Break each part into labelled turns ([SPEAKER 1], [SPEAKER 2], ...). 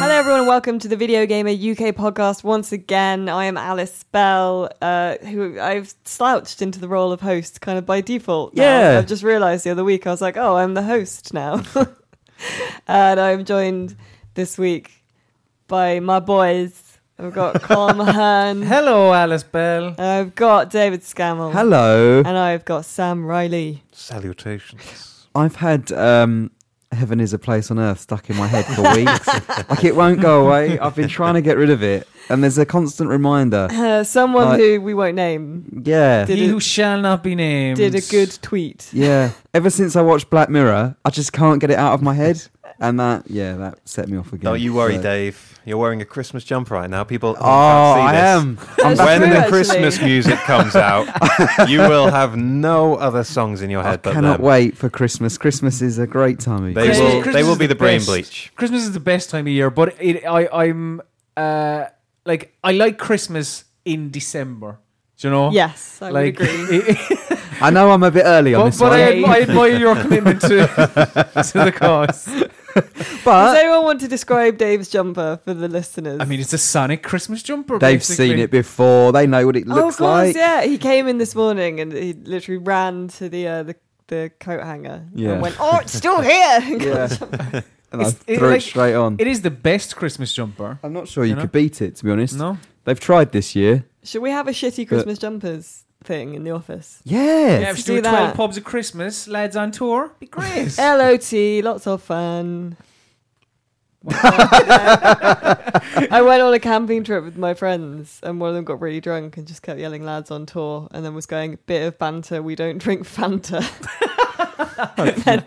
[SPEAKER 1] welcome to the Video Gamer UK podcast once again. I am Alice Spell, uh, who I've slouched into the role of host kind of by default. now.
[SPEAKER 2] Yeah.
[SPEAKER 1] I've just realised the other week I was like, oh, I'm the host now. and I'm joined this week by my boys. I've got Colm Hearn,
[SPEAKER 3] Hello, Alice Bell.
[SPEAKER 1] I've got David Scammell,
[SPEAKER 2] Hello.
[SPEAKER 1] and I've got Sam Riley.
[SPEAKER 3] Salutations.
[SPEAKER 2] I've had um, Heaven is a Place on Earth stuck in my head for weeks. like, it won't go away. I've been trying to get rid of it. And there's a constant reminder.
[SPEAKER 1] Uh, someone
[SPEAKER 2] Right.
[SPEAKER 1] who we won't name
[SPEAKER 2] Yeah.
[SPEAKER 1] Did
[SPEAKER 3] He
[SPEAKER 1] it-
[SPEAKER 3] who shall not be named
[SPEAKER 1] did a good tweet.
[SPEAKER 2] Yeah. Ever since I watched Black Mirror, I just can't get it out of my head. And that, yeah, that set me off again.
[SPEAKER 4] Don't you worry,
[SPEAKER 2] So-
[SPEAKER 4] Dave. You're wearing a Christmas jumper right now. People,
[SPEAKER 2] Oh, I am.
[SPEAKER 1] That's
[SPEAKER 4] When
[SPEAKER 1] true,
[SPEAKER 4] the
[SPEAKER 1] actually.
[SPEAKER 4] Christmas music comes out, you will have no other songs in your
[SPEAKER 2] I
[SPEAKER 4] head but
[SPEAKER 2] cannot
[SPEAKER 4] them.
[SPEAKER 2] wait for Christmas. Christmas is a great time of
[SPEAKER 4] They
[SPEAKER 2] year.
[SPEAKER 3] Christmas-
[SPEAKER 4] will.
[SPEAKER 3] Christmas
[SPEAKER 4] they will
[SPEAKER 3] is
[SPEAKER 4] be
[SPEAKER 3] the
[SPEAKER 4] the brain
[SPEAKER 3] best.
[SPEAKER 4] bleach.
[SPEAKER 3] Christmas is the best time of year, but it, I, I'm uh, like I like Christmas in December. Do you know?
[SPEAKER 1] Yes, I
[SPEAKER 3] like,
[SPEAKER 1] would agree.
[SPEAKER 2] I know I'm a bit early on
[SPEAKER 3] but,
[SPEAKER 2] this
[SPEAKER 3] but
[SPEAKER 2] one,
[SPEAKER 3] I, admi- I admire your commitment to to the cause.
[SPEAKER 1] Does
[SPEAKER 2] but
[SPEAKER 1] anyone want to describe Dave's jumper for the listeners?
[SPEAKER 3] I mean, it's a Sonic Christmas jumper.
[SPEAKER 2] they've
[SPEAKER 3] basically.
[SPEAKER 2] seen it before. They know what it
[SPEAKER 1] oh, of
[SPEAKER 2] looks
[SPEAKER 1] course,
[SPEAKER 2] like.
[SPEAKER 1] yeah. He came in this morning and he literally ran to the uh, the, the coat hanger
[SPEAKER 2] Yeah.
[SPEAKER 1] and went, "Oh, it's still here!"
[SPEAKER 2] Yeah. and I
[SPEAKER 3] It's- it,
[SPEAKER 2] threw it
[SPEAKER 3] like,
[SPEAKER 2] straight on.
[SPEAKER 3] It is the best Christmas jumper.
[SPEAKER 2] I'm not sure you,
[SPEAKER 3] You know?
[SPEAKER 2] could beat it, to be honest.
[SPEAKER 3] No,
[SPEAKER 2] They've tried this year.
[SPEAKER 1] Should we have a shitty Christmas jumpers thing in the office?
[SPEAKER 3] yeah,
[SPEAKER 2] Yes.
[SPEAKER 3] if you
[SPEAKER 1] do
[SPEAKER 3] do
[SPEAKER 1] that.
[SPEAKER 3] twelve pubs at Christmas, lads on tour, be great.
[SPEAKER 1] LOT, lots of fun. I went on a camping trip with my friends, and one of them got really drunk and just kept yelling "lads on tour," and then was going bit of banter. We don't drink Fanta. And then-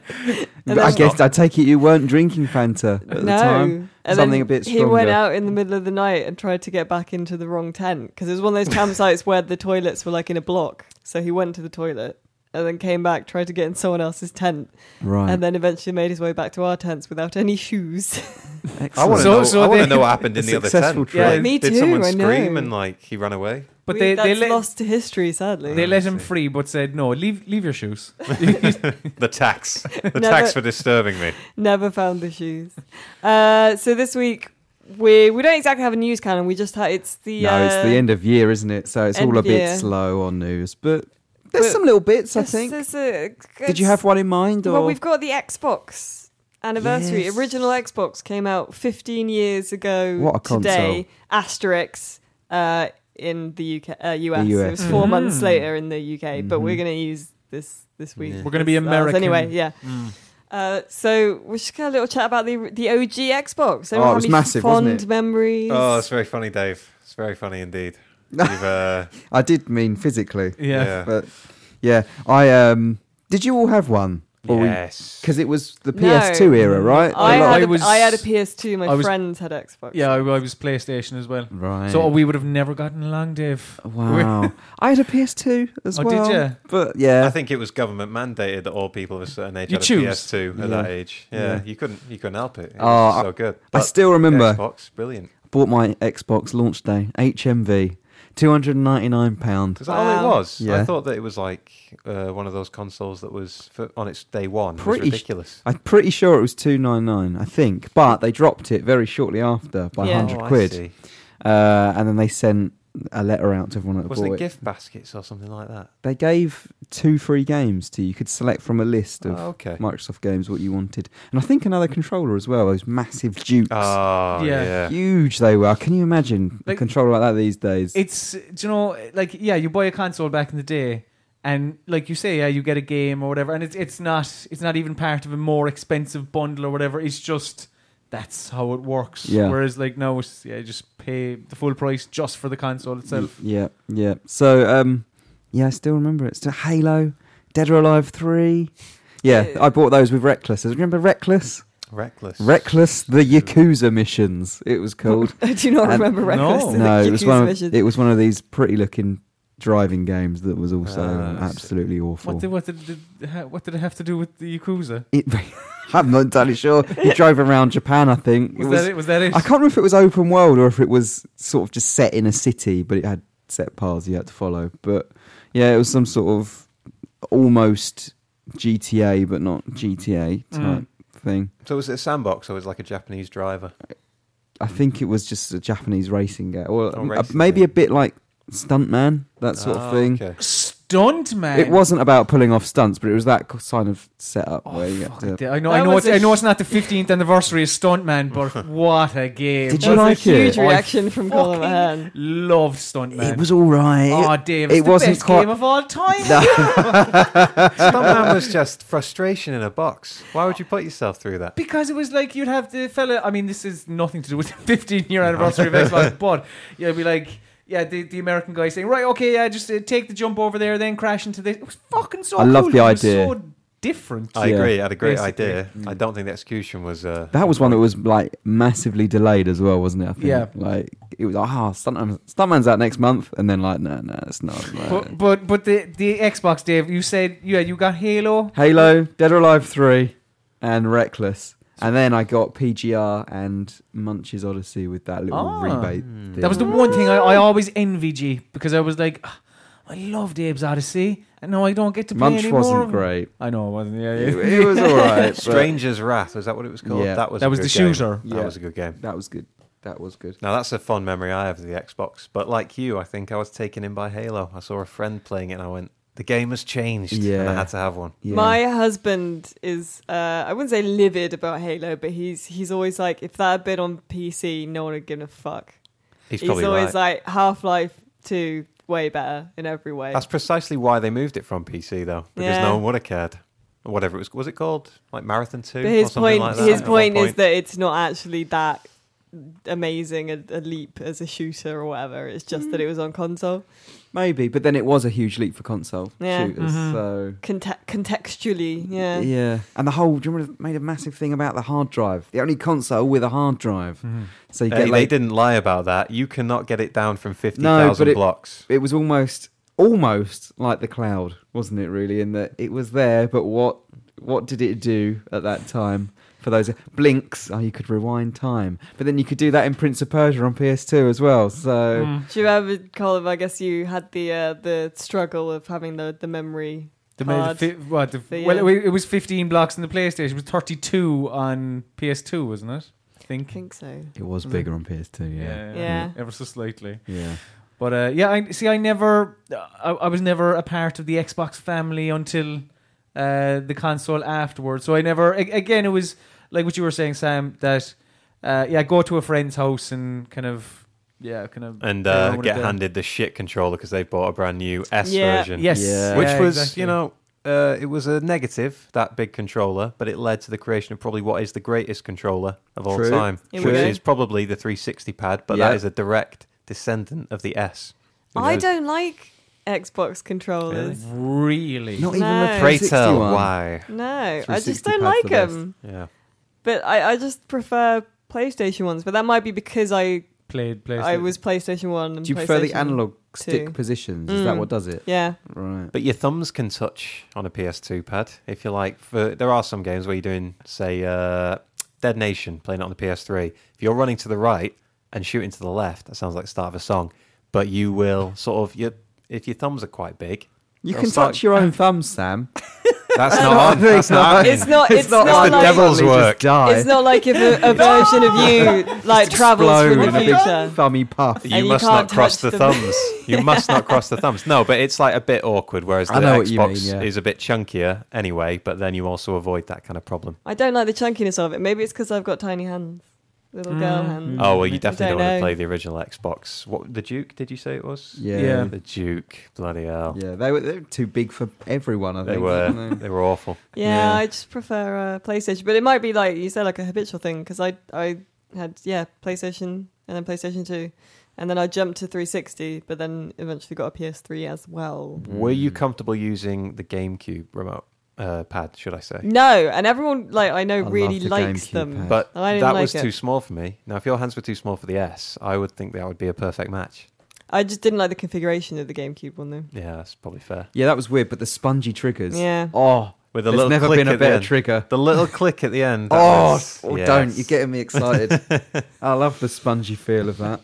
[SPEAKER 1] and
[SPEAKER 2] I
[SPEAKER 1] then-
[SPEAKER 2] guess I take it you weren't drinking Fanta at the time.
[SPEAKER 1] And
[SPEAKER 2] Something
[SPEAKER 1] then
[SPEAKER 2] a bit
[SPEAKER 1] He went
[SPEAKER 2] stronger.
[SPEAKER 1] out in the middle of the night and tried to get back into the wrong tent because it was one of those campsites where the toilets were like in a block. So he went to the toilet and then came back, tried to get in someone else's tent,
[SPEAKER 2] Right.
[SPEAKER 1] and then eventually made his way back to our tents without any shoes.
[SPEAKER 4] I want to
[SPEAKER 3] So-
[SPEAKER 4] know.
[SPEAKER 3] so
[SPEAKER 4] I want
[SPEAKER 3] they-
[SPEAKER 4] to know what happened in
[SPEAKER 2] A
[SPEAKER 4] the other
[SPEAKER 2] successful
[SPEAKER 4] tent.
[SPEAKER 2] trip.
[SPEAKER 3] Yeah,
[SPEAKER 4] Like,
[SPEAKER 1] me
[SPEAKER 4] Did
[SPEAKER 1] too,
[SPEAKER 4] someone
[SPEAKER 1] I
[SPEAKER 4] scream
[SPEAKER 1] know.
[SPEAKER 4] and like he ran away?
[SPEAKER 3] But
[SPEAKER 1] We-
[SPEAKER 3] they
[SPEAKER 1] that's
[SPEAKER 3] they let
[SPEAKER 1] lost to history, sadly.
[SPEAKER 3] They
[SPEAKER 4] Ah,
[SPEAKER 3] let
[SPEAKER 4] I
[SPEAKER 3] him
[SPEAKER 4] see.
[SPEAKER 3] free, but said no. Leave, leave your shoes.
[SPEAKER 4] The tax. The
[SPEAKER 1] No,
[SPEAKER 4] tax
[SPEAKER 1] but-
[SPEAKER 4] for disturbing me.
[SPEAKER 1] Never found the shoes. Uh, so this week we we don't exactly have a news canon. We just had it's the
[SPEAKER 2] No, it's
[SPEAKER 1] uh,
[SPEAKER 2] the end of year, isn't it? So it's
[SPEAKER 1] end
[SPEAKER 2] all a
[SPEAKER 1] of
[SPEAKER 2] bit
[SPEAKER 1] year.
[SPEAKER 2] slow on news, but there's
[SPEAKER 1] But-
[SPEAKER 2] some little bits. I
[SPEAKER 1] Yes,
[SPEAKER 2] think.
[SPEAKER 1] there's a-
[SPEAKER 2] Did you have one in mind? Or
[SPEAKER 1] Well, we've got the Xbox anniversary.
[SPEAKER 2] Yes.
[SPEAKER 1] Original Xbox came out 15 years ago
[SPEAKER 2] What a
[SPEAKER 1] today. Asterix uh, in the UK, uh, US. It
[SPEAKER 2] US.
[SPEAKER 1] was 4
[SPEAKER 3] Mhm.
[SPEAKER 1] months later in the UK, but we're
[SPEAKER 2] Mhm.
[SPEAKER 1] going to use this this week.
[SPEAKER 4] Yeah.
[SPEAKER 3] We're gonna be
[SPEAKER 1] as ours
[SPEAKER 3] American. Mm.
[SPEAKER 1] anyway. Yeah. Uh, so we should have a little chat about the the OG Xbox.
[SPEAKER 2] Oh,
[SPEAKER 1] Anyone
[SPEAKER 2] it
[SPEAKER 1] have
[SPEAKER 2] was
[SPEAKER 1] any
[SPEAKER 2] massive,
[SPEAKER 1] fond
[SPEAKER 2] wasn't it?
[SPEAKER 1] memories.
[SPEAKER 4] Oh, it's very funny, Dave. It's very funny indeed. You've, uh,
[SPEAKER 2] I did mean physically,
[SPEAKER 3] yeah.
[SPEAKER 2] but yeah, I um. Did you all have one?
[SPEAKER 4] yes.
[SPEAKER 2] Because it was the
[SPEAKER 1] No. Mm-hmm.
[SPEAKER 2] PS2 era, right?
[SPEAKER 1] I,
[SPEAKER 2] A lot-
[SPEAKER 1] had
[SPEAKER 3] I
[SPEAKER 1] a
[SPEAKER 3] was-
[SPEAKER 1] I had a PS2. My
[SPEAKER 3] I was-
[SPEAKER 1] friends had Xbox.
[SPEAKER 3] Yeah, I, I was PlayStation as well.
[SPEAKER 2] right. Oh,
[SPEAKER 3] So we would have never gotten along, Dave.
[SPEAKER 2] wow, I had a PS2 as
[SPEAKER 3] Oh, did
[SPEAKER 2] well.
[SPEAKER 3] ya?
[SPEAKER 2] But yeah,
[SPEAKER 4] I think it was government mandated that all people of a certain age
[SPEAKER 3] You
[SPEAKER 4] had
[SPEAKER 3] choose.
[SPEAKER 4] a PS2 at
[SPEAKER 2] Yeah.
[SPEAKER 4] that age. Yeah,
[SPEAKER 2] Yeah.
[SPEAKER 4] you couldn't you couldn't help it. It
[SPEAKER 2] Oh,
[SPEAKER 4] was so good.
[SPEAKER 2] I
[SPEAKER 4] But
[SPEAKER 2] still remember
[SPEAKER 4] Xbox, brilliant.
[SPEAKER 2] bought my Xbox launch day HMV, two hundred and ninety nine pound.
[SPEAKER 4] Is that all
[SPEAKER 1] Wow.
[SPEAKER 4] it was?
[SPEAKER 2] Yeah.
[SPEAKER 4] I thought that it was like uh, one of those consoles that was for, on its day one. It was
[SPEAKER 2] Pretty sh-
[SPEAKER 4] ridiculous.
[SPEAKER 2] I'm pretty sure it was two nine nine, I think, but they dropped it very shortly after by
[SPEAKER 1] Yeah.
[SPEAKER 2] hundred
[SPEAKER 4] Oh, I
[SPEAKER 2] quid,
[SPEAKER 4] see.
[SPEAKER 2] uh, and then they sent a letter out to everyone that
[SPEAKER 4] Wasn't
[SPEAKER 2] bought
[SPEAKER 4] it
[SPEAKER 2] it.
[SPEAKER 4] gift baskets or something like that?
[SPEAKER 2] They gave two free games to you. You could select from a list of
[SPEAKER 4] Oh, okay.
[SPEAKER 2] Microsoft games what you wanted, and I think another controller as well. Those massive Dukes,
[SPEAKER 4] Oh,
[SPEAKER 3] Yeah.
[SPEAKER 4] yeah.
[SPEAKER 2] huge they were. Can you imagine a
[SPEAKER 3] Like-
[SPEAKER 2] controller like that these days?
[SPEAKER 3] It's do you know, like yeah, you buy a console back in the day, and like you say, yeah, you get a game or whatever, and it's it's not it's not even part of a more expensive bundle or whatever. It's just that's how it works.
[SPEAKER 2] Yeah.
[SPEAKER 3] Whereas like now, it's yeah, you just pay the full price just for the console itself.
[SPEAKER 2] Yeah, yeah. So, um, yeah, I still remember it. Still Halo, Dead or Alive Three. Yeah,
[SPEAKER 1] Yeah.
[SPEAKER 2] I bought those with Reckless. Remember Reckless?
[SPEAKER 4] Reckless.
[SPEAKER 2] Reckless, the Yakuza missions. It was called.
[SPEAKER 1] I do not
[SPEAKER 2] And-
[SPEAKER 1] remember Reckless.
[SPEAKER 3] Oh.
[SPEAKER 1] in
[SPEAKER 2] no,
[SPEAKER 1] the
[SPEAKER 2] it was
[SPEAKER 1] Yakuza
[SPEAKER 2] one. Of,
[SPEAKER 1] missions.
[SPEAKER 2] it was one of these pretty-looking driving games that was also
[SPEAKER 4] Ah, I see.
[SPEAKER 2] absolutely awful.
[SPEAKER 3] What did what did, did ha- what did it have to do with the Yakuza?
[SPEAKER 2] It- I'm not entirely sure. You drove around Japan, I think.
[SPEAKER 3] Was,
[SPEAKER 2] it was.
[SPEAKER 3] that it? Was that it?
[SPEAKER 2] I can't remember if it was open world or if it was sort of just set in a city, but it had set paths you had to follow. But yeah, it was some sort of almost GTA, but not GTA type
[SPEAKER 3] Mm.
[SPEAKER 2] thing.
[SPEAKER 4] So was it a sandbox or was it like a Japanese driver?
[SPEAKER 2] I think it was just a Japanese racing game, or
[SPEAKER 4] Oh,
[SPEAKER 2] m- uh,
[SPEAKER 4] racing
[SPEAKER 2] maybe a
[SPEAKER 4] game.
[SPEAKER 2] bit like Stuntman, that sort
[SPEAKER 4] Ah,
[SPEAKER 2] of thing.
[SPEAKER 4] okay.
[SPEAKER 3] Stunt man.
[SPEAKER 2] It wasn't about pulling off stunts, but it was that co- sign of setup where you
[SPEAKER 3] Oh, Fuck,
[SPEAKER 2] had to.
[SPEAKER 3] I, know,
[SPEAKER 1] That
[SPEAKER 3] I know,
[SPEAKER 1] was
[SPEAKER 3] it's,
[SPEAKER 1] a
[SPEAKER 3] I know
[SPEAKER 1] hu-
[SPEAKER 3] it's not the 15th anniversary of Stuntman, but what a game!
[SPEAKER 2] Did
[SPEAKER 1] That
[SPEAKER 2] you
[SPEAKER 1] was
[SPEAKER 2] like
[SPEAKER 1] a
[SPEAKER 2] it?
[SPEAKER 1] huge
[SPEAKER 2] I
[SPEAKER 1] reaction from Colin Mahan.
[SPEAKER 3] Loved Stuntman.
[SPEAKER 2] It was all right.
[SPEAKER 3] oh,
[SPEAKER 2] It-
[SPEAKER 3] Dave, it's the
[SPEAKER 2] wasn't
[SPEAKER 3] best
[SPEAKER 2] quite-
[SPEAKER 3] game of all time.
[SPEAKER 4] Stuntman was just frustration in a box. Why would you put yourself through that?
[SPEAKER 3] Because it was like you'd have the fella. I mean, this is nothing to do with the 15 year anniversary of Xbox, but you'd be like, yeah, the, the American guy saying, right, okay, yeah, just uh, take the jump over there, then crash into this. It was fucking so.
[SPEAKER 2] I love
[SPEAKER 3] cool.
[SPEAKER 2] the
[SPEAKER 3] It was
[SPEAKER 2] idea.
[SPEAKER 3] So different.
[SPEAKER 4] I
[SPEAKER 2] Yeah, Mm.
[SPEAKER 4] agree. I had a great
[SPEAKER 3] basically.
[SPEAKER 4] idea. I don't think the execution was. Uh,
[SPEAKER 2] That was one that was like massively delayed as well, wasn't it? I think.
[SPEAKER 3] Yeah.
[SPEAKER 2] Like it was. Ah, Stuntman, Stuntman's out next month, and then like, no, no, it's not. like-
[SPEAKER 3] But but but the the Xbox, Dave. You said yeah, you got Halo.
[SPEAKER 2] Halo, Dead or Alive three, and Reckless, and then I got PGR and Munch's Odyssey with that little
[SPEAKER 3] Ah.
[SPEAKER 2] rebate.
[SPEAKER 4] Hmm.
[SPEAKER 2] Thing.
[SPEAKER 3] That was the one thing I, I always envied you because I was like, "Ah, I love Dave's Odyssey, and now I don't get to play
[SPEAKER 2] Munch
[SPEAKER 3] any more
[SPEAKER 2] wasn't
[SPEAKER 3] of it."
[SPEAKER 2] great.
[SPEAKER 3] I know it wasn't. Yeah,
[SPEAKER 2] It,
[SPEAKER 3] yeah.
[SPEAKER 2] it was all right. but
[SPEAKER 4] Stranger's Wrath. Was that what it was called?
[SPEAKER 2] Yeah.
[SPEAKER 4] That was
[SPEAKER 3] That
[SPEAKER 4] a
[SPEAKER 3] was
[SPEAKER 4] good
[SPEAKER 3] the
[SPEAKER 4] game.
[SPEAKER 3] shooter.
[SPEAKER 2] Yeah.
[SPEAKER 4] That was a good game.
[SPEAKER 2] That was good. That was good.
[SPEAKER 4] Now that's a fond memory I have of the Xbox. But like you, I think I was taken in by Halo. I saw a friend playing it, and I went, "The game has changed," and
[SPEAKER 2] Yeah.
[SPEAKER 4] I had to have one.
[SPEAKER 2] Yeah.
[SPEAKER 1] My husband is uh, I wouldn't say livid about Halo, but he's he's always like if that had been on PC, no one would give a fuck.
[SPEAKER 4] He's
[SPEAKER 1] He's,
[SPEAKER 4] probably
[SPEAKER 1] always
[SPEAKER 4] right.
[SPEAKER 1] like Half Life Two way better in every way.
[SPEAKER 4] That's precisely why they moved it from PC though, because
[SPEAKER 1] Yeah.
[SPEAKER 4] no one would have cared. Or whatever it was, was it called like Marathon Two?
[SPEAKER 1] but his
[SPEAKER 4] or
[SPEAKER 1] point
[SPEAKER 4] something like that
[SPEAKER 1] his
[SPEAKER 4] at one
[SPEAKER 1] point, is that it's not actually that amazing a, a leap as a shooter or whatever. It's just
[SPEAKER 4] Mm.
[SPEAKER 1] that it was on console.
[SPEAKER 2] Maybe, but then it was a huge leap for console
[SPEAKER 1] Yeah.
[SPEAKER 2] shooters.
[SPEAKER 3] Mhm.
[SPEAKER 2] So
[SPEAKER 1] Conte- contextually, yeah.
[SPEAKER 2] and the whole. Do you remember they made a massive thing about the hard drive? The only console with a hard drive. So you
[SPEAKER 4] Mm-hmm. Hey,
[SPEAKER 2] get
[SPEAKER 4] they
[SPEAKER 2] like
[SPEAKER 4] didn't lie about that. You cannot get it down from fifty
[SPEAKER 2] No,
[SPEAKER 4] thousand
[SPEAKER 2] but it-
[SPEAKER 4] blocks.
[SPEAKER 2] it was almost almost like the cloud, wasn't it? Really, in that it was there, but what what did it do at that time? For those blinks, oh, you could rewind time, but then you could do that in Prince of Persia on PS2 as well. So
[SPEAKER 4] Mm.
[SPEAKER 3] Mm.
[SPEAKER 1] Do you remember, Colin? I guess you had the uh, the struggle of having the, the memory.
[SPEAKER 3] The,
[SPEAKER 1] Hard.
[SPEAKER 3] the, fi- what, the,
[SPEAKER 1] The,
[SPEAKER 3] well,
[SPEAKER 1] uh,
[SPEAKER 3] it, was 15 blocks in the PlayStation. It was 32 on PS2, wasn't it? I
[SPEAKER 1] I
[SPEAKER 3] think.
[SPEAKER 1] think so.
[SPEAKER 2] it was
[SPEAKER 3] bigger
[SPEAKER 2] on PS2,
[SPEAKER 1] Yeah.
[SPEAKER 3] Ever so slightly.
[SPEAKER 2] yeah.
[SPEAKER 3] But uh, yeah, I see. I never, I, I was never a part of the Xbox family until uh, the console afterwards. So I never, a- again, it was like what you were saying, Sam. That uh, yeah, go to a friend's house and kind of yeah, kind of
[SPEAKER 4] and
[SPEAKER 3] play around
[SPEAKER 4] uh,
[SPEAKER 3] with
[SPEAKER 4] get
[SPEAKER 3] it.
[SPEAKER 4] handed the shit controller because they bought a brand new S
[SPEAKER 1] Yeah.
[SPEAKER 4] version.
[SPEAKER 3] Yes,
[SPEAKER 2] Yeah.
[SPEAKER 4] which
[SPEAKER 3] yeah,
[SPEAKER 4] was
[SPEAKER 3] exactly.
[SPEAKER 4] you know uh, it was a negative that big controller, but it led to the creation of probably what is the greatest controller of all
[SPEAKER 2] True.
[SPEAKER 4] time,
[SPEAKER 1] Here we
[SPEAKER 4] which
[SPEAKER 1] go.
[SPEAKER 4] is probably the 360 pad. But
[SPEAKER 2] Yeah.
[SPEAKER 4] that is a direct descendant of the S. which
[SPEAKER 1] I
[SPEAKER 4] was-
[SPEAKER 1] don't like Xbox controllers.
[SPEAKER 3] really
[SPEAKER 2] Not even the
[SPEAKER 1] No.
[SPEAKER 4] Pray
[SPEAKER 2] 360
[SPEAKER 4] tell
[SPEAKER 2] one.
[SPEAKER 4] why?
[SPEAKER 1] No, I just
[SPEAKER 2] 360
[SPEAKER 1] don't
[SPEAKER 2] pad
[SPEAKER 1] like
[SPEAKER 2] for this.
[SPEAKER 1] them.
[SPEAKER 4] Yeah,
[SPEAKER 1] But I, I just prefer PlayStation ones. But that might be because I
[SPEAKER 3] played PlayStation.
[SPEAKER 1] I was PlayStation One. And
[SPEAKER 2] Do you prefer the
[SPEAKER 1] PlayStation-
[SPEAKER 2] analog stick
[SPEAKER 1] two.
[SPEAKER 2] positions? Is that
[SPEAKER 1] Mm.
[SPEAKER 2] what does it?
[SPEAKER 1] Yeah,
[SPEAKER 2] Right.
[SPEAKER 4] but your thumbs can touch on a PS2 pad if you like. For there are some games where you're doing, say, uh, Dead Nation, playing it on the PS3. If you're running to the right and shooting to the left, that sounds like the start of a song. But you will sort of your if your thumbs are quite big.
[SPEAKER 2] You
[SPEAKER 4] they'll
[SPEAKER 2] can
[SPEAKER 4] start-
[SPEAKER 2] touch your own thumbs, Sam.
[SPEAKER 4] That's not on. That's not on.
[SPEAKER 1] it's not. It's, not,
[SPEAKER 4] not
[SPEAKER 1] like
[SPEAKER 4] the devil's
[SPEAKER 2] suddenly
[SPEAKER 4] work.
[SPEAKER 2] Just die.
[SPEAKER 1] it's not like if a, a version of you like travels
[SPEAKER 2] Explode
[SPEAKER 1] from the
[SPEAKER 2] with a big
[SPEAKER 1] future.
[SPEAKER 2] thummy puff.
[SPEAKER 4] You
[SPEAKER 1] and you
[SPEAKER 4] must
[SPEAKER 1] can't
[SPEAKER 4] not cross the
[SPEAKER 1] touch them.
[SPEAKER 4] thumbs. You must not cross the thumbs. No, but it's like a bit awkward. Whereas the
[SPEAKER 2] I know what
[SPEAKER 4] Xbox
[SPEAKER 2] you mean, yeah.
[SPEAKER 4] is a bit chunkier anyway, but then you also avoid that kind of problem.
[SPEAKER 1] I don't like the chunkiness of it. Maybe it's because I've got tiny hands, little girl
[SPEAKER 3] Mm.
[SPEAKER 1] hands.
[SPEAKER 4] Oh well, you
[SPEAKER 1] I
[SPEAKER 4] definitely
[SPEAKER 1] don't
[SPEAKER 4] don't, want
[SPEAKER 1] know.
[SPEAKER 4] to play the original Xbox. What the Duke? Did you say it was?
[SPEAKER 2] Yeah.
[SPEAKER 3] Yeah.
[SPEAKER 4] the Duke. Bloody hell,
[SPEAKER 2] Yeah, they were, they were too big for everyone. I think
[SPEAKER 4] they were
[SPEAKER 2] weren't they?
[SPEAKER 4] they were awful.
[SPEAKER 1] Yeah,
[SPEAKER 2] Yeah.
[SPEAKER 1] I just prefer uh, PlayStation, but it might be like you said, like a habitual thing because I I had yeah PlayStation and then PlayStation Two, and then I jumped to 360, but then eventually got a PS3 as well.
[SPEAKER 4] Were
[SPEAKER 2] Hmm.
[SPEAKER 4] you comfortable using the GameCube remote uh, pad? Should I say?
[SPEAKER 1] No, and everyone like I know
[SPEAKER 2] love
[SPEAKER 1] really
[SPEAKER 2] the
[SPEAKER 1] likes
[SPEAKER 2] GameCube
[SPEAKER 1] them,
[SPEAKER 2] pad.
[SPEAKER 4] But
[SPEAKER 1] And Oh, I didn't
[SPEAKER 4] that
[SPEAKER 1] like
[SPEAKER 4] was
[SPEAKER 1] it.
[SPEAKER 4] too small for me. Now, if your hands were too small for the S, I would think that would be a perfect match.
[SPEAKER 1] I just didn't like the configuration of the GameCube one though.
[SPEAKER 4] Yeah, that's probably fair.
[SPEAKER 2] Yeah, that was weird. But the spongy triggers.
[SPEAKER 1] Yeah,
[SPEAKER 2] Oh,
[SPEAKER 4] With a
[SPEAKER 2] there's
[SPEAKER 4] little
[SPEAKER 2] never
[SPEAKER 4] click
[SPEAKER 2] been a
[SPEAKER 4] at the
[SPEAKER 2] better
[SPEAKER 4] end.
[SPEAKER 2] trigger.
[SPEAKER 4] The little click at the end. that
[SPEAKER 2] Oh,
[SPEAKER 4] was-
[SPEAKER 2] oh,
[SPEAKER 4] yes.
[SPEAKER 2] don't! You're getting me excited. I love the spongy feel of that.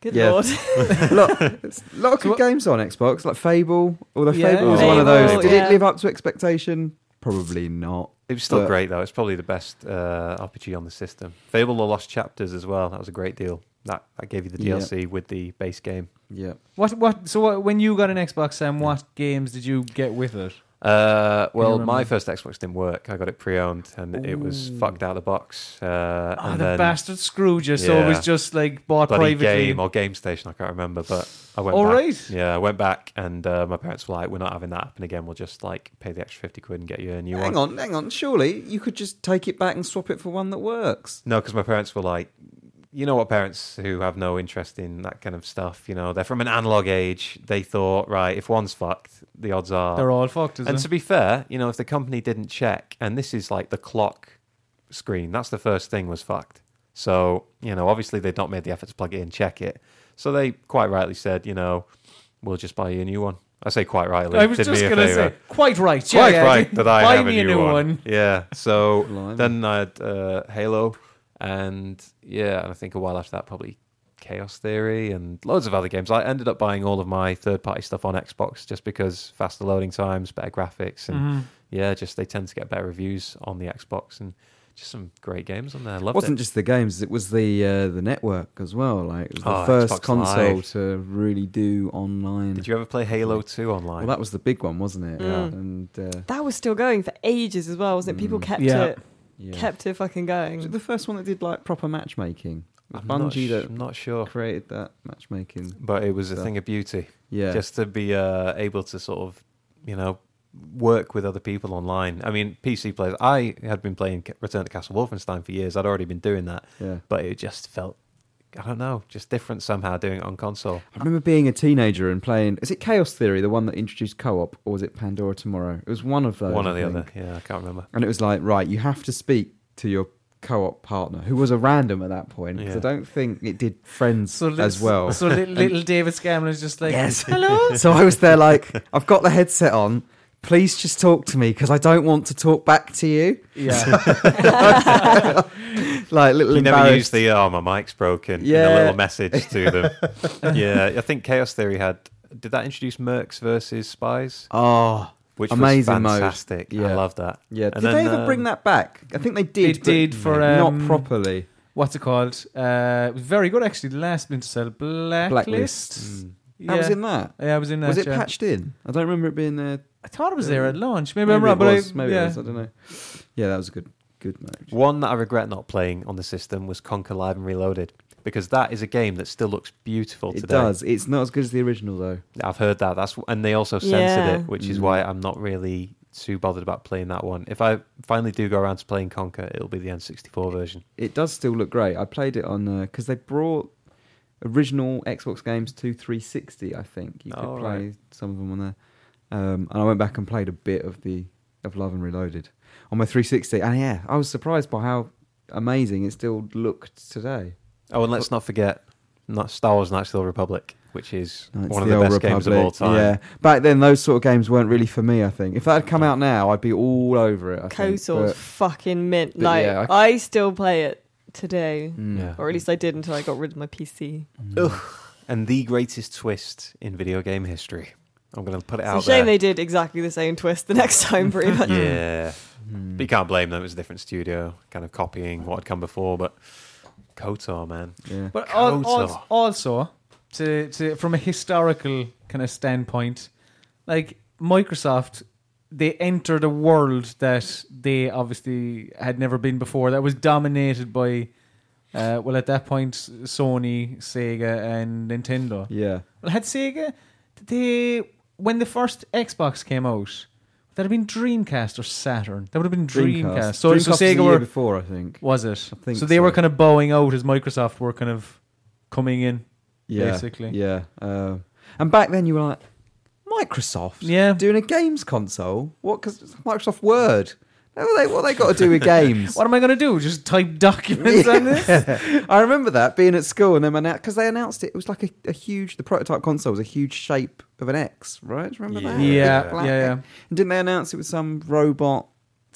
[SPEAKER 1] good
[SPEAKER 2] Yeah.
[SPEAKER 1] lord.
[SPEAKER 2] Look, there's a lot of good games on Xbox, like Fable. Although
[SPEAKER 3] Yeah.
[SPEAKER 2] Fable was one of
[SPEAKER 1] Fable,
[SPEAKER 2] those. Did
[SPEAKER 1] yeah.
[SPEAKER 2] it live up to expectation? Probably not.
[SPEAKER 4] It was still
[SPEAKER 2] But-
[SPEAKER 4] great though. It's probably the best uh, RPG on the system. Fable: The Lost Chapters as well. That was a great deal. That that gave you the
[SPEAKER 2] Yeah.
[SPEAKER 4] DLC with the base game.
[SPEAKER 2] Yeah.
[SPEAKER 3] What? What? So, what, when you got an Xbox, Sam, what games did you get with it?
[SPEAKER 4] Uh, well,
[SPEAKER 3] remember?
[SPEAKER 4] my first Xbox didn't work. I got it pre-owned, and it was
[SPEAKER 3] Ooh.
[SPEAKER 4] fucked out of the box. Uh,
[SPEAKER 3] Oh,
[SPEAKER 4] and
[SPEAKER 3] the
[SPEAKER 4] then
[SPEAKER 3] bastard screwed you, so it
[SPEAKER 4] Yeah.
[SPEAKER 3] was just like bought
[SPEAKER 4] bloody
[SPEAKER 3] privately.
[SPEAKER 4] game or game station. I can't remember, but I went.
[SPEAKER 3] All
[SPEAKER 4] back.
[SPEAKER 3] right.
[SPEAKER 4] Yeah, I went back, and uh, my parents were like, "We're not having that happen again. We'll just like pay the extra fifty quid and get you a new
[SPEAKER 2] hang
[SPEAKER 4] one."
[SPEAKER 2] on, hang on. Surely you could just take it back and swap it for one that works.
[SPEAKER 4] No, because my parents were like, you know what, parents who have no interest in that kind of stuff. You know, they're from an analog age. They thought, right, if one's fucked, the odds are
[SPEAKER 3] They're all fucked, isn't
[SPEAKER 4] And
[SPEAKER 3] it?
[SPEAKER 4] to be fair, you know, if the company didn't check, and this is like the clock screen, that's the first thing was fucked. So, you know, obviously they've not made the effort to plug it in, check it. So they quite rightly said, you know, we'll just buy you a new one. I say quite rightly.
[SPEAKER 3] I was
[SPEAKER 4] did me
[SPEAKER 3] just
[SPEAKER 4] a
[SPEAKER 3] going to
[SPEAKER 4] favour.
[SPEAKER 3] say, quite right. yeah,
[SPEAKER 4] quite
[SPEAKER 3] yeah,
[SPEAKER 4] right that I
[SPEAKER 3] buy
[SPEAKER 4] have
[SPEAKER 3] me
[SPEAKER 4] a new, one. Yeah. So
[SPEAKER 2] Blimey.
[SPEAKER 4] then I had uh, Halo, and yeah, and I think a while after that, probably Chaos Theory and loads of other games. I ended up buying all of my third-party stuff on Xbox just because faster loading times, better graphics, and
[SPEAKER 3] Mhm.
[SPEAKER 4] yeah, just they tend to get better reviews on the Xbox and just some great games on there. I
[SPEAKER 2] It
[SPEAKER 4] loved
[SPEAKER 2] wasn't
[SPEAKER 4] it.
[SPEAKER 2] just the games; it was the uh, the network as well. Like it was the
[SPEAKER 4] Oh,
[SPEAKER 2] first
[SPEAKER 4] Xbox
[SPEAKER 2] console
[SPEAKER 4] Live.
[SPEAKER 2] to really do online.
[SPEAKER 4] Did you ever play Halo Two online?
[SPEAKER 2] Well, that was the big one, wasn't it?
[SPEAKER 1] Yeah.
[SPEAKER 2] And uh,
[SPEAKER 1] That was still going for ages as well, wasn't it? People
[SPEAKER 2] Mm.
[SPEAKER 1] kept
[SPEAKER 3] Yeah.
[SPEAKER 1] it,
[SPEAKER 2] yeah.
[SPEAKER 1] kept it fucking
[SPEAKER 2] was it
[SPEAKER 1] going.
[SPEAKER 2] the first one that did like proper matchmaking. It was
[SPEAKER 4] I'm not,
[SPEAKER 2] Bungie
[SPEAKER 4] sh-
[SPEAKER 2] that
[SPEAKER 4] I'm not sure,
[SPEAKER 2] created that matchmaking.
[SPEAKER 4] but it was a
[SPEAKER 2] So-
[SPEAKER 4] thing of beauty.
[SPEAKER 2] Yeah,
[SPEAKER 4] just to be uh, able to sort of, you know, work with other people online. I mean, PC players. I had been playing Ca- Return to Castle Wolfenstein for years. I'd already been doing that,
[SPEAKER 2] yeah.
[SPEAKER 4] but it just felt, I don't know, just different somehow doing it on console.
[SPEAKER 2] I remember being a teenager and playing. Is it Chaos Theory, the one that introduced co-op, or was it Pandora Tomorrow? It was one of those.
[SPEAKER 4] One
[SPEAKER 2] I
[SPEAKER 4] or the
[SPEAKER 2] think.
[SPEAKER 4] other. Yeah, I can't remember.
[SPEAKER 2] And it was like, right, you have to speak to your co-op partner, who was a random at that point. 'cause
[SPEAKER 4] Yeah.
[SPEAKER 2] I don't think it did friends
[SPEAKER 3] So
[SPEAKER 2] as
[SPEAKER 3] little-
[SPEAKER 2] well.
[SPEAKER 3] So little, little David Scanlon is just like,
[SPEAKER 2] Yes.
[SPEAKER 3] hello.
[SPEAKER 2] so I was there like, I've got the headset on. Please just talk to me because I don't want to talk back to you.
[SPEAKER 3] Yeah.
[SPEAKER 2] Like little
[SPEAKER 4] You never
[SPEAKER 2] embarrassed.
[SPEAKER 4] used the oh my mic's broken. Yeah,
[SPEAKER 2] Yeah.
[SPEAKER 4] a little message to them. yeah, I think Chaos Theory had. Did that introduce Mercs versus Spies?
[SPEAKER 2] Oh,
[SPEAKER 4] Which
[SPEAKER 2] Amazing
[SPEAKER 4] was
[SPEAKER 2] mode.
[SPEAKER 4] fantastic.
[SPEAKER 2] Yeah.
[SPEAKER 4] I love that.
[SPEAKER 2] yeah.
[SPEAKER 4] And
[SPEAKER 2] did they
[SPEAKER 4] then,
[SPEAKER 2] ever bring
[SPEAKER 4] um,
[SPEAKER 2] that back? I think they
[SPEAKER 3] They
[SPEAKER 2] did. but
[SPEAKER 3] did for um,
[SPEAKER 2] not properly.
[SPEAKER 3] What's it called? Uh, it was very good actually. The last Splinter Cell Blacklist.
[SPEAKER 2] Blacklist.
[SPEAKER 4] Mm.
[SPEAKER 3] Yeah.
[SPEAKER 2] That was in that.
[SPEAKER 3] Yeah, I was in that.
[SPEAKER 2] Was it
[SPEAKER 3] yeah.
[SPEAKER 2] patched in? I don't remember it being there.
[SPEAKER 3] I thought it was there at launch. Maybe,
[SPEAKER 2] Maybe
[SPEAKER 3] I'm wrong,
[SPEAKER 2] it
[SPEAKER 3] but
[SPEAKER 2] was.
[SPEAKER 3] I,
[SPEAKER 2] Maybe
[SPEAKER 3] yeah.
[SPEAKER 2] it was. I don't know. Yeah, that was a good, good match.
[SPEAKER 4] One that I regret not playing on the system was Conquer Live and Reloaded because that is a game that still looks beautiful
[SPEAKER 2] It
[SPEAKER 4] today.
[SPEAKER 2] does. It's not as good as the original though.
[SPEAKER 4] I've heard that. That's and they also censored
[SPEAKER 1] Yeah.
[SPEAKER 4] it, which is
[SPEAKER 2] Mm.
[SPEAKER 4] why I'm not really too bothered about playing that one. If I finally do go around to playing Conquer, it'll be the N64 version.
[SPEAKER 2] It does still look great. I played it on because they brought original Xbox games to 360. I think you could
[SPEAKER 4] Oh,
[SPEAKER 2] play
[SPEAKER 4] right.
[SPEAKER 2] some of them on there. Um, and I went back and played a bit of the of Love and Reloaded on my 360. And yeah, I was surprised by how amazing it still looked today.
[SPEAKER 4] Oh, and let's not forget not Star Wars: Knights of the Old Republic, which is
[SPEAKER 2] No, it's
[SPEAKER 4] one of the,
[SPEAKER 2] old
[SPEAKER 4] best games of all
[SPEAKER 2] Republic.
[SPEAKER 4] time.
[SPEAKER 2] Yeah, back then those sort of games weren't really for me. I think if that had come out now, I'd be all over it. I think.
[SPEAKER 1] KOTOR's fucking mint.
[SPEAKER 2] but
[SPEAKER 1] Like
[SPEAKER 2] yeah,
[SPEAKER 1] I, still play it today,
[SPEAKER 2] But, mm.
[SPEAKER 4] Yeah.
[SPEAKER 1] or at least I did until I got rid of my PC.
[SPEAKER 4] And the greatest twist in video game history. I'm going to put it out
[SPEAKER 1] It's a shame
[SPEAKER 4] there.
[SPEAKER 1] they did exactly the same twist the next time, pretty much.
[SPEAKER 4] yeah.
[SPEAKER 2] Mm.
[SPEAKER 4] But you can't blame them. It was a different studio, kind of copying what had come before. But Kotor, man,
[SPEAKER 2] yeah.
[SPEAKER 3] But al-
[SPEAKER 4] Kotor.
[SPEAKER 3] al- also, to, to from a historical kind of standpoint, like Microsoft, they entered a world that they obviously had never been before. That was dominated by, uh, well, at that point, Sony, Sega, and Nintendo.
[SPEAKER 2] yeah.
[SPEAKER 3] Well, had Sega, did they when the first Xbox came out, would that have been Dreamcast or Saturn? That would have been Dreamcast. So,
[SPEAKER 2] Dreamcast
[SPEAKER 3] so
[SPEAKER 2] was the
[SPEAKER 3] Sega
[SPEAKER 2] year
[SPEAKER 3] were
[SPEAKER 2] before, I think.
[SPEAKER 3] was it?
[SPEAKER 2] I think
[SPEAKER 3] so they were
[SPEAKER 2] so.
[SPEAKER 3] kind of bowing out as Microsoft were kind of coming in.
[SPEAKER 2] yeah,
[SPEAKER 3] basically.
[SPEAKER 2] Yeah. Um, and back then you were like, Microsoft?
[SPEAKER 3] Yeah.
[SPEAKER 2] Doing a games console? What? Because Microsoft Word. What have they, what have they got to do with games?
[SPEAKER 3] What am I going to do? Just type documents on this?
[SPEAKER 2] I remember that being at school and then because they announced it, it was like a, a huge, the prototype console was a huge shape of an X, right? Do you remember that?
[SPEAKER 4] Yeah.
[SPEAKER 2] Big
[SPEAKER 3] Yeah, yeah,
[SPEAKER 2] black
[SPEAKER 3] yeah.
[SPEAKER 2] And didn't they announce it was some robot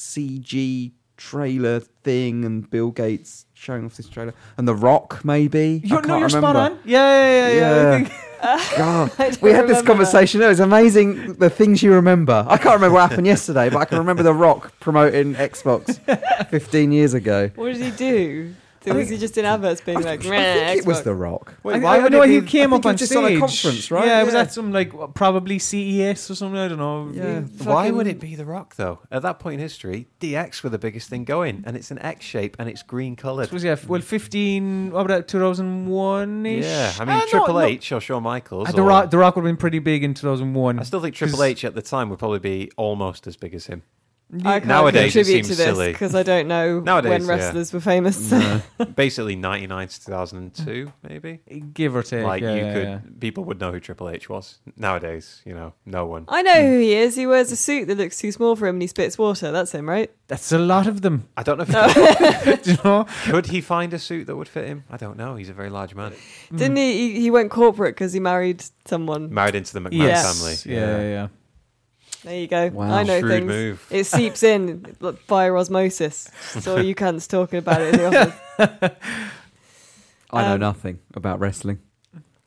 [SPEAKER 2] CG trailer thing and Bill Gates showing off this trailer? And The Rock, maybe? I
[SPEAKER 3] You're, no,
[SPEAKER 2] can't
[SPEAKER 3] you're spot
[SPEAKER 2] remember.
[SPEAKER 3] on. Yeah, yeah, yeah. yeah. I
[SPEAKER 2] Yeah.
[SPEAKER 3] think-
[SPEAKER 2] God,
[SPEAKER 1] I don't
[SPEAKER 2] we had this
[SPEAKER 1] remember.
[SPEAKER 2] conversation. It was amazing the things you remember. I can't remember what happened yesterday, but I can remember The Rock promoting Xbox 15 years ago.
[SPEAKER 1] What did he do?
[SPEAKER 2] I
[SPEAKER 1] was
[SPEAKER 2] think-
[SPEAKER 1] he just in adverts being
[SPEAKER 2] I
[SPEAKER 1] like,
[SPEAKER 2] think
[SPEAKER 1] "Meh,
[SPEAKER 2] it was
[SPEAKER 1] Xbox."
[SPEAKER 2] The Rock.
[SPEAKER 3] I, I know he came
[SPEAKER 2] I
[SPEAKER 3] up
[SPEAKER 2] think he was
[SPEAKER 3] on
[SPEAKER 2] just
[SPEAKER 3] stage.
[SPEAKER 2] on a conference, right?
[SPEAKER 3] Yeah, it was at some like probably CES or something. I don't know.
[SPEAKER 2] Yeah.
[SPEAKER 4] Why would
[SPEAKER 1] Fucking-
[SPEAKER 4] it be The Rock though? At that point in history, DX were the biggest thing going, and it's an X shape and it's green coloured.
[SPEAKER 3] It was yeah. f- Well, fifteen. What about two thousand Ah, one ish?
[SPEAKER 4] Yeah, I mean Triple H or Shawn Michaels.
[SPEAKER 3] Ah, The
[SPEAKER 4] or-
[SPEAKER 3] Rock, the Rock would have been pretty big in two thousand one.
[SPEAKER 4] I still think Triple H at the time would probably be almost as big as him.
[SPEAKER 1] I can't
[SPEAKER 4] Nowadays, it
[SPEAKER 1] contribute
[SPEAKER 4] seems
[SPEAKER 1] to this
[SPEAKER 4] silly.
[SPEAKER 1] because I don't know
[SPEAKER 4] Nowadays,
[SPEAKER 1] when
[SPEAKER 4] yeah. Mm.
[SPEAKER 1] wrestlers were famous.
[SPEAKER 4] Basically, ninety nine to two thousand and two, maybe.
[SPEAKER 3] give or take.
[SPEAKER 4] like
[SPEAKER 3] yeah,
[SPEAKER 4] you
[SPEAKER 3] yeah,
[SPEAKER 4] could,
[SPEAKER 3] yeah.
[SPEAKER 4] people would know who Triple H was nowadays. You know, no one.
[SPEAKER 1] I know who he is. He wears a suit that looks too small for him and he spits water. That's him, right?
[SPEAKER 3] That's a lot of them.
[SPEAKER 4] I don't know. If
[SPEAKER 3] Do you know?
[SPEAKER 4] Could he find a suit that would fit him? I don't know. He's a very large man.
[SPEAKER 1] Didn't he? He, he went corporate because he married someone.
[SPEAKER 4] Married into the McMahon
[SPEAKER 3] Yes.
[SPEAKER 4] family.
[SPEAKER 3] Yeah, yeah. yeah.
[SPEAKER 1] There you go.
[SPEAKER 2] Wow.
[SPEAKER 1] I know
[SPEAKER 4] Shrewd
[SPEAKER 1] things.
[SPEAKER 4] move.
[SPEAKER 1] It seeps in like, via osmosis. So you cunts talking about it in the office.
[SPEAKER 2] I know
[SPEAKER 1] Um,
[SPEAKER 2] nothing about wrestling.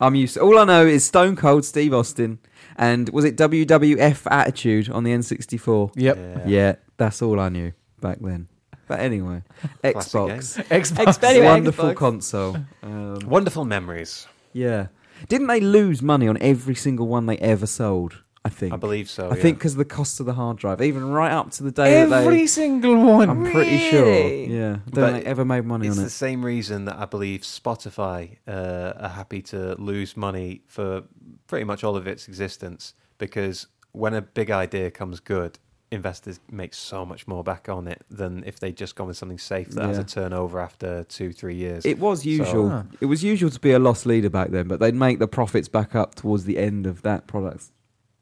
[SPEAKER 2] I'm used. all I know is Stone Cold Steve Austin, and was it WWF Attitude on the N64?
[SPEAKER 3] Yep.
[SPEAKER 2] Yeah, that's all I knew back then. But anyway,
[SPEAKER 4] Classic
[SPEAKER 2] Xbox,
[SPEAKER 3] Xbox.
[SPEAKER 1] Ex- anyway,
[SPEAKER 2] wonderful
[SPEAKER 1] Xbox.
[SPEAKER 2] console. Um,
[SPEAKER 4] Wonderful memories.
[SPEAKER 2] yeah, didn't they lose money on every single one they ever sold? I think.
[SPEAKER 4] I believe so.
[SPEAKER 2] I
[SPEAKER 4] yeah.
[SPEAKER 2] think because of the cost of the hard drive, even right up to the day that
[SPEAKER 3] Every
[SPEAKER 2] they. Oh,
[SPEAKER 3] single one.
[SPEAKER 2] I'm pretty sure.
[SPEAKER 1] Really?
[SPEAKER 2] Yeah, I don't
[SPEAKER 4] But
[SPEAKER 2] think they ever made money
[SPEAKER 4] It's
[SPEAKER 2] on
[SPEAKER 4] the
[SPEAKER 2] it.
[SPEAKER 4] same reason that I believe Spotify uh, are happy to lose money for pretty much all of its existence because when a big idea comes good, investors make so much more back on it than if they'd just gone with something safe that has
[SPEAKER 2] Yeah.
[SPEAKER 4] a turnover after two, three years.
[SPEAKER 2] It was usual.
[SPEAKER 3] Ah.
[SPEAKER 2] It was usual to be a loss leader back then, but they'd make the profits back up towards the end of that product.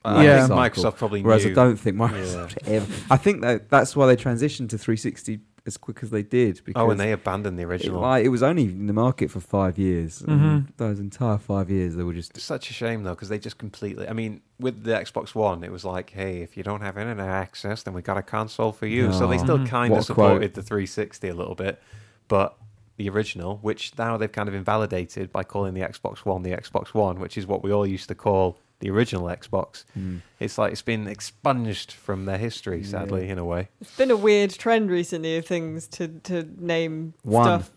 [SPEAKER 4] I
[SPEAKER 3] Yeah.
[SPEAKER 4] think
[SPEAKER 2] cycle.
[SPEAKER 4] Uh, Microsoft probably
[SPEAKER 2] Whereas
[SPEAKER 4] knew.
[SPEAKER 2] I don't think Microsoft ever. I think that that's why they transitioned to 360 as quick as they did. Because
[SPEAKER 4] oh, and they abandoned the
[SPEAKER 2] it,
[SPEAKER 4] original. Mm-hmm.
[SPEAKER 2] like, it was only in the market for five years. and Those entire five years, they were just
[SPEAKER 4] It's such a shame though because they just completely. I mean, with the Xbox One, it was like, hey, if you don't have internet access, then we got a console for you. So they still kind
[SPEAKER 2] What
[SPEAKER 4] of
[SPEAKER 2] a quote.
[SPEAKER 4] supported the 360 a little bit, but the original, which now they've kind of invalidated by calling the Xbox One the Xbox One, which is what we all used to call the original Xbox.
[SPEAKER 2] mm.
[SPEAKER 4] It's like it's been expunged from their history, sadly, in a way.
[SPEAKER 1] It's been a weird trend recently of things to, to name
[SPEAKER 2] One.
[SPEAKER 1] stuff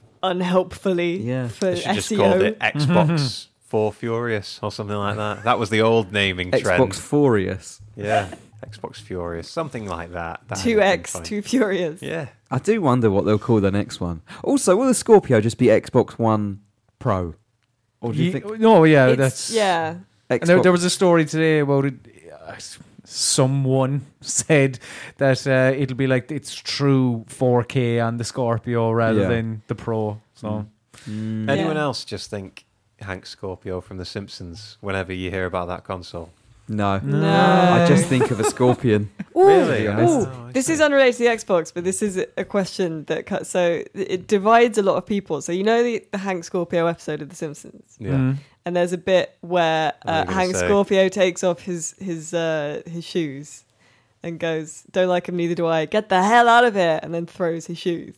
[SPEAKER 1] unhelpfully
[SPEAKER 2] Yeah.
[SPEAKER 1] for E
[SPEAKER 4] They should
[SPEAKER 1] SEO.
[SPEAKER 4] just called it
[SPEAKER 2] Mm-hmm.
[SPEAKER 4] Xbox Four Furious or something like that. That was the old naming trend.
[SPEAKER 2] Xbox Furious.
[SPEAKER 4] Yeah. Xbox Furious, something like that. That
[SPEAKER 1] Two
[SPEAKER 4] I'd
[SPEAKER 1] X,
[SPEAKER 4] been fine.
[SPEAKER 1] Too Furious.
[SPEAKER 4] Yeah.
[SPEAKER 2] I do wonder what they'll call their next one. Also, will the Scorpio just be Xbox One Pro? Or do you, think
[SPEAKER 3] Ye- no, oh, yeah,
[SPEAKER 1] It's-
[SPEAKER 3] that's
[SPEAKER 1] yeah.
[SPEAKER 2] Xbox?
[SPEAKER 3] And there, there was a story today about it. uh, Someone said that uh, it'll be like it's true 4K on the Scorpio rather
[SPEAKER 2] Yeah.
[SPEAKER 3] than the Pro. So
[SPEAKER 2] Mm.
[SPEAKER 4] Anyone
[SPEAKER 1] Yeah.
[SPEAKER 4] else just think Hank Scorpio from The Simpsons whenever you hear about that console?
[SPEAKER 2] no.
[SPEAKER 1] No.
[SPEAKER 2] I just think of a scorpion.
[SPEAKER 1] Ooh,
[SPEAKER 4] Really?
[SPEAKER 1] ooh.
[SPEAKER 4] Oh, I
[SPEAKER 1] this
[SPEAKER 4] see.
[SPEAKER 1] is unrelated to the Xbox, but this is a question that cuts. So it divides a lot of people. So you know the, the Hank Scorpio episode of The Simpsons,
[SPEAKER 4] Yeah.
[SPEAKER 3] Mm.
[SPEAKER 1] and there's a bit where
[SPEAKER 4] I know
[SPEAKER 1] uh,
[SPEAKER 4] you're gonna
[SPEAKER 1] Hank
[SPEAKER 4] say.
[SPEAKER 1] Scorpio takes off his his uh, his shoes and goes, "Don't like him, neither do I. Get the hell out of here!" and then throws his shoes.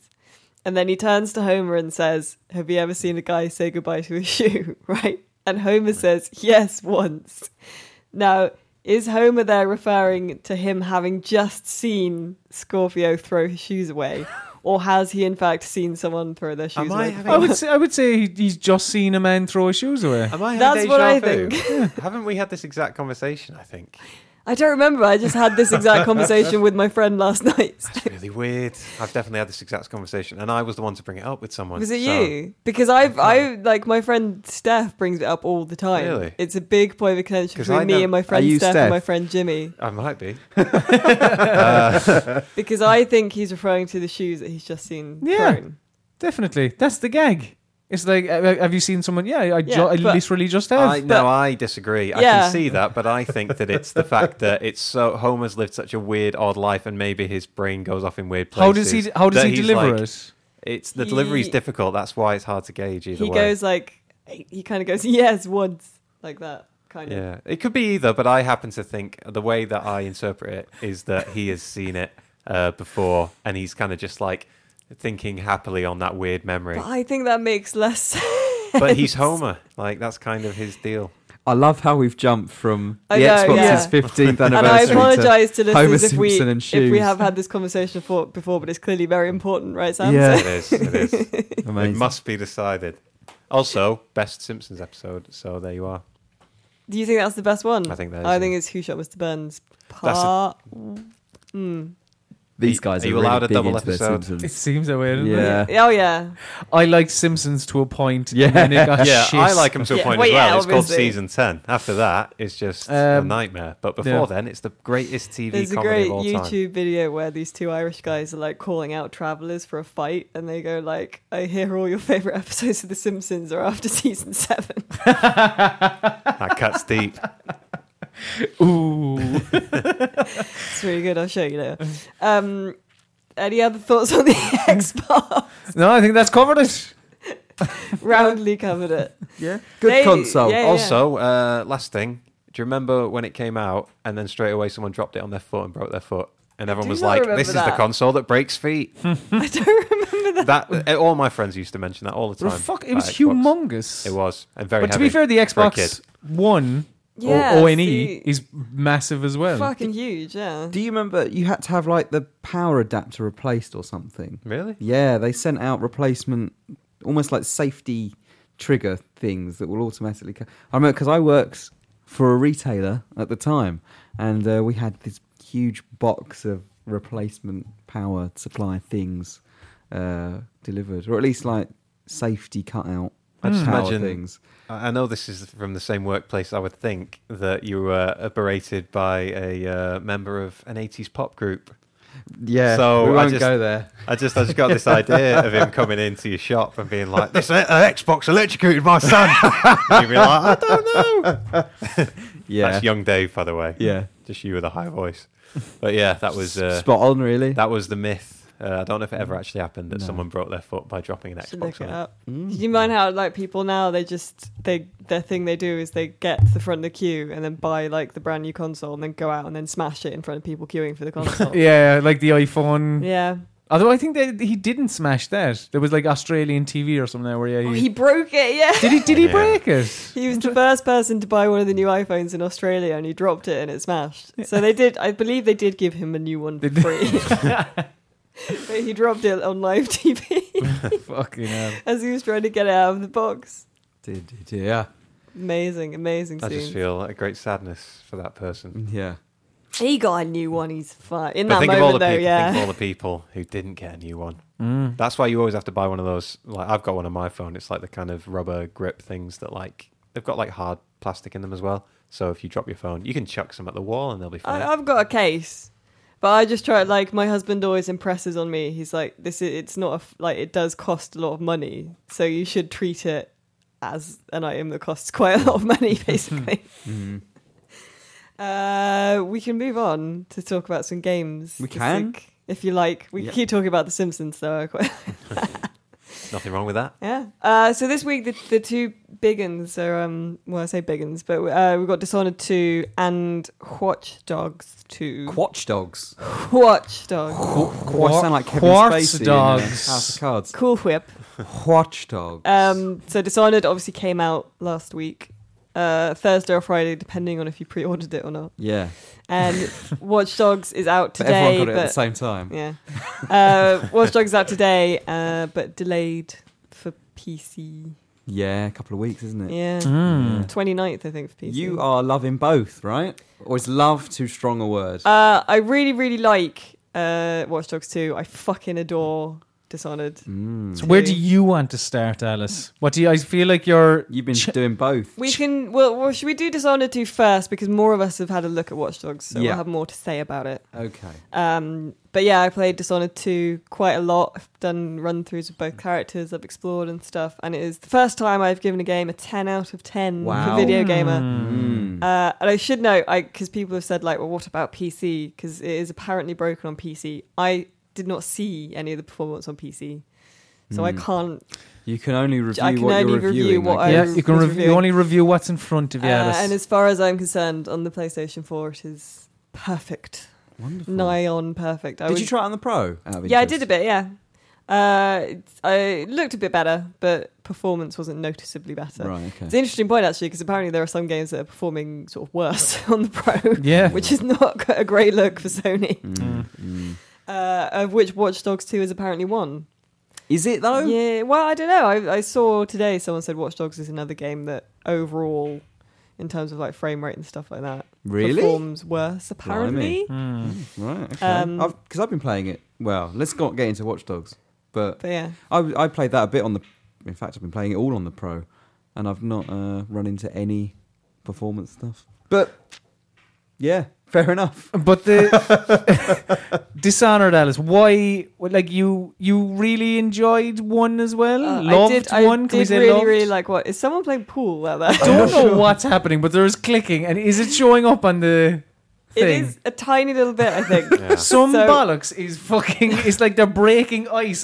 [SPEAKER 1] And then he turns to Homer and says, "Have you ever seen a guy say goodbye to his shoe?" Right? And Homer says, "Yes, once." Now, is Homer there referring to him having just seen Scorpio throw his shoes away, or has he in fact seen someone throw their shoes
[SPEAKER 4] Am I
[SPEAKER 1] away?
[SPEAKER 4] having-
[SPEAKER 3] I would say, I would say he- he's just seen a man throw his shoes away.
[SPEAKER 2] Uh,
[SPEAKER 4] Am I having
[SPEAKER 1] That's
[SPEAKER 4] deja
[SPEAKER 1] what I
[SPEAKER 4] vu? Haven't we had this exact conversation? I think
[SPEAKER 1] I don't remember. I just had this exact conversation with my friend last night.
[SPEAKER 4] it's really weird. I've definitely had this exact conversation, and I was the one to bring it up with someone.
[SPEAKER 1] Was it
[SPEAKER 4] so-
[SPEAKER 1] you? Because I've, I like my friend Steph brings it up all the time.
[SPEAKER 4] Really?
[SPEAKER 1] It's a big point of contention
[SPEAKER 4] 'Cause
[SPEAKER 1] between
[SPEAKER 4] I
[SPEAKER 1] me
[SPEAKER 4] know-
[SPEAKER 1] and my
[SPEAKER 2] Are
[SPEAKER 1] friend
[SPEAKER 2] you
[SPEAKER 1] Steph, and my
[SPEAKER 2] Steph?
[SPEAKER 1] friend Jimmy.
[SPEAKER 4] I might be.
[SPEAKER 1] Because I think he's referring to the shoes that he's just seen
[SPEAKER 3] Yeah.
[SPEAKER 1] thrown.
[SPEAKER 3] Definitely, that's the gag. It's like, uh, have you seen someone? Yeah, I,
[SPEAKER 1] Yeah,
[SPEAKER 3] ju- I
[SPEAKER 1] but-
[SPEAKER 3] literally just have.
[SPEAKER 4] I, no, I disagree. I
[SPEAKER 1] Yeah.
[SPEAKER 4] can see that, but I think that it's the fact that it's so Homer's lived such a weird, odd life, and maybe his brain goes off in weird places.
[SPEAKER 3] how does he? How does
[SPEAKER 4] that
[SPEAKER 3] he
[SPEAKER 4] he's
[SPEAKER 3] deliver
[SPEAKER 4] like-
[SPEAKER 3] it?
[SPEAKER 4] It's the delivery's
[SPEAKER 1] He-
[SPEAKER 4] difficult. That's why it's hard to gauge either
[SPEAKER 1] He
[SPEAKER 4] way.
[SPEAKER 1] goes like, he kind of goes, yes, once, like that, kind of.
[SPEAKER 4] Yeah, it could be either, but I happen to think the way that I interpret it is that he has seen it uh, before, and he's kind of just like thinking happily on that weird memory.
[SPEAKER 1] But I think that makes less sense.
[SPEAKER 4] But he's Homer, like that's kind of his deal.
[SPEAKER 2] I love how we've jumped from the
[SPEAKER 1] I know,
[SPEAKER 2] Xbox's
[SPEAKER 1] yeah.
[SPEAKER 2] 15th
[SPEAKER 1] And I
[SPEAKER 2] anniversary. to,
[SPEAKER 1] apologise to
[SPEAKER 2] Homer
[SPEAKER 1] listeners if we
[SPEAKER 2] Simpson and
[SPEAKER 1] if we
[SPEAKER 2] shoes.
[SPEAKER 1] have had this conversation for, before, but it's clearly very important, right, Sam?
[SPEAKER 2] Yeah.
[SPEAKER 4] It is. It is. It
[SPEAKER 2] Amazing.
[SPEAKER 4] must be decided. Also, best Simpsons episode. So there you are.
[SPEAKER 1] Do you think that's the best one?
[SPEAKER 4] I think that is,
[SPEAKER 1] I
[SPEAKER 4] yeah.
[SPEAKER 1] think it's Who Shot Mr. Burns
[SPEAKER 4] That's a-
[SPEAKER 1] Part. Mm.
[SPEAKER 2] These guys
[SPEAKER 4] Are
[SPEAKER 2] are,
[SPEAKER 4] you
[SPEAKER 2] really
[SPEAKER 4] allowed a
[SPEAKER 2] big
[SPEAKER 4] double
[SPEAKER 2] into their
[SPEAKER 4] episode?
[SPEAKER 2] Simpsons.
[SPEAKER 3] It seems that way. doesn't it?
[SPEAKER 2] Yeah.
[SPEAKER 1] Oh yeah.
[SPEAKER 3] I liked Simpsons to a point.
[SPEAKER 2] Yeah.
[SPEAKER 3] and then it got
[SPEAKER 4] Yeah,
[SPEAKER 3] shit.
[SPEAKER 4] I like them to a
[SPEAKER 1] Yeah.
[SPEAKER 4] point
[SPEAKER 1] Well,
[SPEAKER 4] as well.
[SPEAKER 1] yeah,
[SPEAKER 4] it's called
[SPEAKER 1] obviously.
[SPEAKER 4] season ten. After that, it's just a
[SPEAKER 3] Um,
[SPEAKER 4] nightmare. But before
[SPEAKER 3] yeah.
[SPEAKER 4] then, it's the greatest TV
[SPEAKER 1] There's a
[SPEAKER 4] comedy
[SPEAKER 1] great
[SPEAKER 4] of all time.
[SPEAKER 1] YouTube video where these two Irish guys are like calling out travelers for a fight, and they go like, "I hear all your favorite episodes of The Simpsons are after season seven.
[SPEAKER 4] That cuts deep.
[SPEAKER 3] Ooh.
[SPEAKER 1] It's really good. I'll show you later." Um, any other thoughts on the Xbox?
[SPEAKER 3] no, I think that's covered it.
[SPEAKER 1] Roundly covered it.
[SPEAKER 2] Yeah. Good
[SPEAKER 1] They-
[SPEAKER 2] console.
[SPEAKER 1] yeah,
[SPEAKER 4] Also, uh, last thing, do you remember when it came out and then straight away someone dropped it on their foot and broke their foot? And everyone
[SPEAKER 1] do
[SPEAKER 4] was
[SPEAKER 1] not
[SPEAKER 4] like,
[SPEAKER 1] remember
[SPEAKER 4] this is the
[SPEAKER 1] that."
[SPEAKER 4] console that breaks feet.
[SPEAKER 1] I don't remember that.
[SPEAKER 4] that uh, All my friends used to mention that all the
[SPEAKER 3] Well,
[SPEAKER 4] time.
[SPEAKER 3] fuck, it
[SPEAKER 4] about
[SPEAKER 3] was
[SPEAKER 4] Xbox.
[SPEAKER 3] humongous.
[SPEAKER 4] It was. And very
[SPEAKER 3] But to be
[SPEAKER 4] heavy
[SPEAKER 3] fair, the
[SPEAKER 4] for a
[SPEAKER 3] Xbox
[SPEAKER 4] kid.
[SPEAKER 3] One
[SPEAKER 1] Yeah,
[SPEAKER 3] or ONE
[SPEAKER 1] see-
[SPEAKER 3] E is massive as well.
[SPEAKER 1] Fucking huge, yeah.
[SPEAKER 2] Do you remember you had to have like the power adapter replaced or something?
[SPEAKER 4] Really?
[SPEAKER 2] Yeah, they sent out replacement, almost like safety trigger things that will automatically. Co- I remember because I worked for a retailer at the time, and uh, we had this huge box of replacement power supply things uh, delivered, or at least like safety cutout
[SPEAKER 4] I just
[SPEAKER 2] power
[SPEAKER 4] Hmm. imagine-
[SPEAKER 2] things.
[SPEAKER 4] I I know this is from the same workplace. I would think that you were berated by a uh, member of an 80s pop group.
[SPEAKER 2] Yeah,
[SPEAKER 4] So
[SPEAKER 2] we
[SPEAKER 4] I
[SPEAKER 2] won't
[SPEAKER 4] just-
[SPEAKER 2] go there.
[SPEAKER 4] I just, I just got this idea of him coming into your shop and being like, "This uh, Xbox electrocuted my son." And You'd be like, "I don't know."
[SPEAKER 2] Yeah,
[SPEAKER 4] That's young Dave, by the way.
[SPEAKER 2] yeah,
[SPEAKER 4] just you with a high voice. But yeah, that was uh,
[SPEAKER 2] spot on, really.
[SPEAKER 4] that was the myth. Uh, I don't know if it ever actually happened that
[SPEAKER 2] No.
[SPEAKER 4] someone broke their foot by dropping an
[SPEAKER 1] Should
[SPEAKER 4] Xbox
[SPEAKER 1] look it
[SPEAKER 4] on it.
[SPEAKER 1] up.
[SPEAKER 2] Mm.
[SPEAKER 1] Do you mind how like people now they just they their thing they do is they get to the front of the queue and then buy like the brand new console and then go out and then smash it in front of people queuing for the console.
[SPEAKER 3] Yeah, like the iPhone.
[SPEAKER 1] yeah.
[SPEAKER 3] Although I think that he didn't smash that. There was like Australian TV or something there where yeah,
[SPEAKER 1] Oh,
[SPEAKER 3] he,
[SPEAKER 1] he broke it. Yeah.
[SPEAKER 3] did he did he
[SPEAKER 4] Yeah.
[SPEAKER 3] break it?
[SPEAKER 1] He was the first person to buy one of the new iPhones in Australia and he dropped it and it smashed. So they did, I believe they did give him a new one for
[SPEAKER 3] They did.
[SPEAKER 1] free. but he dropped it on live TV
[SPEAKER 3] Fucking hell.
[SPEAKER 1] as he was trying to get it out of the box.
[SPEAKER 2] Did- did- yeah,
[SPEAKER 1] Amazing, amazing
[SPEAKER 4] I just
[SPEAKER 1] scene.
[SPEAKER 4] feel a great sadness for that person.
[SPEAKER 2] yeah.
[SPEAKER 1] He got a new one, he's fine. In
[SPEAKER 4] But
[SPEAKER 1] that
[SPEAKER 4] think of all
[SPEAKER 1] moment,
[SPEAKER 4] the
[SPEAKER 1] though,
[SPEAKER 4] people,
[SPEAKER 1] yeah.
[SPEAKER 4] think of all the people who didn't get a new one.
[SPEAKER 3] Mm.
[SPEAKER 4] That's why you always have to buy one of those. Like I've got one on my phone. It's like the kind of rubber grip things that like they've got like hard plastic in them as well. So if you drop your phone, you can chuck some at the wall and they'll be fine.
[SPEAKER 1] I, I've got a case, but I just try. Like my husband always impresses on me. He's like, "This is it's not a f like it does cost a lot of money, so you should treat it as an item that costs quite a lot of money, basically."
[SPEAKER 4] Mm-hmm.
[SPEAKER 1] Uh, we can move on to talk about some games.
[SPEAKER 2] We
[SPEAKER 1] this
[SPEAKER 2] can?
[SPEAKER 1] week, if you like. We
[SPEAKER 2] Yeah.
[SPEAKER 1] keep talking about The Simpsons, though. I-
[SPEAKER 4] Nothing wrong with that.
[SPEAKER 1] yeah. Uh, so this week the the two big uns are um well I say big uns, but uh, we've got Dishonored two and Watch Dogs two.
[SPEAKER 2] Quatch dogs.
[SPEAKER 1] Watch Dogs.
[SPEAKER 2] Qu- Qu- I sound like Kevin
[SPEAKER 3] Quartz
[SPEAKER 2] Spacey in, uh,
[SPEAKER 3] dogs.
[SPEAKER 2] House of Cards.
[SPEAKER 1] Cool whip.
[SPEAKER 2] Watch dogs.
[SPEAKER 1] Um, so Dishonored obviously came out last week, uh, Thursday or Friday, depending on if you pre-ordered it or not.
[SPEAKER 2] yeah,
[SPEAKER 1] And Watch Dogs is out
[SPEAKER 2] but
[SPEAKER 1] today.
[SPEAKER 2] everyone got it at the
[SPEAKER 1] but-
[SPEAKER 2] same time.
[SPEAKER 1] yeah, uh, Watch Dogs is out today, uh, but delayed for PC.
[SPEAKER 2] Yeah, a couple of weeks, isn't it?
[SPEAKER 1] Yeah,
[SPEAKER 3] Mm.
[SPEAKER 1] 29th I think for PC.
[SPEAKER 2] You are loving both, right? Or is love too strong a word?
[SPEAKER 1] Uh, I really, really like uh, Watch Dogs 2. I fucking adore Dishonored.
[SPEAKER 2] Mm.
[SPEAKER 3] So where do you want to start, Alice? What do you I feel like you're
[SPEAKER 2] You've been
[SPEAKER 3] Ch-
[SPEAKER 2] doing both.
[SPEAKER 1] We can. Well, well, should we do Dishonored 2 first? Because more of us have had a look at Watch Dogs, so
[SPEAKER 2] Yeah.
[SPEAKER 1] we'll have more to say about it.
[SPEAKER 2] Okay.
[SPEAKER 1] Um, but yeah, I played Dishonored 2 quite a lot. I've done run throughs of both characters, I've explored and stuff. And it is the first time I've given a game a 10 out of 10
[SPEAKER 2] Wow.
[SPEAKER 1] for Video Gamer.
[SPEAKER 2] Mm.
[SPEAKER 1] Uh, and I should note, because people have said, like, well, what about PC? Because it is apparently broken on PC. I did not see any of the performance on PC. So I
[SPEAKER 2] Mm.
[SPEAKER 1] can't.
[SPEAKER 2] you can only review
[SPEAKER 1] I can
[SPEAKER 2] what
[SPEAKER 1] only
[SPEAKER 2] you're
[SPEAKER 1] review
[SPEAKER 2] reviewing.
[SPEAKER 1] what
[SPEAKER 2] I
[SPEAKER 1] I-
[SPEAKER 2] guess.
[SPEAKER 3] yeah, you can
[SPEAKER 1] was
[SPEAKER 3] rev- you
[SPEAKER 1] reviewing-
[SPEAKER 3] only review what's in front of you,
[SPEAKER 1] Uh, and
[SPEAKER 3] Alice.
[SPEAKER 1] as far as I'm concerned, on the PlayStation 4, it is perfect.
[SPEAKER 2] Wonderful.
[SPEAKER 1] Nigh on perfect. I
[SPEAKER 2] Did
[SPEAKER 1] would-
[SPEAKER 2] you try it on the pro? out of
[SPEAKER 1] Yeah, I
[SPEAKER 2] interest?
[SPEAKER 1] did a bit. Yeah, Uh, it's- I it looked a bit better, but performance wasn't noticeably better.
[SPEAKER 2] Right,
[SPEAKER 1] It's
[SPEAKER 2] okay.
[SPEAKER 1] an interesting point actually, because apparently there are some games that are performing sort of worse on the Pro,
[SPEAKER 3] Yeah.
[SPEAKER 1] which is not a great look for Sony.
[SPEAKER 2] Mm, mm.
[SPEAKER 1] Uh, of which Watch Dogs Two is apparently one.
[SPEAKER 2] Is it though?
[SPEAKER 1] Yeah, well, I don't know. I, I saw today someone said Watch Dogs is another game that overall, in terms of like frame rate and stuff like that,
[SPEAKER 2] Really?
[SPEAKER 1] performs worse apparently.
[SPEAKER 3] Hmm.
[SPEAKER 2] Right. Okay.
[SPEAKER 1] Um,
[SPEAKER 2] Because I've been playing it. Well, let's not get into Watch Dogs, but
[SPEAKER 1] But yeah,
[SPEAKER 2] I, I played that a bit on the. In fact, I've been playing it all on the Pro, and I've not uh, run into any performance stuff. But yeah, fair enough.
[SPEAKER 3] But the Dishonored, Alice. Why? well, Like you, you really enjoyed one as well.
[SPEAKER 1] Uh,
[SPEAKER 3] loved
[SPEAKER 1] I did, I
[SPEAKER 3] one. Can we
[SPEAKER 1] did
[SPEAKER 3] say
[SPEAKER 1] really,
[SPEAKER 3] loved?
[SPEAKER 1] really like what is someone playing pool out there?
[SPEAKER 3] I don't know what's happening, but there is clicking, and is it showing up on the
[SPEAKER 1] it
[SPEAKER 3] thing?
[SPEAKER 1] is a tiny little bit, I think.
[SPEAKER 4] Yeah.
[SPEAKER 3] Some
[SPEAKER 1] So-
[SPEAKER 3] bollocks is fucking. It's like they're breaking ice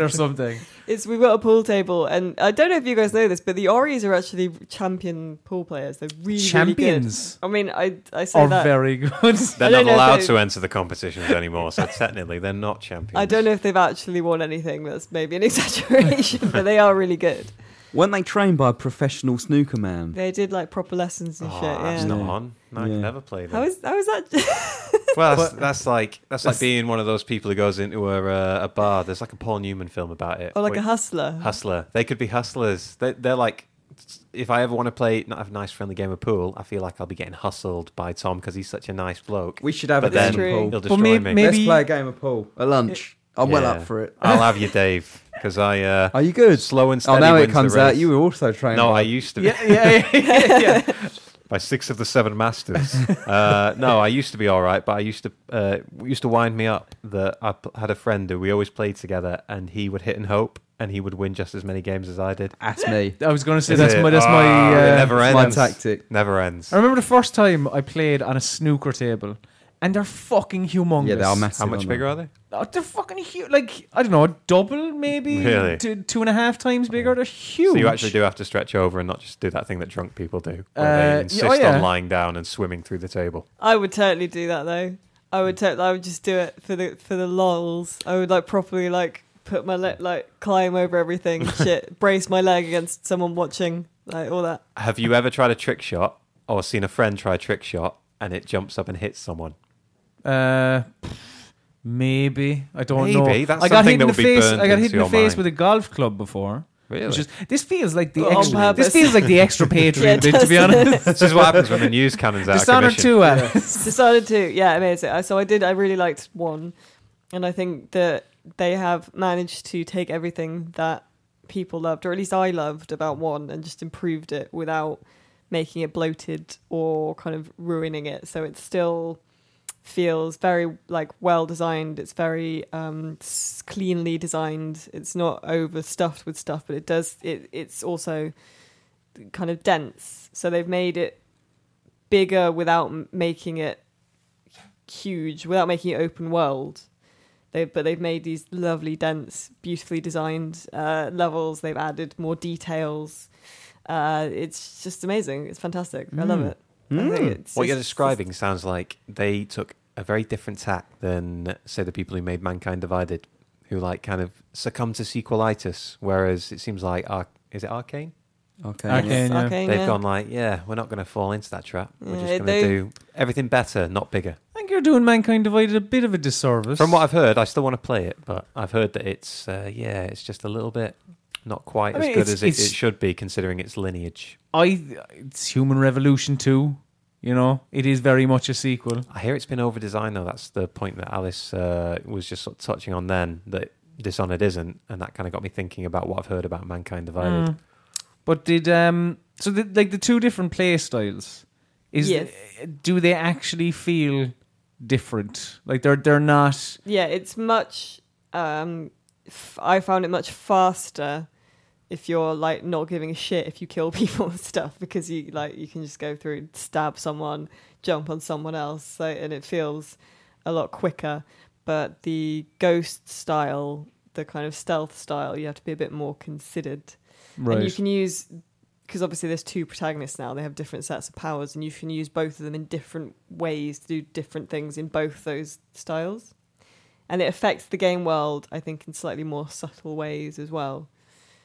[SPEAKER 3] or something.
[SPEAKER 1] It's we've got a pool table, and I don't know if you guys know this, but the Ories are actually champion pool players. They're really really good.
[SPEAKER 3] Champions
[SPEAKER 1] I mean, I I say
[SPEAKER 3] are
[SPEAKER 1] that.
[SPEAKER 3] very good.
[SPEAKER 4] They're
[SPEAKER 1] I don't
[SPEAKER 4] not
[SPEAKER 1] know if
[SPEAKER 4] allowed
[SPEAKER 1] they-
[SPEAKER 4] to enter the competitions anymore, so technically they're not champions.
[SPEAKER 1] I don't know if they've actually won anything. That's maybe an exaggeration, but they are really good.
[SPEAKER 2] Weren't they trained by a professional snooker man?
[SPEAKER 1] They did like proper lessons and
[SPEAKER 4] Oh,
[SPEAKER 3] Ah,
[SPEAKER 1] shit.
[SPEAKER 4] that's
[SPEAKER 1] Yeah.
[SPEAKER 4] not
[SPEAKER 2] Yeah.
[SPEAKER 4] on. No, I
[SPEAKER 2] Yeah.
[SPEAKER 4] can never play that.
[SPEAKER 1] How is how is that?
[SPEAKER 4] well, that's, that's like that's,
[SPEAKER 3] That's-
[SPEAKER 4] like being one of those people who goes into a, uh, a bar. There's like a Paul Newman film about it.
[SPEAKER 1] or like
[SPEAKER 4] Wait,
[SPEAKER 1] a hustler?
[SPEAKER 4] hustler. They could be hustlers. They, they're like, if I ever want to play not have a nice friendly game of pool, I feel like I'll be getting hustled by Tom because he's such a nice bloke.
[SPEAKER 2] We should have
[SPEAKER 4] but
[SPEAKER 2] a game
[SPEAKER 4] then
[SPEAKER 1] That's true.
[SPEAKER 2] of
[SPEAKER 4] he'll
[SPEAKER 2] pool.
[SPEAKER 4] destroy
[SPEAKER 3] may-
[SPEAKER 4] me.
[SPEAKER 3] may-
[SPEAKER 2] Let's
[SPEAKER 3] Maybe-
[SPEAKER 2] play a game of pool at lunch. I'm well
[SPEAKER 4] Yeah.
[SPEAKER 2] up for it.
[SPEAKER 4] I'll have you, Dave, because I uh,
[SPEAKER 2] Are you good?
[SPEAKER 4] slow and steady.
[SPEAKER 2] Oh, now
[SPEAKER 4] wins
[SPEAKER 2] it
[SPEAKER 4] the
[SPEAKER 2] comes out.
[SPEAKER 4] race.
[SPEAKER 2] You were also trained.
[SPEAKER 4] No,
[SPEAKER 2] by
[SPEAKER 4] I used to be.
[SPEAKER 3] yeah, yeah, yeah, yeah, yeah.
[SPEAKER 4] by six of the seven masters. uh, no, I used to be all right, but I used to uh, it used to wind me up that I p- had a friend who we always played together, and he would hit and hope, and he would win just as many games as I did.
[SPEAKER 2] at me.
[SPEAKER 3] I was going to say
[SPEAKER 4] Is
[SPEAKER 3] that's
[SPEAKER 4] it?
[SPEAKER 3] my that's
[SPEAKER 4] Ah,
[SPEAKER 3] my
[SPEAKER 4] it
[SPEAKER 3] uh,
[SPEAKER 4] never
[SPEAKER 2] That's
[SPEAKER 4] ends.
[SPEAKER 2] my tactic.
[SPEAKER 4] Never ends.
[SPEAKER 3] I remember the first time I played on a snooker table, and they're fucking humongous.
[SPEAKER 2] Yeah, they are massive.
[SPEAKER 4] How much
[SPEAKER 2] aren't
[SPEAKER 4] bigger
[SPEAKER 2] they?
[SPEAKER 4] are they?
[SPEAKER 3] Oh, they're fucking huge. Like I don't know, double maybe,
[SPEAKER 4] Really?
[SPEAKER 3] two, two and a half times bigger. They're huge.
[SPEAKER 4] So you actually do have to stretch over and not just do that thing that drunk people do, where
[SPEAKER 3] Uh, y-
[SPEAKER 4] they insist
[SPEAKER 3] oh, yeah.
[SPEAKER 4] on lying down and swimming through the table.
[SPEAKER 1] I would totally do that though. I would tot I would just do it for the for the lols. I would like properly like put my leg like climb over everything, shit, brace my leg against someone watching, like all that.
[SPEAKER 4] Have you ever tried a trick shot or seen a friend try a trick shot and it jumps up and hits someone?
[SPEAKER 3] Uh, maybe I don't
[SPEAKER 4] Maybe.
[SPEAKER 3] know.
[SPEAKER 4] That's
[SPEAKER 3] I got hit
[SPEAKER 4] something
[SPEAKER 3] in
[SPEAKER 4] that
[SPEAKER 3] the
[SPEAKER 4] would be
[SPEAKER 3] face.
[SPEAKER 4] burned
[SPEAKER 3] I got hit
[SPEAKER 4] into
[SPEAKER 3] in the
[SPEAKER 4] your
[SPEAKER 3] face
[SPEAKER 4] mind.
[SPEAKER 3] with a golf club before.
[SPEAKER 4] Really?
[SPEAKER 3] It's just- this feels like the
[SPEAKER 1] On
[SPEAKER 3] extra. This
[SPEAKER 1] purpose.
[SPEAKER 3] feels like the extra Patreon bit. To be honest,
[SPEAKER 4] this is what happens when the news cannons out. of
[SPEAKER 3] Dishonored
[SPEAKER 4] commission.
[SPEAKER 3] two. uh, Alice.
[SPEAKER 1] Decided to, yeah, amazing. I- So I did. I really liked one, and I think that they have managed to take everything that people loved, or at least I loved about one, and just improved it without making it bloated or kind of ruining it. So it still feels very like well designed. It's very um, s- cleanly designed. It's not overstuffed with stuff, but it does. It it's also kind of dense. So they've made it bigger without m- making it huge, without making it open world. They, but they've made these lovely, dense, beautifully designed uh, levels. They've added more details. Uh, it's just amazing. It's fantastic. I
[SPEAKER 4] Mm.
[SPEAKER 1] love it. I think it's
[SPEAKER 4] what you're
[SPEAKER 1] just-
[SPEAKER 4] describing sounds like they took a very different tack than say the people who made mankind divided who like kind of succumbed to sequelitis whereas it seems like Ar- is it arcane
[SPEAKER 2] Okay.
[SPEAKER 3] Okay. Yeah.
[SPEAKER 1] Arcane,
[SPEAKER 4] they've
[SPEAKER 1] yeah.
[SPEAKER 4] gone like yeah we're not going to fall into that trap we're
[SPEAKER 1] Yeah,
[SPEAKER 4] just going
[SPEAKER 1] they-
[SPEAKER 4] to do everything better not bigger
[SPEAKER 3] I think you're doing mankind divided a bit of a disservice.
[SPEAKER 4] from what i've heard i still want to play it but i've heard that it's uh, yeah it's just a little bit not quite
[SPEAKER 3] I
[SPEAKER 4] as
[SPEAKER 3] mean,
[SPEAKER 4] good
[SPEAKER 3] it's-
[SPEAKER 4] as it,
[SPEAKER 3] it's-
[SPEAKER 4] it should be considering its lineage
[SPEAKER 3] I, it's Human Revolution two. You know, it is very much a sequel.
[SPEAKER 4] I hear it's been over designed though. That's the point that Alice uh, was just sort of touching on then that Dishonored isn't, and that kind of got me thinking about what I've heard about Mankind Divided.
[SPEAKER 3] Mm. But did um so the, like the two different play styles is
[SPEAKER 1] Yes.
[SPEAKER 3] do they actually feel different? Like they're they're not
[SPEAKER 1] Yeah, it's much. Um, f- I found it much faster if you're like not giving a shit if you kill people and stuff because you like you can just go through stab someone, jump on someone else, so, and it feels a lot quicker. But the ghost style, the kind of stealth style, you have to be a bit more considered. And you can use because obviously there's two protagonists now. They have different sets of powers, and you can use both of them in different ways to do different things in both those styles. and it affects the game world, I think, in slightly more subtle ways as well.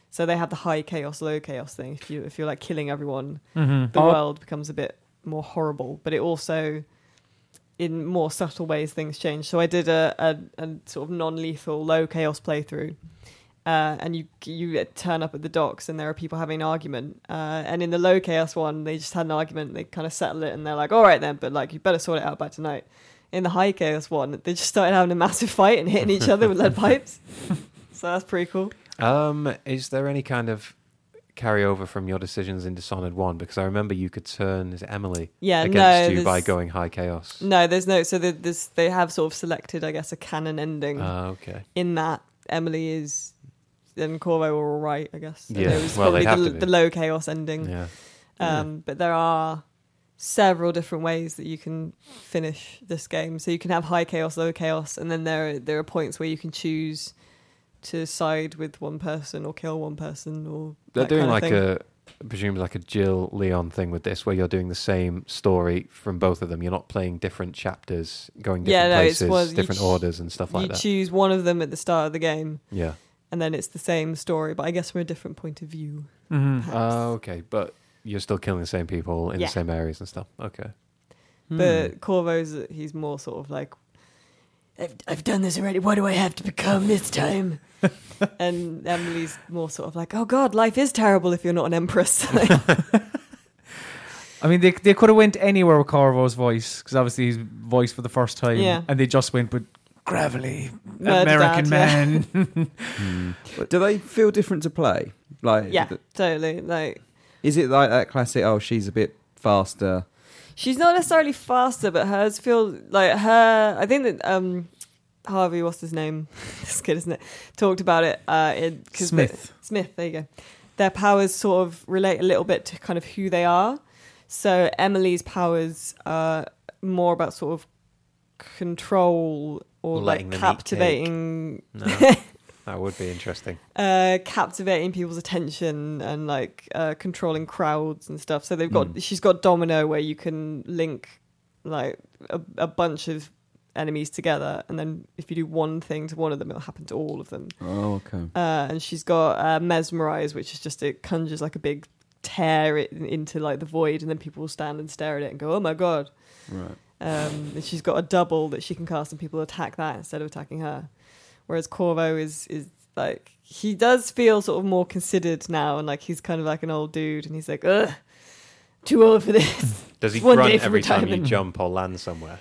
[SPEAKER 1] So they had the high chaos, low chaos thing. If you if you're like killing everyone, the
[SPEAKER 3] Oh.
[SPEAKER 1] world becomes a bit more horrible. But it also, in more subtle ways, things change. So I did a a, a sort of non-lethal low chaos playthrough, uh, and you you turn up at the docks and there are people having an argument. Uh, and in the low chaos one, they just had an argument. They kind of settle it and they're like, all right then, but like you better sort it out by tonight. In the high chaos one, they just started having a massive fight and hitting each other with lead pipes. So that's pretty cool.
[SPEAKER 3] Mm.
[SPEAKER 4] Um, is there any kind of carryover from your decisions in Dishonored One? Because I remember you could turn is it Emily
[SPEAKER 1] Yeah,
[SPEAKER 4] against
[SPEAKER 1] no,
[SPEAKER 4] you by
[SPEAKER 1] there's-
[SPEAKER 4] going high chaos.
[SPEAKER 1] No, there's no. So the, this, they have sort of selected, I guess, a canon ending
[SPEAKER 4] Ah, okay.
[SPEAKER 1] in that Emily is and Corvo were all right, I guess. And
[SPEAKER 4] Yeah,
[SPEAKER 1] it was
[SPEAKER 4] well, they'd
[SPEAKER 1] probably
[SPEAKER 4] have
[SPEAKER 1] the,
[SPEAKER 4] to
[SPEAKER 1] the
[SPEAKER 4] be.
[SPEAKER 1] low chaos ending.
[SPEAKER 4] Yeah.
[SPEAKER 1] Um, But there are several different ways that you can finish this game. So you can have high chaos, low chaos, and then there are, there are points where you can choose to side with one person or kill one person or
[SPEAKER 4] They're
[SPEAKER 1] that kind
[SPEAKER 4] doing
[SPEAKER 1] of
[SPEAKER 4] like
[SPEAKER 1] thing.
[SPEAKER 4] a I presume like a Jill Leon thing with this, where you're doing the same story from both of them. You're not playing different chapters, going
[SPEAKER 1] Yeah,
[SPEAKER 4] different
[SPEAKER 1] no, it's
[SPEAKER 4] places,
[SPEAKER 1] one- you
[SPEAKER 4] different
[SPEAKER 1] ch-
[SPEAKER 4] orders and stuff like
[SPEAKER 1] you
[SPEAKER 4] that.
[SPEAKER 1] choose one of them at the start of the game,
[SPEAKER 4] yeah.
[SPEAKER 1] and then it's the same story, but I guess from a different point of view.
[SPEAKER 3] Mm-hmm.
[SPEAKER 1] perhaps.
[SPEAKER 4] Oh, okay. But you're still killing the same people in
[SPEAKER 1] Yeah.
[SPEAKER 4] the same areas and stuff. Okay.
[SPEAKER 2] Hmm.
[SPEAKER 1] But Corvo's he's more sort of like, I've, I've done this already. What do I have to become this time? and Emily's more sort of like, oh god, life is terrible if you're not an empress.
[SPEAKER 3] I mean, they, they could have went anywhere with Corvo's voice because obviously his voice for the first time,
[SPEAKER 1] Yeah.
[SPEAKER 3] and they just went with gravelly
[SPEAKER 1] Murder dad,
[SPEAKER 3] American man.
[SPEAKER 2] Hmm. But do they feel different to play? Like,
[SPEAKER 1] yeah,
[SPEAKER 2] th-
[SPEAKER 1] totally. Like
[SPEAKER 2] is it like that classic? Oh, she's a bit faster.
[SPEAKER 1] she's not necessarily faster, but hers feel like her. I think that um, Harvey, what's his name? this kid, isn't it? Talked about it. Uh, in, 'cause the-
[SPEAKER 3] Smith.
[SPEAKER 1] Smith. There you go. Their powers sort of relate a little bit to kind of who they are. So Emily's powers are more about sort of control or like
[SPEAKER 4] Letting them eat cake.
[SPEAKER 1] captivating
[SPEAKER 4] No, that would be interesting.
[SPEAKER 1] uh, captivating people's attention and like uh, controlling crowds and stuff. So they've got
[SPEAKER 4] Hmm.
[SPEAKER 1] she's got Domino where you can link like a, a bunch of enemies together, and then if you do one thing to one of them, it'll happen to all of them.
[SPEAKER 2] Oh, okay.
[SPEAKER 1] Uh, and she's got uh, Mesmerize, which is just it conjures like a big tear it into like the void, and then people will stand and stare at it and go, "Oh my god!"
[SPEAKER 2] Right.
[SPEAKER 1] Um, and she's got a double that she can cast, and people attack that instead of attacking her. Whereas Corvo is is like he does feel sort of more considered now, and like he's kind of like an old dude, and he's like, "Ugh, too old for this."
[SPEAKER 4] Does he
[SPEAKER 1] One day
[SPEAKER 4] grunt
[SPEAKER 1] for
[SPEAKER 4] every time you
[SPEAKER 1] retirement.
[SPEAKER 4] jump or land somewhere?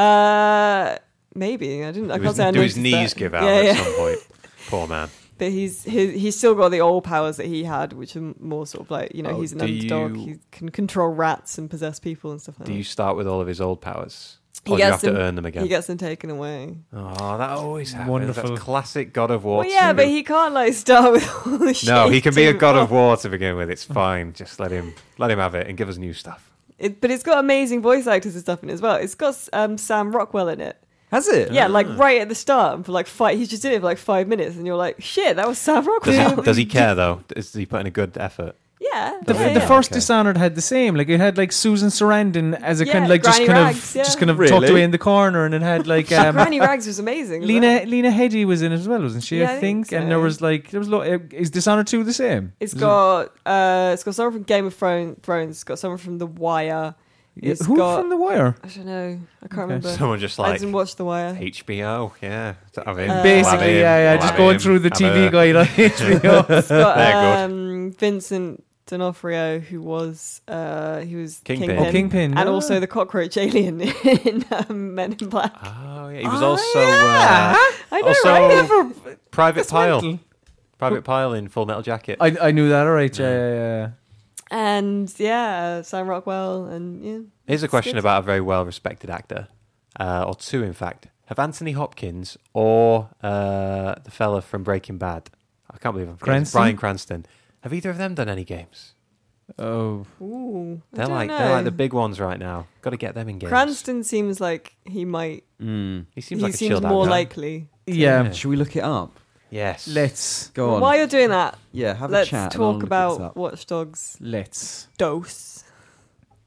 [SPEAKER 1] uh, maybe I didn't. I
[SPEAKER 4] do
[SPEAKER 1] can't
[SPEAKER 4] his,
[SPEAKER 1] say I
[SPEAKER 4] do his
[SPEAKER 1] noticed
[SPEAKER 4] knees
[SPEAKER 1] that.
[SPEAKER 4] give out
[SPEAKER 1] Yeah,
[SPEAKER 4] at
[SPEAKER 1] yeah.
[SPEAKER 4] some point? Poor man.
[SPEAKER 1] But he's his, he's still got the old powers that he had, which are more sort of like you know
[SPEAKER 4] Oh,
[SPEAKER 1] he's an
[SPEAKER 4] do
[SPEAKER 1] underdog.
[SPEAKER 4] you-
[SPEAKER 1] He can control rats and possess people and stuff like
[SPEAKER 4] Do you
[SPEAKER 1] that.
[SPEAKER 4] start with all of his old powers?
[SPEAKER 1] He
[SPEAKER 4] Or do you have
[SPEAKER 1] gets
[SPEAKER 4] to
[SPEAKER 1] them-
[SPEAKER 4] earn them again?
[SPEAKER 1] He gets them taken away.
[SPEAKER 4] oh, that always happens.
[SPEAKER 3] Wonderful.
[SPEAKER 4] That's classic God of War.
[SPEAKER 1] Well, yeah,
[SPEAKER 4] 2.
[SPEAKER 1] but he can't like start with all the shit.
[SPEAKER 4] No, he
[SPEAKER 1] he's
[SPEAKER 4] can be a
[SPEAKER 1] doing.
[SPEAKER 4] God of War to begin with. It's fine. Just let him let him have it and give us new stuff.
[SPEAKER 1] It, but it's got amazing voice actors and stuff in it as well. It's got um, Sam Rockwell in it.
[SPEAKER 2] Has it?
[SPEAKER 4] Ah.
[SPEAKER 1] Yeah, like right at the start and for like five. He's just in it for like five minutes, and you're like, shit, that was Sam
[SPEAKER 4] Does
[SPEAKER 1] Rockwell.
[SPEAKER 4] he, does he care though? Is he putting a good effort?
[SPEAKER 1] yeah,
[SPEAKER 3] The,
[SPEAKER 1] yeah,
[SPEAKER 3] the
[SPEAKER 1] yeah.
[SPEAKER 3] first
[SPEAKER 4] Okay.
[SPEAKER 3] Dishonored had the same. Like it had like Susan Sarandon as a
[SPEAKER 1] Yeah,
[SPEAKER 3] kind of like just
[SPEAKER 1] Granny
[SPEAKER 3] kind
[SPEAKER 1] Rags,
[SPEAKER 3] of
[SPEAKER 1] yeah.
[SPEAKER 3] just kind of tucked
[SPEAKER 2] Really?
[SPEAKER 3] away in the corner, and it had like um,
[SPEAKER 1] Granny Rags was amazing. as well.
[SPEAKER 3] Lena Lena Headey was in it as well, wasn't she?
[SPEAKER 1] Yeah,
[SPEAKER 3] I,
[SPEAKER 1] I
[SPEAKER 3] think.
[SPEAKER 1] think
[SPEAKER 3] And there
[SPEAKER 1] so.
[SPEAKER 3] was like there was lo- is Dishonored two the same?
[SPEAKER 1] It's got uh, it's got someone from Game of Thro- Thrones. It's got someone from The Wire.
[SPEAKER 3] Yeah,
[SPEAKER 1] It's
[SPEAKER 3] Who
[SPEAKER 1] got
[SPEAKER 3] from The Wire?
[SPEAKER 1] I don't know. I can't remember.
[SPEAKER 4] Someone just
[SPEAKER 1] I
[SPEAKER 4] like
[SPEAKER 1] didn't watch The Wire.
[SPEAKER 4] HBO. Yeah, Have him,
[SPEAKER 1] Uh,
[SPEAKER 4] have him,
[SPEAKER 3] Basically, yeah, yeah,
[SPEAKER 4] have
[SPEAKER 3] just going
[SPEAKER 4] him,
[SPEAKER 3] through the
[SPEAKER 4] have
[SPEAKER 3] TV
[SPEAKER 4] her.
[SPEAKER 3] guide on HBO.
[SPEAKER 1] It's got
[SPEAKER 4] They're
[SPEAKER 1] um, Vincent D'Onofrio, who was uh, he was
[SPEAKER 4] Kingpin.
[SPEAKER 1] Kingpin,
[SPEAKER 4] Oh,
[SPEAKER 3] Kingpin,
[SPEAKER 1] and
[SPEAKER 3] ah.
[SPEAKER 1] also the cockroach alien in um, Men in Black.
[SPEAKER 4] Oh yeah, he was
[SPEAKER 3] Oh,
[SPEAKER 4] also
[SPEAKER 3] yeah.
[SPEAKER 4] uh,
[SPEAKER 1] I know,
[SPEAKER 4] also
[SPEAKER 1] right?
[SPEAKER 4] Private Pile,
[SPEAKER 3] mental.
[SPEAKER 4] Private Pile in Full Metal Jacket.
[SPEAKER 3] I, I knew that, all right. Yeah, yeah, yeah.
[SPEAKER 1] And yeah, Sam Rockwell, and yeah,
[SPEAKER 4] Here's a
[SPEAKER 1] It's
[SPEAKER 4] question
[SPEAKER 1] good.
[SPEAKER 4] about a very well-respected actor, uh, or two in fact. Have Anthony Hopkins or uh, the fella from Breaking Bad? I can't believe I'm forgetting-
[SPEAKER 3] Cranston?
[SPEAKER 4] Bryan Cranston. Have either of them done any games?
[SPEAKER 3] Oh,
[SPEAKER 1] ooh, I
[SPEAKER 4] They're
[SPEAKER 1] don't
[SPEAKER 4] like
[SPEAKER 1] know.
[SPEAKER 4] they're like the big ones right now. Got to get them in games.
[SPEAKER 1] Cranston seems like he might.
[SPEAKER 2] Mm.
[SPEAKER 4] He seems
[SPEAKER 1] he
[SPEAKER 4] like a
[SPEAKER 1] seems
[SPEAKER 4] chilled
[SPEAKER 1] more
[SPEAKER 4] out guy.
[SPEAKER 1] likely.
[SPEAKER 3] yeah.
[SPEAKER 4] Yeah.
[SPEAKER 2] Should we look it up?
[SPEAKER 4] yes.
[SPEAKER 3] Let's
[SPEAKER 2] Go on.
[SPEAKER 1] While you're doing that,
[SPEAKER 2] yeah, have
[SPEAKER 1] let's
[SPEAKER 2] a chat. and I'll
[SPEAKER 1] talk
[SPEAKER 2] look this
[SPEAKER 1] about
[SPEAKER 2] up.
[SPEAKER 1] Watch Dogs
[SPEAKER 3] let's
[SPEAKER 1] Dose.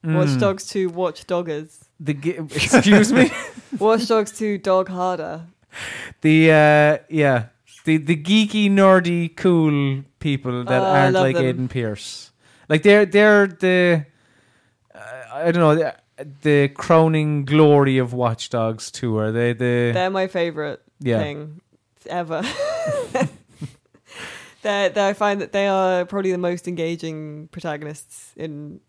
[SPEAKER 3] Mm.
[SPEAKER 4] Hmm.
[SPEAKER 1] Watch Dogs 2 Watch Doggers.
[SPEAKER 3] The ga- excuse me.
[SPEAKER 1] Watch Dogs 2 Dog Harder.
[SPEAKER 3] the uh, yeah, the the geeky, nerdy, cool people that
[SPEAKER 1] Oh, I
[SPEAKER 3] aren't
[SPEAKER 1] love
[SPEAKER 3] like
[SPEAKER 1] them.
[SPEAKER 3] Aiden Pierce. Like they're they're the uh, I don't know the, the crowning glory of Watch Dogs tour. They the
[SPEAKER 1] They're my favorite
[SPEAKER 3] Yeah.
[SPEAKER 1] thing ever. they they I find that they are probably the most engaging protagonists in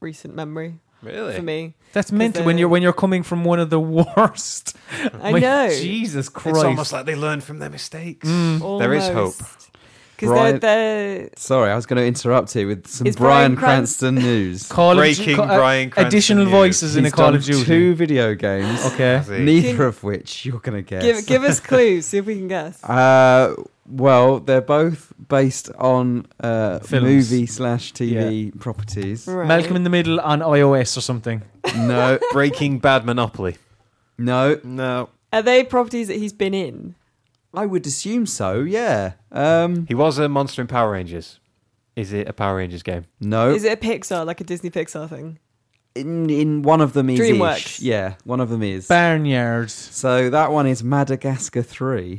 [SPEAKER 1] recent memory
[SPEAKER 4] Really?
[SPEAKER 1] for me.
[SPEAKER 3] that's meant when
[SPEAKER 1] they-
[SPEAKER 3] you're when you're coming from one of the worst.
[SPEAKER 1] I
[SPEAKER 3] Like,
[SPEAKER 1] know.
[SPEAKER 3] Jesus
[SPEAKER 4] It's
[SPEAKER 3] Christ. Mm.
[SPEAKER 4] almost like they learn from their mistakes.
[SPEAKER 1] Mm.
[SPEAKER 4] There is hope.
[SPEAKER 1] Because
[SPEAKER 2] Brian-
[SPEAKER 1] they're, they're
[SPEAKER 2] Sorry, I was going to interrupt you with some
[SPEAKER 1] It's Bryan
[SPEAKER 2] Brian Cranston news.
[SPEAKER 3] Call of Ju-
[SPEAKER 4] Breaking
[SPEAKER 3] co- uh,
[SPEAKER 4] Bryan Cranston
[SPEAKER 3] additional
[SPEAKER 4] news.
[SPEAKER 3] voices in a
[SPEAKER 2] He's
[SPEAKER 3] Call
[SPEAKER 2] done
[SPEAKER 3] of Duty.
[SPEAKER 2] two video games,
[SPEAKER 3] Okay.
[SPEAKER 4] Has he?
[SPEAKER 2] neither of which you're going to guess.
[SPEAKER 1] give give us clues, see if we can guess.
[SPEAKER 2] Uh, well, they're both based on uh,
[SPEAKER 3] Films.
[SPEAKER 2] movie slash TV properties.
[SPEAKER 1] Right.
[SPEAKER 3] Malcolm in the Middle on iOS or something.
[SPEAKER 2] No,
[SPEAKER 4] Breaking Bad Monopoly.
[SPEAKER 2] no.
[SPEAKER 4] No.
[SPEAKER 1] Are they properties that he's been in?
[SPEAKER 2] I would assume so. Yeah. Um,
[SPEAKER 4] He was a monster in Power Rangers. Is it a Power Rangers game?
[SPEAKER 2] no.
[SPEAKER 1] Is it a Pixar, like a Disney Pixar thing?
[SPEAKER 2] in in one of them is ish.
[SPEAKER 1] DreamWorks.
[SPEAKER 2] Yeah, one of them is.
[SPEAKER 3] Barnyard.
[SPEAKER 2] so that one is Madagascar Three,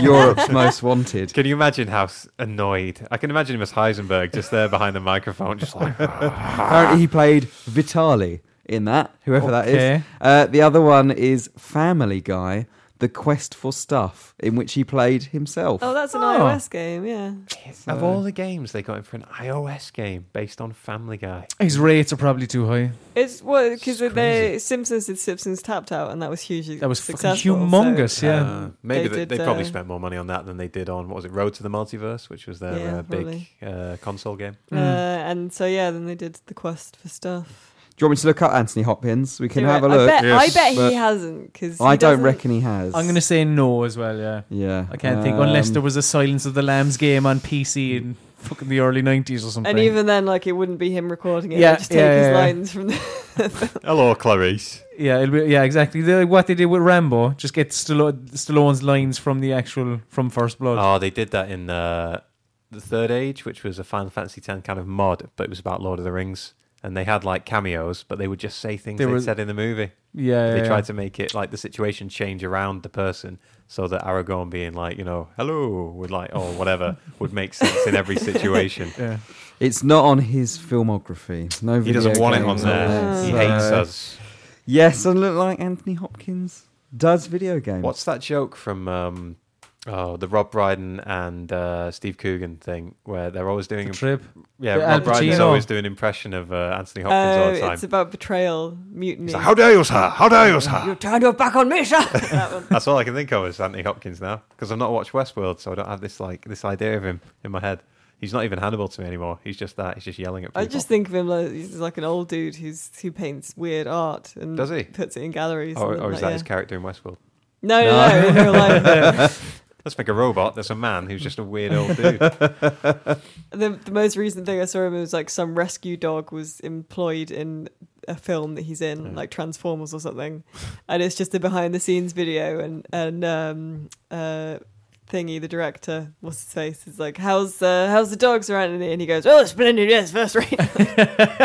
[SPEAKER 2] Europe's Most Wanted.
[SPEAKER 4] Can you imagine how s- annoyed? I can imagine him as Heisenberg just there behind the microphone, just like,
[SPEAKER 2] Apparently, he played Vitali in that. Whoever that
[SPEAKER 3] Okay.
[SPEAKER 2] is. Uh, the other one is Family Guy: The Quest for Stuff, in which he played himself.
[SPEAKER 1] Oh, that's an
[SPEAKER 3] Oh.
[SPEAKER 1] iOS game, yeah. uh,
[SPEAKER 4] of all the games they got him for an iOS game based on Family Guy.
[SPEAKER 3] His rates are probably too high.
[SPEAKER 1] It's what because
[SPEAKER 4] It's
[SPEAKER 1] the Simpsons did Simpsons tapped out, and that was hugely
[SPEAKER 3] That was fucking
[SPEAKER 1] successful, so-
[SPEAKER 3] humongous, yeah.
[SPEAKER 4] Uh, maybe
[SPEAKER 1] Um, They
[SPEAKER 4] they,
[SPEAKER 1] did,
[SPEAKER 4] they probably
[SPEAKER 1] uh,
[SPEAKER 4] spent more money on that than they did on what was it, Road to the Multiverse, which was their
[SPEAKER 1] Yeah,
[SPEAKER 4] uh, big
[SPEAKER 1] probably.
[SPEAKER 4] uh, console game.
[SPEAKER 1] Uh, and so yeah, then they did the quest for stuff.
[SPEAKER 2] Do you want me to look up Anthony Hopkins? We can
[SPEAKER 1] Do
[SPEAKER 2] have
[SPEAKER 1] it.
[SPEAKER 2] a look.
[SPEAKER 1] I bet,
[SPEAKER 4] Yes.
[SPEAKER 1] I bet
[SPEAKER 2] But
[SPEAKER 1] he hasn't because
[SPEAKER 2] I don't reckon he has.
[SPEAKER 3] I'm going to say no as well, yeah.
[SPEAKER 2] Yeah.
[SPEAKER 3] I can't
[SPEAKER 2] Um,
[SPEAKER 3] think, unless there was a Silence of the Lambs game on PC in fucking the early 90s or something.
[SPEAKER 1] And even then, like it wouldn't be him recording it.
[SPEAKER 3] Yeah,
[SPEAKER 1] Yeah, just take
[SPEAKER 3] yeah,
[SPEAKER 1] his
[SPEAKER 3] yeah, yeah.
[SPEAKER 1] lines from the.
[SPEAKER 4] Hello, Clarice.
[SPEAKER 3] yeah, it'll be, yeah, exactly. They're like what they did with Rambo, just get Stallone, Stallone's lines from the actual, from First Blood.
[SPEAKER 4] Oh, they did that in uh, the Third Age, which was a Final Fantasy X kind of mod, but it was about Lord of the Rings, and they had like cameos, but they would just say things
[SPEAKER 3] They
[SPEAKER 4] they,
[SPEAKER 3] were-
[SPEAKER 4] said in the movie.
[SPEAKER 3] yeah, yeah,
[SPEAKER 4] they
[SPEAKER 3] yeah.
[SPEAKER 4] tried to make it like the situation change around the person, so that Aragorn being like, you know, hello, would like or whatever would make sense in every situation.
[SPEAKER 3] Yeah.
[SPEAKER 2] It's not on his filmography. No,
[SPEAKER 4] He doesn't
[SPEAKER 2] video
[SPEAKER 4] want it
[SPEAKER 2] games
[SPEAKER 4] on there.
[SPEAKER 1] Yeah.
[SPEAKER 4] He
[SPEAKER 2] So-
[SPEAKER 4] hates us.
[SPEAKER 2] Yes, and look like Anthony Hopkins does video games.
[SPEAKER 4] What's that joke from um, oh, the Rob Brydon and uh, Steve Coogan thing where they're always doing
[SPEAKER 3] The trip.
[SPEAKER 4] yeah,
[SPEAKER 3] the
[SPEAKER 4] Rob
[SPEAKER 3] Al
[SPEAKER 4] Brydon's
[SPEAKER 3] Pacino.
[SPEAKER 4] always doing impression of uh, Anthony
[SPEAKER 1] Oh,
[SPEAKER 4] Hopkins all the time.
[SPEAKER 1] it's about betrayal, mutiny.
[SPEAKER 4] He's like, How dare you, sir? How dare you, sir?
[SPEAKER 1] You're trying to have back on me, sir. That one.
[SPEAKER 4] That's all I can think of is Anthony Hopkins now because I've not watched Westworld, so I don't have this like this idea of him in my head. He's not even Hannibal to me anymore. He's just that. He's just yelling at people.
[SPEAKER 1] I just think of him like he's like an old dude who's who paints weird art and
[SPEAKER 4] Does he?
[SPEAKER 1] puts it in galleries.
[SPEAKER 4] or,
[SPEAKER 1] and
[SPEAKER 4] or
[SPEAKER 1] like,
[SPEAKER 4] is that
[SPEAKER 1] yeah.
[SPEAKER 4] his character in Westworld?
[SPEAKER 1] No, no, no. in real life.
[SPEAKER 4] Let's make a robot. That's a man who's just a weird old dude.
[SPEAKER 1] The, the most recent thing I saw him was like some rescue dog was employed in a film that he's in, like Transformers or something, and it's just a behind the scenes video and and um, uh, thingy the director, what's his face, is like, how's uh, how's the dogs around here? And he goes, oh, splendid, yes, first rate.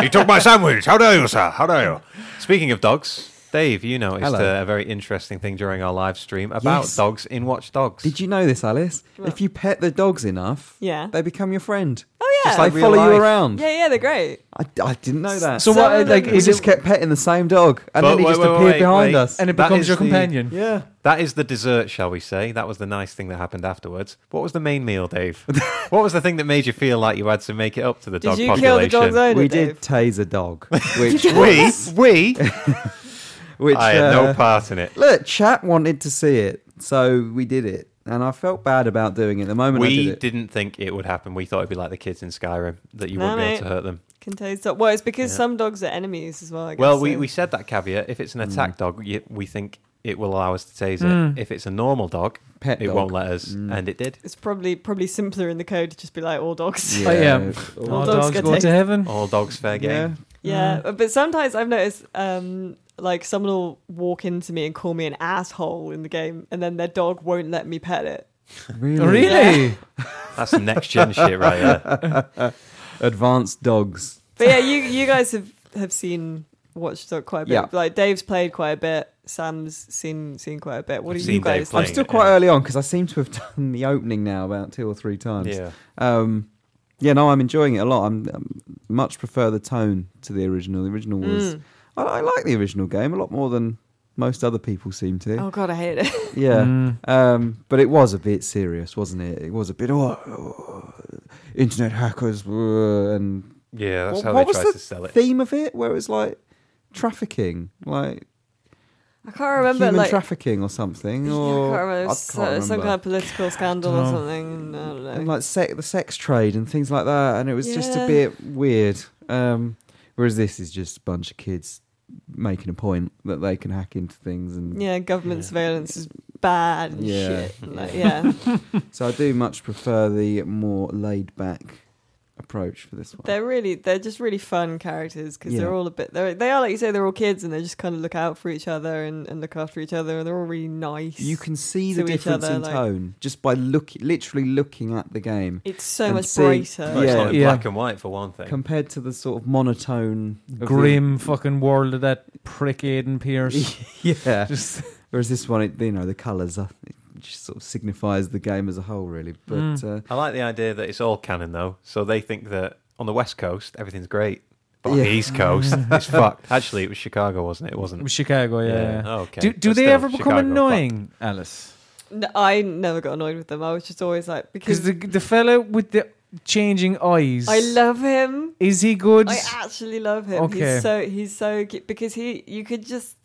[SPEAKER 4] you took my sandwich. How dare you, sir? How dare you? Speaking of dogs, Dave, you noticed
[SPEAKER 2] Hello.
[SPEAKER 4] uh, a very interesting thing during our live stream about
[SPEAKER 2] Yes.
[SPEAKER 4] dogs in Watch Dogs.
[SPEAKER 2] Did you know this, Alice? If you pet the dogs enough,
[SPEAKER 1] Yeah.
[SPEAKER 2] they become your friend.
[SPEAKER 1] oh yeah,
[SPEAKER 2] Just like
[SPEAKER 4] Real
[SPEAKER 2] follow you
[SPEAKER 4] life.
[SPEAKER 2] around.
[SPEAKER 1] yeah, yeah, they're great.
[SPEAKER 2] I, I didn't know that.
[SPEAKER 3] So,
[SPEAKER 1] So
[SPEAKER 3] what, like,
[SPEAKER 1] then-
[SPEAKER 2] we
[SPEAKER 3] is
[SPEAKER 2] just
[SPEAKER 3] it,
[SPEAKER 2] kept petting the same dog, and
[SPEAKER 4] But
[SPEAKER 2] then he
[SPEAKER 4] wait,
[SPEAKER 2] just
[SPEAKER 4] wait,
[SPEAKER 2] appeared
[SPEAKER 4] wait,
[SPEAKER 2] behind
[SPEAKER 4] wait.
[SPEAKER 2] us.
[SPEAKER 3] and it
[SPEAKER 4] That
[SPEAKER 3] becomes
[SPEAKER 4] is
[SPEAKER 3] your
[SPEAKER 4] the-
[SPEAKER 3] companion.
[SPEAKER 2] yeah.
[SPEAKER 4] That is the dessert, shall we say? That was the nice thing that happened afterwards. What was the main meal, Dave? what was the thing that made you feel like you had to make it up to the
[SPEAKER 1] Did
[SPEAKER 4] dog
[SPEAKER 1] you kill the
[SPEAKER 4] population?
[SPEAKER 1] dog's owner?
[SPEAKER 2] We
[SPEAKER 1] Dave?
[SPEAKER 2] did tase a dog, which
[SPEAKER 4] we, we,
[SPEAKER 2] which
[SPEAKER 4] I had
[SPEAKER 2] uh,
[SPEAKER 4] no part in it.
[SPEAKER 2] Look, chat wanted to see it, so we did it, and I felt bad about doing it. The moment I
[SPEAKER 4] We
[SPEAKER 2] did it,
[SPEAKER 4] didn't think it would happen. We thought it'd be like the kids in Skyrim that you
[SPEAKER 1] No,
[SPEAKER 4] wouldn't be
[SPEAKER 1] mate.
[SPEAKER 4] able to hurt them.
[SPEAKER 1] Can taste that. Well, it's because
[SPEAKER 4] Yeah.
[SPEAKER 1] some dogs are enemies as well. I guess,
[SPEAKER 4] Well, we,
[SPEAKER 1] so-
[SPEAKER 4] we said that caveat. If it's
[SPEAKER 2] Hmm.
[SPEAKER 4] an attack dog, y- we think it will allow us to tase it. If it's a normal dog,
[SPEAKER 2] Pet
[SPEAKER 4] it
[SPEAKER 2] dog. Hmm.
[SPEAKER 4] won't let us, and it did.
[SPEAKER 1] It's probably probably simpler in the code to just be like all dogs.
[SPEAKER 3] Oh, yeah.
[SPEAKER 2] All
[SPEAKER 3] All
[SPEAKER 1] All
[SPEAKER 3] dogs,
[SPEAKER 1] dogs get
[SPEAKER 3] go to
[SPEAKER 1] taken.
[SPEAKER 3] heaven.
[SPEAKER 4] All dogs fair game.
[SPEAKER 2] yeah.
[SPEAKER 1] Yeah, but sometimes I've noticed, um, like someone will walk into me and call me an asshole in the game, and then their dog won't let me pet it.
[SPEAKER 2] Really?
[SPEAKER 3] Oh, Really?
[SPEAKER 4] That's some next gen shit right there.
[SPEAKER 2] Advanced dogs.
[SPEAKER 1] But yeah, you you guys have have seen Watch Dogs quite a bit.
[SPEAKER 2] Yeah.
[SPEAKER 1] Like Dave's played quite a bit. Sam's seen seen quite a bit. What
[SPEAKER 4] I've
[SPEAKER 1] do you
[SPEAKER 4] seen Dave
[SPEAKER 1] guys?
[SPEAKER 2] I'm
[SPEAKER 4] play.
[SPEAKER 1] Like?
[SPEAKER 4] playing
[SPEAKER 2] still
[SPEAKER 4] it,
[SPEAKER 2] quite
[SPEAKER 4] yeah.
[SPEAKER 2] early on because I seem to have done the opening now about two or three times.
[SPEAKER 4] Yeah.
[SPEAKER 2] Um, yeah, no, I'm enjoying it a lot. I'm, i much prefer the tone to the original. The original was
[SPEAKER 1] Mm.
[SPEAKER 2] I, I like the original game a lot more than most other people seem to.
[SPEAKER 1] Oh god, I hate it.
[SPEAKER 2] Yeah.
[SPEAKER 3] Mm.
[SPEAKER 2] Um, but it was a bit serious, wasn't it? It was a bit oh, internet hackers uh, and
[SPEAKER 4] Yeah, that's
[SPEAKER 2] What-
[SPEAKER 4] how
[SPEAKER 2] what
[SPEAKER 4] they
[SPEAKER 2] was
[SPEAKER 4] try
[SPEAKER 2] the
[SPEAKER 4] to sell it.
[SPEAKER 2] theme of it, where it was like trafficking, like
[SPEAKER 1] I can't remember
[SPEAKER 2] human
[SPEAKER 1] like.
[SPEAKER 2] trafficking or something,
[SPEAKER 1] yeah,
[SPEAKER 2] or
[SPEAKER 1] I can't remember. It
[SPEAKER 2] I
[SPEAKER 1] was so- some
[SPEAKER 2] can't remember.
[SPEAKER 1] kind of political scandal or
[SPEAKER 3] Dunno.
[SPEAKER 1] something. I don't know.
[SPEAKER 2] and like se- the sex trade and things like that, and it was just a
[SPEAKER 1] Yeah.
[SPEAKER 2] bit weird. Um, whereas this is just a bunch of kids making a point that they can hack into things, and
[SPEAKER 1] yeah, government
[SPEAKER 4] Yeah.
[SPEAKER 1] surveillance is bad and
[SPEAKER 2] Yeah.
[SPEAKER 1] shit. Like, yeah,
[SPEAKER 2] so I do much prefer the more laid back approach for this one.
[SPEAKER 1] they're really they're just really fun characters because
[SPEAKER 2] Yeah.
[SPEAKER 1] they're all a bit they're, they are like you say they're all kids and they just kind of look out for each other and, and look after each other and they're all really nice.
[SPEAKER 2] you can see the
[SPEAKER 1] to each
[SPEAKER 2] difference
[SPEAKER 1] other,
[SPEAKER 2] in
[SPEAKER 1] like-
[SPEAKER 2] tone just by look, literally looking at the game
[SPEAKER 1] it's so
[SPEAKER 2] and
[SPEAKER 1] much
[SPEAKER 2] see-
[SPEAKER 1] brighter.
[SPEAKER 4] Well, it's
[SPEAKER 2] Yeah.
[SPEAKER 4] not in
[SPEAKER 3] Yeah.
[SPEAKER 4] black and white for one thing.
[SPEAKER 2] compared to the sort of monotone, of the-
[SPEAKER 3] Grim fucking world of that prick Aiden Pierce.
[SPEAKER 2] yeah.
[SPEAKER 3] Just
[SPEAKER 2] Whereas this one, it, you know, the colours, uh, it just sort of signifies the game as a whole, really. But
[SPEAKER 3] Mm.
[SPEAKER 2] uh,
[SPEAKER 4] I like the idea that it's all canon though, so they think that on the West Coast everything's great, but on
[SPEAKER 2] Yeah.
[SPEAKER 4] the East Coast it's fucked. Actually, it was Chicago, wasn't it? It wasn't.
[SPEAKER 3] Chicago, yeah. yeah.
[SPEAKER 4] Oh, okay.
[SPEAKER 3] Do, do
[SPEAKER 4] But
[SPEAKER 3] they
[SPEAKER 4] still,
[SPEAKER 3] ever become
[SPEAKER 4] Chicago, fuck.
[SPEAKER 3] annoying, Alice?
[SPEAKER 1] No, I never got annoyed with them. I was just always like
[SPEAKER 3] Because
[SPEAKER 1] because
[SPEAKER 3] the the fella with the changing eyes,
[SPEAKER 1] I love him.
[SPEAKER 3] Is he good?
[SPEAKER 1] I actually love him.
[SPEAKER 3] Okay.
[SPEAKER 1] He's so he's so cute because he you could just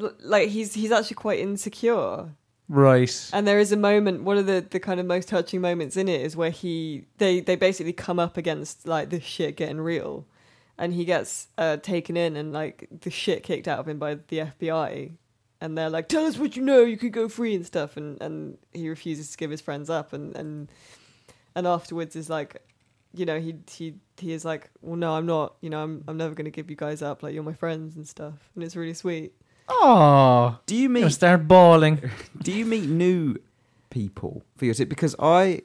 [SPEAKER 1] l- like he's he's actually quite insecure.
[SPEAKER 3] right.
[SPEAKER 1] And there is a moment, one of the, the kind of most touching moments in it is where he they they basically come up against like this shit getting real, and he gets uh, taken in and like the shit kicked out of him by the FBI, and they're like, "Tell us what you know, you can go free and stuff," and and he refuses to give his friends up, and and and afterwards is like, you know, he he he is like, "Well, no, I'm not. You know, I'm I'm never going to give you guys up. Like you're my friends and stuff," and it's really sweet.
[SPEAKER 3] Oh,
[SPEAKER 2] do you
[SPEAKER 3] I'm gonna
[SPEAKER 2] meet
[SPEAKER 3] start bawling.
[SPEAKER 2] do you meet new people for your tip? Because I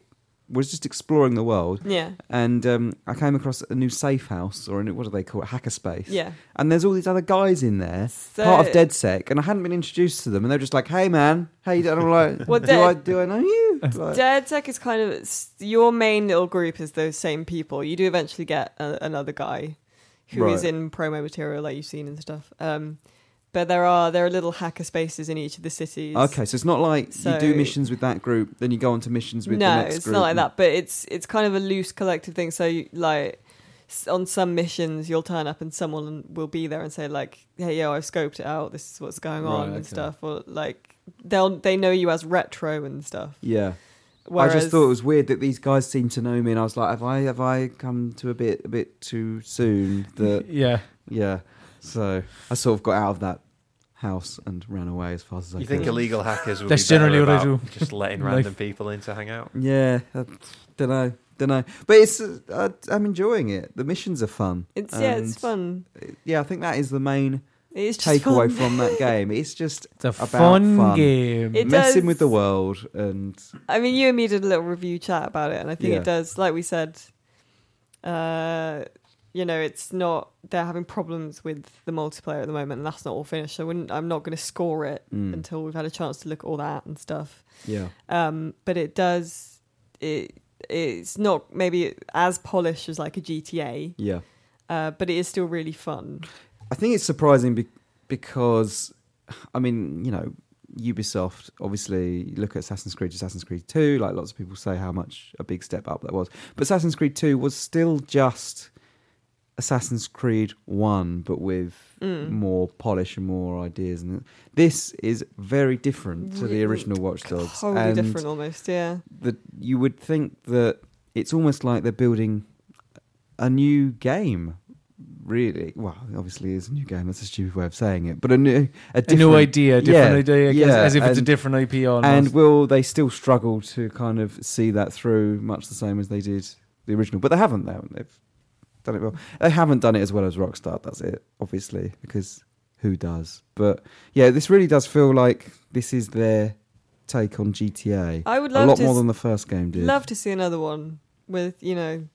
[SPEAKER 2] was just exploring the world,
[SPEAKER 1] Yeah,
[SPEAKER 2] and um, I came across a new safe house or a new what do they call it, hackerspace.
[SPEAKER 1] yeah.
[SPEAKER 2] And there's all these other guys in there,
[SPEAKER 1] So-
[SPEAKER 2] part of DedSec, and I hadn't been introduced to them, and they're just like, "Hey, man, how you doing?" And I'm like,
[SPEAKER 1] Well,
[SPEAKER 2] do
[SPEAKER 1] Dead-
[SPEAKER 2] I do I know you?" Like,
[SPEAKER 1] Dead Tech is kind of it's- your main little group is those same people. You do eventually get a, another guy who is
[SPEAKER 2] Right.
[SPEAKER 1] in promo material like you've seen and stuff. Um, but there are there are little hacker spaces in each of the cities.
[SPEAKER 2] Okay, so it's not like you
[SPEAKER 1] So-
[SPEAKER 2] do missions with that group, then you go on to missions with
[SPEAKER 1] no,
[SPEAKER 2] the next
[SPEAKER 1] it's
[SPEAKER 2] group.
[SPEAKER 1] not like that. But it's it's kind of a loose collective thing. So you, like s- on some missions, you'll turn up and someone will be there and say like, "Hey, yo, I've scoped it out. This is what's going on
[SPEAKER 2] Right, okay.
[SPEAKER 1] and stuff." Or like they'll they know you as retro and stuff.
[SPEAKER 2] Yeah.
[SPEAKER 1] Whereas
[SPEAKER 2] I just thought it was weird that these guys seem to know me, and I was like, "Have I have I come to a bit a bit too soon?" That
[SPEAKER 3] yeah.
[SPEAKER 2] yeah, so I sort of got out of that house and ran away as fast as I
[SPEAKER 4] You
[SPEAKER 2] could.
[SPEAKER 4] think illegal hackers would
[SPEAKER 3] That's
[SPEAKER 4] be better
[SPEAKER 3] generally what I
[SPEAKER 4] about Just letting
[SPEAKER 3] Like-
[SPEAKER 4] random people in to hang out.
[SPEAKER 2] yeah, I don't know, don't know, but it's uh, I, I'm enjoying it. The missions are fun.
[SPEAKER 1] it's yeah, it's
[SPEAKER 2] and,
[SPEAKER 1] fun.
[SPEAKER 2] uh, Yeah, I think that is the main
[SPEAKER 1] It's just fun.
[SPEAKER 2] takeaway from that game. It's just
[SPEAKER 3] It's a
[SPEAKER 2] About
[SPEAKER 3] fun,
[SPEAKER 2] fun.
[SPEAKER 3] game.
[SPEAKER 1] It
[SPEAKER 2] messing
[SPEAKER 1] does-
[SPEAKER 2] with the world and
[SPEAKER 1] I mean, you and me did a little review chat about it, and I think
[SPEAKER 2] Yeah.
[SPEAKER 1] it does, like we said, uh, you know, it's not they're having problems with the multiplayer at the moment, and that's not all finished. So I wouldn't, I'm not going to score it
[SPEAKER 2] Mm.
[SPEAKER 1] until we've had a chance to look at all that and stuff.
[SPEAKER 2] yeah,
[SPEAKER 1] Um, but it does, it it's not maybe as polished as like a GTA,
[SPEAKER 2] yeah.
[SPEAKER 1] uh, but it is still really fun.
[SPEAKER 2] I think it's surprising be- because, I mean, you know, Ubisoft obviously you look at Assassin's Creed, Assassin's Creed Two. Like lots of people say, how much a big step up that was. But Assassin's Creed Two was still just Assassin's Creed One, but with
[SPEAKER 1] Mm. Hmm.
[SPEAKER 2] more polish and more ideas. And this is very different to the
[SPEAKER 1] Really
[SPEAKER 2] original Watch Dogs.
[SPEAKER 1] Totally
[SPEAKER 2] and
[SPEAKER 1] different, almost. Yeah,
[SPEAKER 2] that you would think that it's almost like they're building a new game. Really, well, obviously, it's a new game. That's a stupid way of saying it, but a new, a,
[SPEAKER 3] a
[SPEAKER 2] different,
[SPEAKER 3] new idea, different
[SPEAKER 2] yeah,
[SPEAKER 3] idea, I guess,
[SPEAKER 2] yeah,
[SPEAKER 3] as if it's a
[SPEAKER 2] and-
[SPEAKER 3] different IP almost.
[SPEAKER 2] And will they still struggle to kind of see that through, much the same as they did the original? But they haven't. They haven't. They've done it well. They haven't done it as well as Rockstar does it, obviously, because who does? But yeah, this really does feel like this is their take on GTA.
[SPEAKER 1] I would
[SPEAKER 2] A
[SPEAKER 1] love
[SPEAKER 2] lot
[SPEAKER 1] to
[SPEAKER 2] more
[SPEAKER 1] s-
[SPEAKER 2] than the first game did.
[SPEAKER 1] love to see another one with you know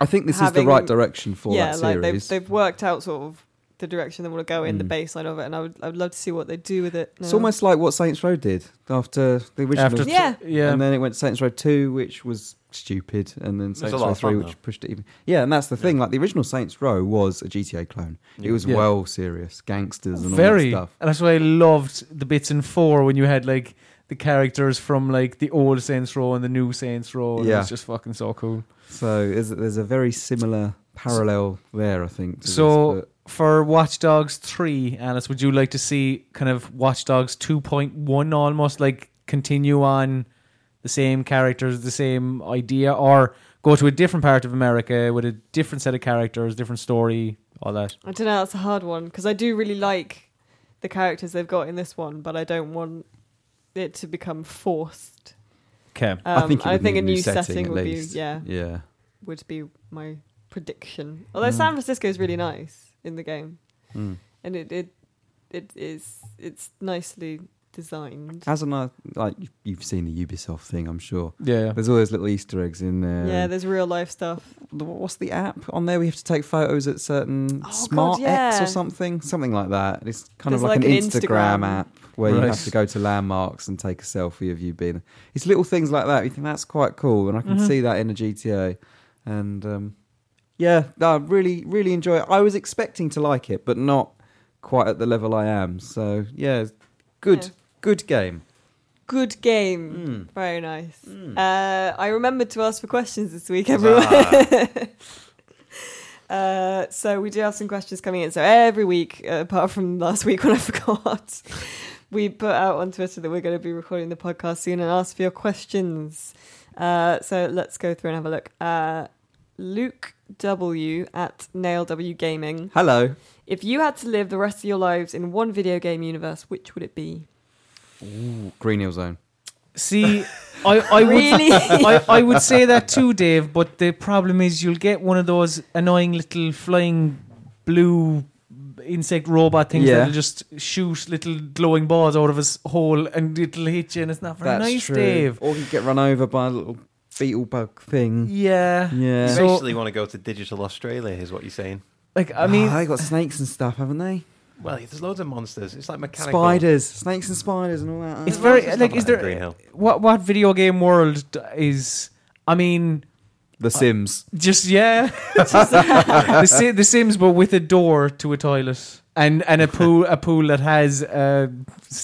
[SPEAKER 2] I think this is the
[SPEAKER 1] having-
[SPEAKER 2] right direction for
[SPEAKER 1] yeah,
[SPEAKER 2] that
[SPEAKER 1] like they've
[SPEAKER 2] series. Mm.
[SPEAKER 1] they've worked out sort of the direction they want to go in, the baseline of it, and I would I would love to see what they do with it.
[SPEAKER 2] It's
[SPEAKER 1] now.
[SPEAKER 2] almost like what Saints Row did after the original.
[SPEAKER 3] After
[SPEAKER 1] Yeah.
[SPEAKER 3] yeah.
[SPEAKER 2] And then it went to Saints Row 2, which was stupid, and then
[SPEAKER 4] was a
[SPEAKER 2] Saints
[SPEAKER 4] lot
[SPEAKER 2] Row
[SPEAKER 4] of
[SPEAKER 2] 3,
[SPEAKER 4] fun,
[SPEAKER 2] which pushed it even. Yeah, and that's the thing. Like, the original Saints Row was a GTA clone. It was
[SPEAKER 3] Yeah.
[SPEAKER 2] well serious, gangsters and
[SPEAKER 3] very.
[SPEAKER 2] all that stuff.
[SPEAKER 3] And that's why I loved the bits in four when you had like the characters from like the old Saints Row and the new Saints Row. And It
[SPEAKER 2] Yeah.
[SPEAKER 3] was just fucking so cool.
[SPEAKER 2] So there's, there's a very similar parallel there, I think. to this,
[SPEAKER 3] So-
[SPEAKER 2] but-
[SPEAKER 3] For Watch Dogs three, Alice, would you like to see kind of Watch Dogs two point one almost like continue on the same characters, the same idea, or go to a different part of America with a different set of characters, different story, all that?
[SPEAKER 1] I don't know. That's a hard one because I do really like the characters they've got in this one, but I don't want it to become forced.
[SPEAKER 3] Okay.
[SPEAKER 1] Um,
[SPEAKER 2] I think, it would need
[SPEAKER 1] a new setting,
[SPEAKER 2] at
[SPEAKER 1] would
[SPEAKER 2] least.
[SPEAKER 1] be yeah
[SPEAKER 2] Yeah.
[SPEAKER 1] would be my prediction. Although San Francisco is really nice in the game,
[SPEAKER 2] Mm.
[SPEAKER 1] and it it it is it's nicely designed.
[SPEAKER 2] As an, uh, like, you've- you've seen the Ubisoft thing, I'm sure.
[SPEAKER 3] Yeah.
[SPEAKER 2] There's all those little Easter eggs in there.
[SPEAKER 1] yeah,
[SPEAKER 2] and-
[SPEAKER 1] there's real life stuff.
[SPEAKER 2] the- what's the app on there? We have to take photos at certain
[SPEAKER 1] Oh,
[SPEAKER 2] Smart
[SPEAKER 1] God, yeah.
[SPEAKER 2] X or something, something like that. It's kind
[SPEAKER 1] There's
[SPEAKER 2] of like,
[SPEAKER 1] like
[SPEAKER 2] an,
[SPEAKER 1] an
[SPEAKER 2] Instagram,
[SPEAKER 1] Instagram.
[SPEAKER 2] app where you
[SPEAKER 3] Right.
[SPEAKER 2] have to go to landmarks and take a selfie of you being. It's little things like that. You think that's quite cool, and I can
[SPEAKER 1] Mm-hmm.
[SPEAKER 3] Mhm.
[SPEAKER 2] see that in a GTA. And um, yeah, no, I really, really enjoy it. I was expecting to like it, but not quite at the level I am. So yeah, good,
[SPEAKER 1] Yeah.
[SPEAKER 2] good game.
[SPEAKER 1] Good game.
[SPEAKER 2] Mm.
[SPEAKER 1] Very nice.
[SPEAKER 3] Hmm.
[SPEAKER 2] Mm.
[SPEAKER 1] Uh, I remembered to ask for questions this week, everyone.
[SPEAKER 3] Ah.
[SPEAKER 1] Uh, so we do have some questions coming in. So every week, uh, apart from last week when I forgot, we put out on Twitter that we're going to be recording the podcast soon and ask for your questions. Uh, so let's go through and have a look. Uh, Luke W at Nail W Gaming.
[SPEAKER 2] Hello.
[SPEAKER 1] If you had to live the rest of your lives in one video game universe, which would it be?
[SPEAKER 2] Green Hill Zone.
[SPEAKER 3] See, I, I would
[SPEAKER 1] Really?
[SPEAKER 3] I, I would say that too, Dave. But the problem is, you'll get one of those annoying little flying blue insect robot things
[SPEAKER 2] Yeah.
[SPEAKER 3] that'll just shoot little glowing balls out of his hole, and it'll hit you, and it's not very nice, Dave.
[SPEAKER 2] Or you get run over by a little beetle bug thing.
[SPEAKER 3] Yeah,
[SPEAKER 2] Yeah.
[SPEAKER 4] You
[SPEAKER 3] So-
[SPEAKER 4] basically want to go to digital Australia, is what you're saying.
[SPEAKER 3] like I mean,
[SPEAKER 2] Ah, they got snakes and stuff, haven't they?
[SPEAKER 4] Well, there's loads of monsters. It's like mechanical.
[SPEAKER 2] Spiders, snakes and spiders, and all that.
[SPEAKER 3] It's
[SPEAKER 4] There's
[SPEAKER 3] very-
[SPEAKER 4] loads of
[SPEAKER 3] like,
[SPEAKER 4] stuff
[SPEAKER 3] is there-
[SPEAKER 4] Green Hill.
[SPEAKER 3] what what video game world d- is? I mean,
[SPEAKER 2] the Sims.
[SPEAKER 3] just yeah, the, si- the Sims, but with a door to a toilet. And, and a pool a pool that has uh,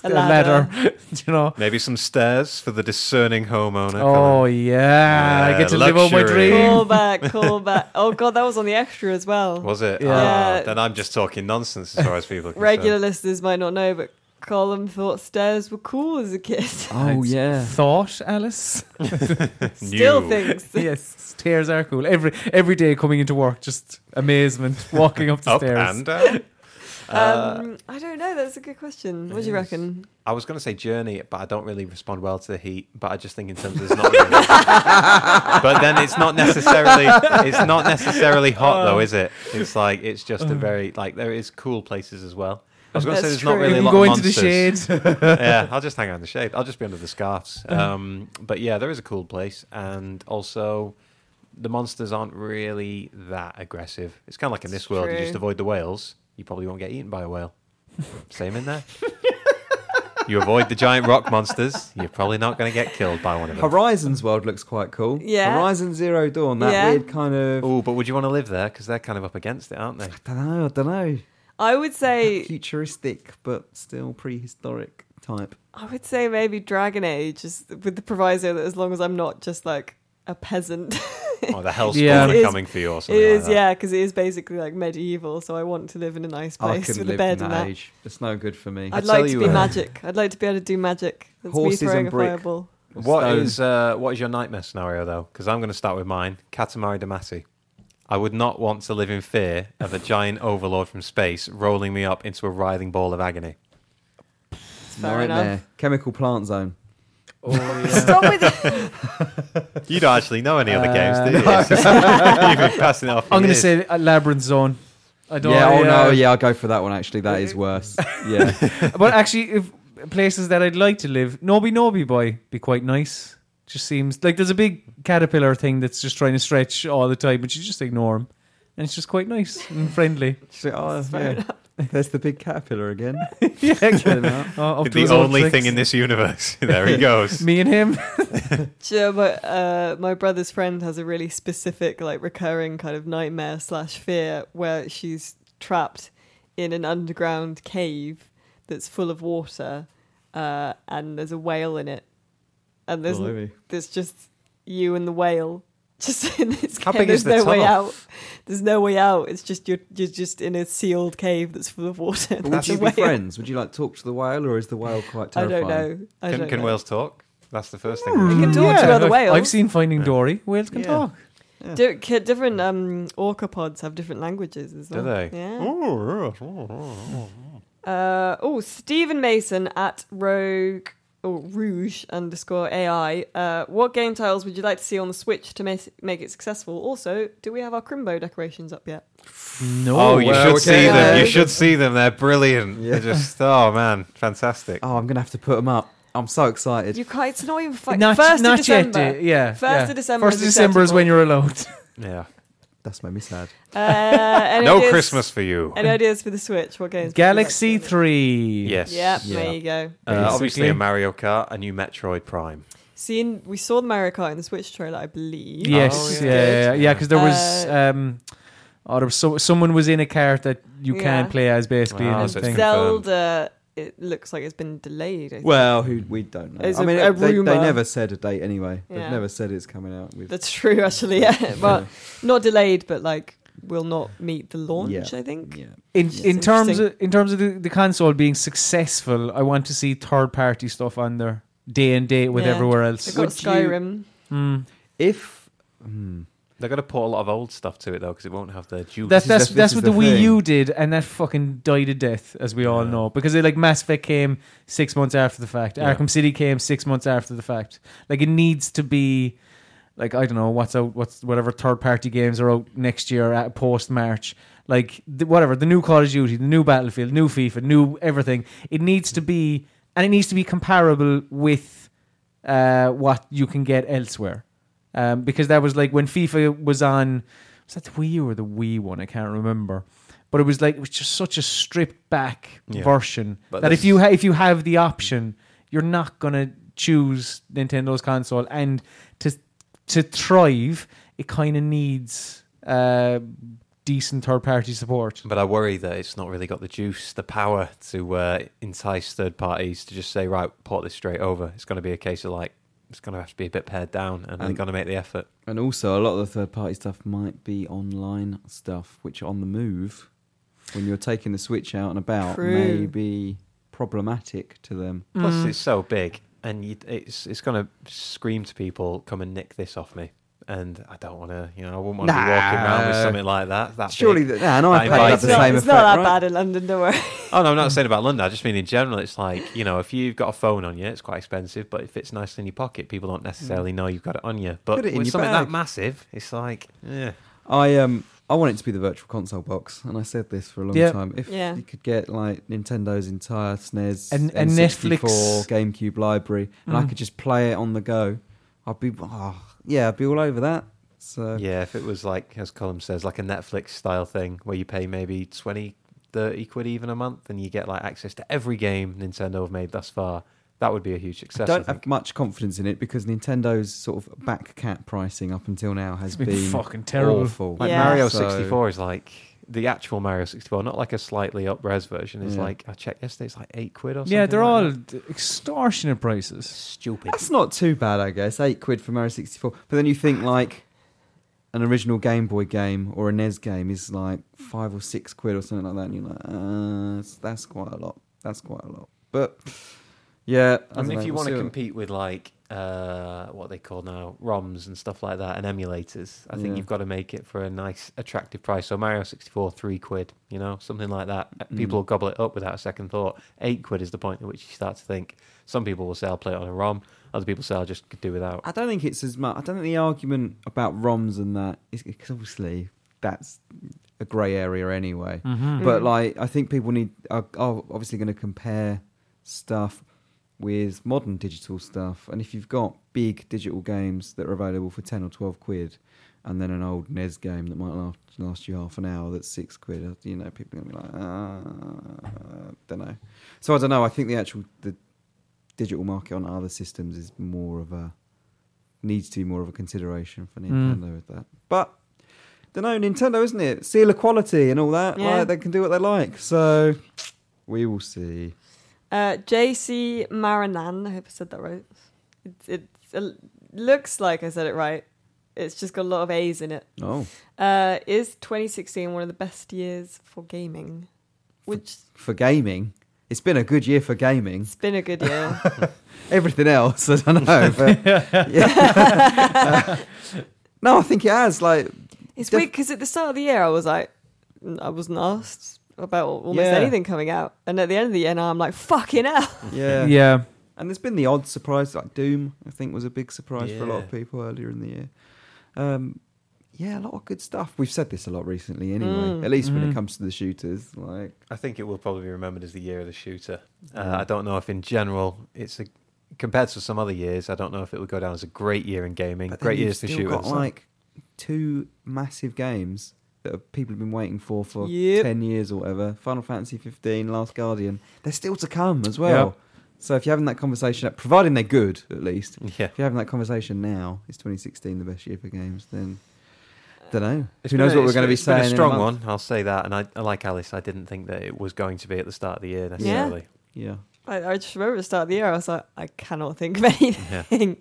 [SPEAKER 1] A
[SPEAKER 3] a ladder,
[SPEAKER 1] ladder.
[SPEAKER 3] you know.
[SPEAKER 4] Maybe some stairs for the discerning homeowner.
[SPEAKER 3] Oh yeah, I
[SPEAKER 4] Yeah,
[SPEAKER 3] get to live out my
[SPEAKER 4] luxury.
[SPEAKER 3] dream.
[SPEAKER 1] Call back, call back. Oh god, that was on the extra as well.
[SPEAKER 4] Was it?
[SPEAKER 3] Yeah.
[SPEAKER 4] Ah,
[SPEAKER 1] Yeah.
[SPEAKER 4] then I'm just talking nonsense as far as people are concerned.
[SPEAKER 1] Regular listeners might not know, but Colin thought stairs were cool as a kid.
[SPEAKER 2] Oh
[SPEAKER 3] It's
[SPEAKER 2] yeah,
[SPEAKER 3] Thought, Alice.
[SPEAKER 1] Still
[SPEAKER 4] New.
[SPEAKER 1] thinks.
[SPEAKER 3] yes, stairs are cool. Every every day coming into work, just amazement, walking up the
[SPEAKER 4] Up
[SPEAKER 3] stairs.
[SPEAKER 4] and down. Uh,
[SPEAKER 1] um, I don't know. That's a good question. What do you reckon?
[SPEAKER 4] I was going to say journey, but I don't really respond well to the heat. But I just think in terms of it's not. Really but then it's not necessarily it's not necessarily
[SPEAKER 3] Oh.
[SPEAKER 4] hot though, is it? It's like it's just a very like there is cool places as well. I was going to say
[SPEAKER 1] That's
[SPEAKER 4] there's not
[SPEAKER 1] true.
[SPEAKER 3] you
[SPEAKER 4] really
[SPEAKER 3] can
[SPEAKER 4] a lot
[SPEAKER 3] go
[SPEAKER 4] of
[SPEAKER 3] into the
[SPEAKER 4] monsters.
[SPEAKER 3] shade.
[SPEAKER 4] yeah, I'll just hang out in the shade. I'll just be under the scarves.
[SPEAKER 1] Uh-huh.
[SPEAKER 4] Um, but yeah, there is a cool place, and also the monsters aren't really that aggressive. It's kind of like in
[SPEAKER 1] It's
[SPEAKER 4] this world, you
[SPEAKER 1] true.
[SPEAKER 4] just avoid the whales. You probably won't get eaten by a whale. Same in there. you avoid the giant rock monsters. You're probably not going to get killed by one of them.
[SPEAKER 2] Horizon's world looks quite cool.
[SPEAKER 1] Yeah.
[SPEAKER 2] Horizon Zero Dawn. That
[SPEAKER 1] Yeah.
[SPEAKER 2] weird kind of.
[SPEAKER 4] Oh, but would you want to live there? Because they're kind of up against it, aren't they?
[SPEAKER 2] I don't know. I don't know.
[SPEAKER 1] I would say,
[SPEAKER 2] Futuristic, but still prehistoric type.
[SPEAKER 1] I would say maybe Dragon Age, just with the proviso that as long as I'm not just like a peasant,
[SPEAKER 4] Or the hellspawn
[SPEAKER 3] Yeah.
[SPEAKER 4] are
[SPEAKER 1] It is-
[SPEAKER 4] coming for you, or
[SPEAKER 1] it
[SPEAKER 4] something.
[SPEAKER 1] is
[SPEAKER 4] like that.
[SPEAKER 1] yeah, because it is basically like medieval. So I want to live in a nice
[SPEAKER 2] I
[SPEAKER 1] place Oh,
[SPEAKER 2] couldn't
[SPEAKER 1] with a
[SPEAKER 2] live
[SPEAKER 1] bed
[SPEAKER 2] in
[SPEAKER 1] and
[SPEAKER 2] that
[SPEAKER 1] that.
[SPEAKER 2] age. It's no good for me.
[SPEAKER 1] I'd
[SPEAKER 4] tell
[SPEAKER 1] like to
[SPEAKER 4] you,
[SPEAKER 1] be
[SPEAKER 4] uh,
[SPEAKER 1] magic. I'd like to be able to do magic. That's me
[SPEAKER 2] Horses and
[SPEAKER 1] throwing a
[SPEAKER 2] brick.
[SPEAKER 1] fireball.
[SPEAKER 4] What
[SPEAKER 2] Stone.
[SPEAKER 4] is, uh, what is your nightmare scenario though? Because I'm going to start with mine. Katamari Damacy. I would not want to live in fear of a giant overlord from space rolling me up into a writhing ball of agony.
[SPEAKER 1] It's
[SPEAKER 2] No,
[SPEAKER 1] fair
[SPEAKER 2] right
[SPEAKER 1] enough.
[SPEAKER 2] there. Chemical plant zone.
[SPEAKER 4] Oh,
[SPEAKER 1] Stop with it.
[SPEAKER 4] You don't actually know any other
[SPEAKER 3] Uh,
[SPEAKER 4] games, do you? It's just- You've been passing it off. for
[SPEAKER 3] I'm going to say
[SPEAKER 4] years.
[SPEAKER 3] a labyrinth zone. I uh, don't.
[SPEAKER 2] yeah. Oh no. Yeah. I'll go for that one. Actually, that is worse. Yeah.
[SPEAKER 3] but actually, if places that I'd like to live, Nobi Nobi Boy, be quite nice. Just seems like there's a big caterpillar thing that's just trying to stretch all the time, but you just ignore him, and it's just quite nice and friendly.
[SPEAKER 2] So, oh,
[SPEAKER 1] Fair
[SPEAKER 2] yeah.
[SPEAKER 1] enough.
[SPEAKER 2] There's the big caterpillar again.
[SPEAKER 3] yeah.
[SPEAKER 2] Chilling out.
[SPEAKER 3] Oh, up to
[SPEAKER 4] the
[SPEAKER 3] his old
[SPEAKER 4] only
[SPEAKER 3] tricks.
[SPEAKER 4] thing in this universe. there he goes.
[SPEAKER 3] Me and him.
[SPEAKER 1] Do you know, my, uh, my brother's friend has a really specific, like, recurring kind of nightmare slash fear where she's trapped in an underground cave that's full of water uh, and there's a whale in it. And there's,
[SPEAKER 2] Blimey.
[SPEAKER 1] there's just you and the whale. Just in this
[SPEAKER 4] How
[SPEAKER 1] cave.
[SPEAKER 4] big
[SPEAKER 1] There's
[SPEAKER 4] is the
[SPEAKER 1] no way
[SPEAKER 4] tunnel?
[SPEAKER 1] out. There's no way out. It's just you're, you're just in a sealed cave that's full of water.
[SPEAKER 2] But would
[SPEAKER 1] That's
[SPEAKER 2] you
[SPEAKER 1] a
[SPEAKER 2] be
[SPEAKER 1] whale.
[SPEAKER 2] friends? Would you like talk to the whale, or is the whale quite
[SPEAKER 1] I
[SPEAKER 2] terrifying?
[SPEAKER 1] don't know. I
[SPEAKER 4] Can,
[SPEAKER 1] don't
[SPEAKER 4] can
[SPEAKER 1] know.
[SPEAKER 4] whales talk? That's the first thing.
[SPEAKER 3] Hmm.
[SPEAKER 1] You can talk to other
[SPEAKER 3] I've-
[SPEAKER 1] whales.
[SPEAKER 3] I've seen Finding Dory. Whales can
[SPEAKER 2] Yeah.
[SPEAKER 3] talk.
[SPEAKER 1] Do, ca- different um, orcapods have different languages as
[SPEAKER 4] Do
[SPEAKER 1] well.
[SPEAKER 4] they?
[SPEAKER 1] Yeah. Uh, oh, Stephen Mason at Rogue or Rouge underscore AI. Uh, what game titles would you like to see on the Switch to make, make it successful? Also, do we have our Crimbo decorations up yet?
[SPEAKER 3] No.
[SPEAKER 4] Oh, you
[SPEAKER 2] well,
[SPEAKER 4] should
[SPEAKER 2] okay.
[SPEAKER 4] see them. You
[SPEAKER 1] Yeah.
[SPEAKER 4] should see them. They're brilliant.
[SPEAKER 2] Yeah.
[SPEAKER 4] They're just oh man, fantastic.
[SPEAKER 2] Oh, I'm gonna have to put them up. I'm so excited.
[SPEAKER 1] You can't. It's not even fi-
[SPEAKER 3] Not,
[SPEAKER 1] first
[SPEAKER 3] not
[SPEAKER 1] of December.
[SPEAKER 3] yet. dear. Yeah.
[SPEAKER 1] First
[SPEAKER 3] yeah.
[SPEAKER 1] of December
[SPEAKER 3] First
[SPEAKER 1] is
[SPEAKER 3] of December is when you're allowed.
[SPEAKER 4] Yeah.
[SPEAKER 2] That's made me sad.
[SPEAKER 1] Uh, any
[SPEAKER 4] no
[SPEAKER 1] ideas-
[SPEAKER 4] Christmas for you.
[SPEAKER 1] Any ideas for the Switch? What games? would you like
[SPEAKER 3] Galaxy
[SPEAKER 1] to see?
[SPEAKER 3] Three.
[SPEAKER 4] Yes.
[SPEAKER 1] Yep,
[SPEAKER 2] Yeah.
[SPEAKER 1] there you go.
[SPEAKER 4] Uh, obviously,
[SPEAKER 3] Basically.
[SPEAKER 4] a Mario Kart, a new Metroid Prime.
[SPEAKER 1] Seeing we saw the Mario Kart in the Switch trailer, I believe.
[SPEAKER 3] Yes,
[SPEAKER 4] Oh,
[SPEAKER 3] yeah,
[SPEAKER 4] yeah.
[SPEAKER 3] yeah,
[SPEAKER 4] Good.
[SPEAKER 3] yeah, because there was,
[SPEAKER 1] Uh,
[SPEAKER 3] um, oh, there was so, someone was in a cart that you
[SPEAKER 1] Yeah.
[SPEAKER 3] can't play as basically.
[SPEAKER 4] Wow,
[SPEAKER 3] in
[SPEAKER 1] And
[SPEAKER 3] this
[SPEAKER 4] so it's
[SPEAKER 3] thing.
[SPEAKER 1] Zelda, it looks like it's been delayed. I think.
[SPEAKER 2] Well, who we don't know.
[SPEAKER 1] It's
[SPEAKER 2] I
[SPEAKER 1] a-
[SPEAKER 2] mean,
[SPEAKER 1] a
[SPEAKER 2] they, they
[SPEAKER 1] rumour.
[SPEAKER 2] never said a date anyway.
[SPEAKER 1] Yeah.
[SPEAKER 2] They've never said it's coming out. With
[SPEAKER 1] that's true, actually. Yeah, but not delayed, but like will not meet the launch.
[SPEAKER 2] Yeah.
[SPEAKER 1] I think.
[SPEAKER 2] yeah.
[SPEAKER 3] in
[SPEAKER 1] It's
[SPEAKER 3] in terms
[SPEAKER 1] interesting.
[SPEAKER 3] of in terms of the, the console being successful, I want to see third party stuff on there day and date with
[SPEAKER 1] Yeah.
[SPEAKER 3] everywhere
[SPEAKER 1] They've
[SPEAKER 3] else.
[SPEAKER 1] got
[SPEAKER 2] Would you-
[SPEAKER 1] Skyrim.
[SPEAKER 3] Mm.
[SPEAKER 2] If hmm,
[SPEAKER 4] They're going to put a lot of old stuff to it though, because it won't have the dual.
[SPEAKER 3] That's
[SPEAKER 2] is
[SPEAKER 3] that's
[SPEAKER 2] the- this
[SPEAKER 3] that's
[SPEAKER 2] is
[SPEAKER 3] what
[SPEAKER 2] the
[SPEAKER 3] the, Wii
[SPEAKER 2] thing.
[SPEAKER 3] U did, and that fucking died a death, as we all
[SPEAKER 4] Yeah.
[SPEAKER 3] know, because it, like Mass Effect came six months after the fact,
[SPEAKER 4] Yeah.
[SPEAKER 3] Arkham City came six months after the fact. Like it needs to be, like I don't know what's out, what's whatever third party games are out next year at post March, like the, whatever the new Call of Duty, the new Battlefield, new FIFA, new everything. It needs to be, and it needs to be comparable with uh, what you can get elsewhere, um, because that was like when FIFA was on. Was that the Wii U or the Wii one? I can't remember. But it was like it was just such a stripped back
[SPEAKER 4] Yeah.
[SPEAKER 3] version
[SPEAKER 4] But
[SPEAKER 3] that
[SPEAKER 4] this-
[SPEAKER 3] if you ha- if you have the option, you're not gonna choose Nintendo's console. And to to thrive, it kind of needs uh, decent third party support.
[SPEAKER 4] But I worry that it's not really got the juice, the power to uh, entice third parties to just say, right, port this straight over. It's going to be a case of like, it's going to have to be a bit pared down, and they're
[SPEAKER 2] And-
[SPEAKER 4] going to make the effort.
[SPEAKER 2] and also a lot of the third party stuff might be online stuff, which on the move, when you're taking the switch out and about,
[SPEAKER 1] True.
[SPEAKER 2] may be problematic to them.
[SPEAKER 4] Plus, it's so big, and you, it's it's going to scream to people, "Come and nick this off me." And I don't want to, you know, I wouldn't want to be walking around with
[SPEAKER 2] Nah.
[SPEAKER 4] something like that. that
[SPEAKER 2] Surely,
[SPEAKER 4] big.
[SPEAKER 2] that, nah, an iPad
[SPEAKER 4] That
[SPEAKER 2] would
[SPEAKER 4] invites
[SPEAKER 2] have
[SPEAKER 1] it's
[SPEAKER 2] the
[SPEAKER 1] not,
[SPEAKER 2] same
[SPEAKER 1] it's
[SPEAKER 2] effect.
[SPEAKER 1] not that
[SPEAKER 2] right?
[SPEAKER 1] bad in London, don't worry.
[SPEAKER 4] Oh no, I'm not saying about London. I just mean in general. It's like you know, if you've got a phone on you, it's quite expensive, but it fits nicely in your pocket. People don't necessarily know you've got it on you. But
[SPEAKER 2] Put it in
[SPEAKER 4] with
[SPEAKER 2] your
[SPEAKER 4] something
[SPEAKER 2] bag.
[SPEAKER 4] that massive, it's like, yeah,
[SPEAKER 2] I um I want it to be the virtual console box, and I said this for a long
[SPEAKER 3] Yep.
[SPEAKER 2] time. If
[SPEAKER 1] Yeah.
[SPEAKER 2] you could get like Nintendo's entire E SNES
[SPEAKER 3] And- and
[SPEAKER 2] N64,
[SPEAKER 3] Netflix.
[SPEAKER 2] GameCube library, and I
[SPEAKER 3] Mm.
[SPEAKER 2] could just play it on the go, I'd be ah, yeah, I'd be all over that. So
[SPEAKER 4] yeah. If it was like, as Colin says, like a Netflix style thing where you pay maybe 20, 30 quid even a month, and you get like access to every game Nintendo have made thus far, that would be a huge
[SPEAKER 2] I
[SPEAKER 4] success. I
[SPEAKER 2] don't
[SPEAKER 4] think.
[SPEAKER 2] have much confidence in it because Nintendo's sort of back cat pricing up until now has
[SPEAKER 3] It's been, fucking terrible.
[SPEAKER 2] awful.
[SPEAKER 4] Like
[SPEAKER 1] Yeah.
[SPEAKER 4] Mario
[SPEAKER 2] So-
[SPEAKER 4] 64 is like the actual Mario 64, not like a slightly up res version. It's
[SPEAKER 2] Yeah.
[SPEAKER 4] like I checked yesterday, it's like eight quid or something.
[SPEAKER 3] Yeah, they're all
[SPEAKER 4] like that.
[SPEAKER 3] d- extortionate prices.
[SPEAKER 4] stupid.
[SPEAKER 2] That's not too bad, I guess. Eight quid for Mario 64. But then you think like an original Game Boy game or a NES game is like five or six quid or something like that. And you're like, uh, s- that's quite a lot. That's quite a lot. But yeah. I
[SPEAKER 4] And
[SPEAKER 2] don't
[SPEAKER 4] if
[SPEAKER 2] know,
[SPEAKER 4] you
[SPEAKER 2] we'll
[SPEAKER 4] want
[SPEAKER 2] see
[SPEAKER 4] to
[SPEAKER 2] what-
[SPEAKER 4] compete with like uh, what are they call now ROMs and stuff like that and emulators, I think
[SPEAKER 2] Yeah.
[SPEAKER 4] you've got to make it for a nice, attractive price. So Mario 64, three quid, you know, something like that. Uh, People
[SPEAKER 2] Mm.
[SPEAKER 4] will gobble it up without a second thought. Eight quid is the point at which you start to think. Some people will say I'll play it on a ROM. Other people say I'll just do without.
[SPEAKER 2] I don't think it's as much. I don't think the argument about ROMs and that is because obviously that's a grey area anyway.
[SPEAKER 3] Mm-hmm.
[SPEAKER 2] But
[SPEAKER 1] Mm.
[SPEAKER 2] like, I think people need are, are obviously going to compare stuff with modern digital stuff, and if you've got big digital games that are available for ten or twelve quid, and then an old NES game that might last, last you half an hour that's six quid. You know, people are going to be like, ah, don't know. So I don't know. I think the actual the digital market on other systems is more of a needs to be more of a consideration for Nintendo with that. But don't know Nintendo, isn't it? Seal of quality and all that.
[SPEAKER 1] Yeah.
[SPEAKER 2] Like they can do what they like. So we will see.
[SPEAKER 1] Uh, J.C. Marinan, I hope I said that right. It, it's- it looks like I said it right. It's just got a lot of A's in it.
[SPEAKER 2] Oh,
[SPEAKER 1] Uh, is 2016 one of the best years for gaming? Which
[SPEAKER 2] for gaming, it's been a good year for gaming.
[SPEAKER 1] it's been a good year.
[SPEAKER 2] Everything else, I don't know. But yeah. no, I think it has. Like
[SPEAKER 1] it's
[SPEAKER 2] Def-
[SPEAKER 1] weird because at the start of the year I was like, I wasn't asked about almost
[SPEAKER 2] Yeah.
[SPEAKER 1] anything coming out, and at the end of the year now I'm like, fucking hell.
[SPEAKER 2] yeah,
[SPEAKER 3] yeah.
[SPEAKER 2] And there's been the odd surprise, like Doom, I think was a big surprise for a lot of
[SPEAKER 4] Yeah.
[SPEAKER 2] people earlier in the year. Um, yeah, a lot of good stuff. We've said this a lot recently, anyway.
[SPEAKER 1] Mm.
[SPEAKER 2] At least
[SPEAKER 4] Mm-hmm.
[SPEAKER 2] when
[SPEAKER 3] Mhm.
[SPEAKER 2] it comes to the shooters, like
[SPEAKER 4] I think it will probably be remembered as the year of the shooter. Uh, I don't know if, in general, it's a compared to some other years. I don't know if it would go down as a great year in gaming.
[SPEAKER 2] But then
[SPEAKER 4] great
[SPEAKER 2] you've
[SPEAKER 4] years for
[SPEAKER 2] still
[SPEAKER 4] shooters.
[SPEAKER 2] Got like two massive games that have- people have been waiting for for
[SPEAKER 1] Yep.
[SPEAKER 2] ten years or whatever. Final Fantasy 15, Last Guardian. They're still to come as well. So if you're having that conversation, providing they're good at least,
[SPEAKER 4] yeah,
[SPEAKER 2] if you're having that conversation now, is 2016 the best year for games? Then don't know.
[SPEAKER 4] It's
[SPEAKER 2] Who
[SPEAKER 4] been
[SPEAKER 2] knows
[SPEAKER 4] a-
[SPEAKER 2] what we're
[SPEAKER 4] it's-
[SPEAKER 2] going to be
[SPEAKER 4] it's
[SPEAKER 2] saying?
[SPEAKER 4] Been
[SPEAKER 2] in
[SPEAKER 4] a strong
[SPEAKER 2] month.
[SPEAKER 4] one, I'll say that. And I, I, like Alice, I didn't think that it was going to be at the start of the year necessarily.
[SPEAKER 2] Yeah.
[SPEAKER 1] I, I just remember at the start of the year I was like, I cannot think of anything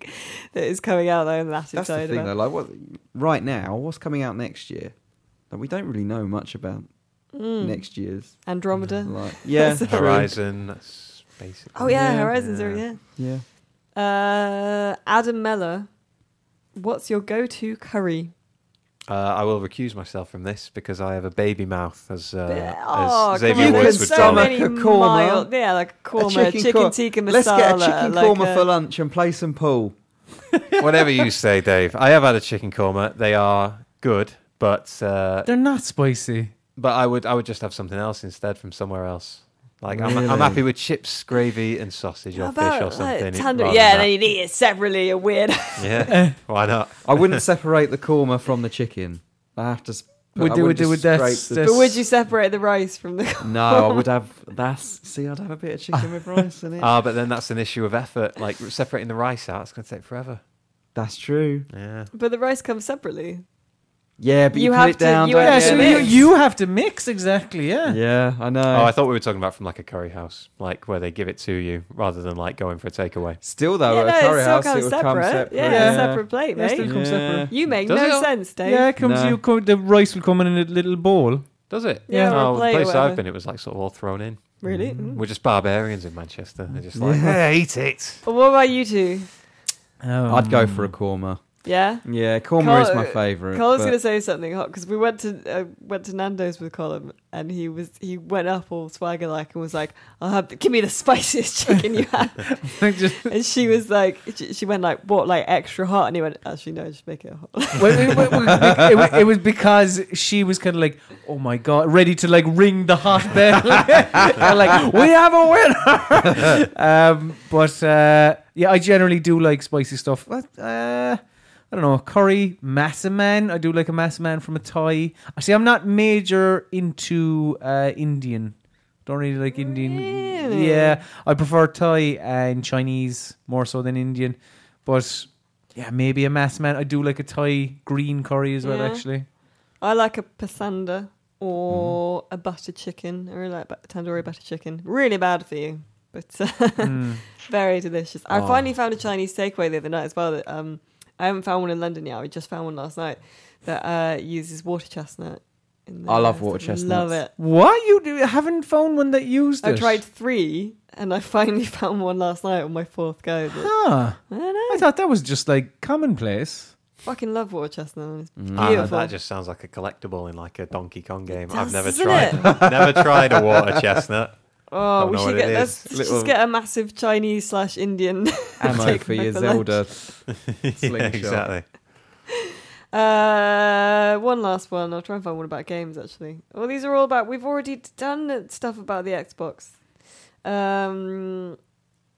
[SPEAKER 1] that is coming out that I'm that
[SPEAKER 2] That's the
[SPEAKER 1] excited
[SPEAKER 2] thing,
[SPEAKER 1] about.
[SPEAKER 2] though. Like, what right now? What's coming out next year? Like, we don't really know much about next year's.
[SPEAKER 1] Mm. Andromeda.
[SPEAKER 2] Like, Hmm. yeah,
[SPEAKER 1] That's
[SPEAKER 2] true.
[SPEAKER 4] Horizon. That's basically.
[SPEAKER 1] Oh yeah,
[SPEAKER 2] Yeah.
[SPEAKER 1] Horizon Zero.
[SPEAKER 4] Yeah.
[SPEAKER 1] Yeah.
[SPEAKER 2] Yeah.
[SPEAKER 1] Uh, Adam Meller, what's your go-to curry?
[SPEAKER 4] Uh, I will recuse myself from this because I have a baby mouth, as, uh,
[SPEAKER 1] oh, come
[SPEAKER 4] as Xavier
[SPEAKER 1] on,
[SPEAKER 2] You
[SPEAKER 1] there's
[SPEAKER 4] Woods
[SPEAKER 2] can
[SPEAKER 4] would
[SPEAKER 1] so
[SPEAKER 4] tell me.
[SPEAKER 2] stomach
[SPEAKER 1] many
[SPEAKER 2] a korma.
[SPEAKER 1] mild- yeah, like a korma, chicken,
[SPEAKER 2] kor-
[SPEAKER 1] tikka masala.
[SPEAKER 2] Let's get a chicken
[SPEAKER 1] like uh,
[SPEAKER 2] korma
[SPEAKER 1] a-
[SPEAKER 2] for lunch and play some pool.
[SPEAKER 4] Whatever you say, Dave. I have had a chicken korma. They are good, but uh,
[SPEAKER 3] They're not spicy.
[SPEAKER 4] but I would I would just have something else instead from somewhere else. Like I'm,
[SPEAKER 2] Really?
[SPEAKER 4] I'm happy with chips, gravy, and sausage or
[SPEAKER 1] How
[SPEAKER 4] fish or
[SPEAKER 1] about, like,
[SPEAKER 4] something.
[SPEAKER 1] tandoori-
[SPEAKER 4] rather
[SPEAKER 1] yeah,
[SPEAKER 4] than
[SPEAKER 1] then you eat it separately. You're weird.
[SPEAKER 4] that. yeah. Why not?
[SPEAKER 2] I wouldn't separate the korma from the chicken. I have to. sp-
[SPEAKER 3] Would
[SPEAKER 2] I
[SPEAKER 3] do-
[SPEAKER 2] would
[SPEAKER 3] would do
[SPEAKER 2] just
[SPEAKER 3] with that-
[SPEAKER 2] scrape the-
[SPEAKER 3] that-
[SPEAKER 1] but would you separate the rice from the?
[SPEAKER 2] No, I would have. That's see, I'd have a bit of chicken with rice in it.
[SPEAKER 4] Ah, but then that's an issue of effort. Like separating the rice out, it's going to take forever.
[SPEAKER 2] that's true.
[SPEAKER 4] Yeah.
[SPEAKER 1] But the rice comes separately.
[SPEAKER 2] Yeah, but you,
[SPEAKER 1] You
[SPEAKER 2] put
[SPEAKER 1] have
[SPEAKER 2] it
[SPEAKER 1] to-
[SPEAKER 2] down.
[SPEAKER 1] you
[SPEAKER 2] don't
[SPEAKER 1] have
[SPEAKER 3] Yeah,
[SPEAKER 1] to
[SPEAKER 3] so
[SPEAKER 2] you?
[SPEAKER 1] mix.
[SPEAKER 3] you, you have to mix exactly, yeah.
[SPEAKER 2] Yeah, I know.
[SPEAKER 4] Oh, I thought we were talking about from like a curry house, like where they give it to you rather than like going for a takeaway.
[SPEAKER 2] Still though,
[SPEAKER 1] yeah,
[SPEAKER 2] at
[SPEAKER 1] no,
[SPEAKER 2] a uh, curry
[SPEAKER 1] it still
[SPEAKER 2] house,
[SPEAKER 1] comes
[SPEAKER 2] it would
[SPEAKER 1] separate.
[SPEAKER 2] come separate.
[SPEAKER 1] Yeah,
[SPEAKER 3] Yeah.
[SPEAKER 1] separate plate,
[SPEAKER 3] Yeah,
[SPEAKER 1] mate.
[SPEAKER 3] still comes separate.
[SPEAKER 1] You make
[SPEAKER 4] Does
[SPEAKER 1] no
[SPEAKER 4] it?
[SPEAKER 1] sense, Dave.
[SPEAKER 3] Yeah, it comes
[SPEAKER 2] No.
[SPEAKER 3] you come, the rice will come in a little bowl.
[SPEAKER 4] Does it?
[SPEAKER 1] Yeah, or a
[SPEAKER 4] Oh, the
[SPEAKER 1] plate or
[SPEAKER 4] place
[SPEAKER 1] whatever.
[SPEAKER 4] I've been, it was like sort of all thrown in.
[SPEAKER 1] Really? Mm.
[SPEAKER 4] We're just barbarians in Manchester. They're just like, "Yeah,
[SPEAKER 3] oh.
[SPEAKER 4] eat it.
[SPEAKER 1] Well, what about you two?
[SPEAKER 2] I'd go for a korma.
[SPEAKER 1] Yeah.
[SPEAKER 2] Yeah, korma
[SPEAKER 1] Col-
[SPEAKER 2] is my favourite.
[SPEAKER 1] Colin's
[SPEAKER 2] but-
[SPEAKER 1] going to say something hot because we went to uh, went to Nando's with Colin and he was he went up all swagger like and was like, "I'll have the, give me the spiciest chicken you have,"
[SPEAKER 3] Just-
[SPEAKER 1] and she was like, she, she went like, "What like extra hot?" And he went, "Actually, no, just make it hot."
[SPEAKER 3] Well, it, it- it- it was- it was because she was kind of like, oh my god, ready to like ring the hot bell. and like, we have a winner. um, but uh, yeah, I generally do like spicy stuff. But, uh, I don't know, curry, massaman. I do like a massaman from a Thai. See, I'm not major into uh, Indian. Don't really like Indian.
[SPEAKER 1] Really?
[SPEAKER 3] Yeah, I prefer Thai and Chinese more so than Indian. But yeah, maybe a mass man. I do like a Thai green curry as well,
[SPEAKER 1] Yeah.
[SPEAKER 3] actually.
[SPEAKER 1] I like a pasanda or
[SPEAKER 2] Mm-hmm.
[SPEAKER 1] a butter chicken. I really like but- tandoori butter chicken. Really bad for you, but uh,
[SPEAKER 3] Hmm.
[SPEAKER 1] very delicious. I
[SPEAKER 2] Mm. Oh.
[SPEAKER 1] finally found a Chinese takeaway the other night as well. That um, I haven't found one in London yet. I just found one last night that uh, uses water chestnut. In
[SPEAKER 2] I love
[SPEAKER 1] theirs.
[SPEAKER 2] water
[SPEAKER 1] Love
[SPEAKER 2] chestnuts.
[SPEAKER 1] it.
[SPEAKER 3] What you do, haven't found one that used
[SPEAKER 1] I
[SPEAKER 3] it?
[SPEAKER 1] tried three, and I finally found one last night on my fourth go. but
[SPEAKER 3] Huh.
[SPEAKER 1] I don't know.
[SPEAKER 3] I thought that was just like commonplace.
[SPEAKER 1] Fucking love water chestnut. It's
[SPEAKER 2] Mm.
[SPEAKER 4] Ah,
[SPEAKER 1] beautiful.
[SPEAKER 4] that just sounds like a collectible in like a Donkey Kong game.
[SPEAKER 1] does,
[SPEAKER 4] I've never
[SPEAKER 1] doesn't
[SPEAKER 4] tried, never tried a water chestnut.
[SPEAKER 1] oh,
[SPEAKER 4] don't
[SPEAKER 1] we
[SPEAKER 4] know
[SPEAKER 1] should
[SPEAKER 4] what it
[SPEAKER 1] get
[SPEAKER 4] is.
[SPEAKER 1] let's
[SPEAKER 2] Little-
[SPEAKER 1] just get a massive Chinese slash Indian
[SPEAKER 2] ammo
[SPEAKER 1] Take
[SPEAKER 2] for
[SPEAKER 1] my
[SPEAKER 2] your
[SPEAKER 1] for lunch.
[SPEAKER 2] Zelda.
[SPEAKER 4] yeah,
[SPEAKER 2] Slingshot.
[SPEAKER 4] exactly.
[SPEAKER 1] Uh, one last one. I'll try and find one about games actually. Well, these are all about. We've already d- done stuff about the Xbox. Um.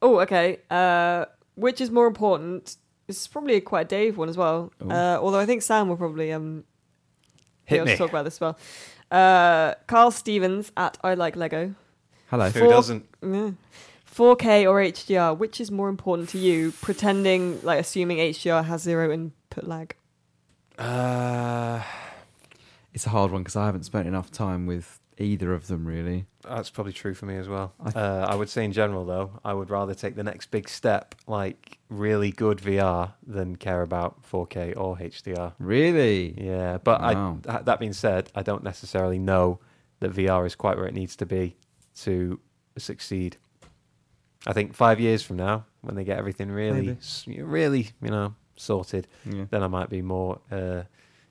[SPEAKER 1] Oh, okay. Uh, which is more important, This is probably a quite a Dave one as well. Uh, although I think Sam will probably um, be
[SPEAKER 4] Hit
[SPEAKER 1] able
[SPEAKER 4] me.
[SPEAKER 1] to talk about this as well. Uh, Carl Stevens at I Like Lego.
[SPEAKER 2] Hello.
[SPEAKER 4] Who
[SPEAKER 1] Four-
[SPEAKER 4] doesn't?
[SPEAKER 1] Yeah. 4K or HDR, which is more important to you? Pretending, like, assuming HDR has zero input lag.
[SPEAKER 4] Uh,
[SPEAKER 2] It's a hard one because I haven't spent enough time with either of them really.
[SPEAKER 4] that's probably true for me as well.
[SPEAKER 2] I-
[SPEAKER 4] uh, I would say in general, though, I would rather take the next big step, like really good VR, than care about 4K or HDR.
[SPEAKER 2] Really?
[SPEAKER 4] Yeah, but
[SPEAKER 2] Wow.
[SPEAKER 4] I, th- that being said, I don't necessarily know that VR is quite where it needs to be to succeed. I think five years from now, when they get everything really,
[SPEAKER 2] Maybe.
[SPEAKER 4] s- really, you know, sorted,
[SPEAKER 2] Yeah.
[SPEAKER 4] then I might be more uh,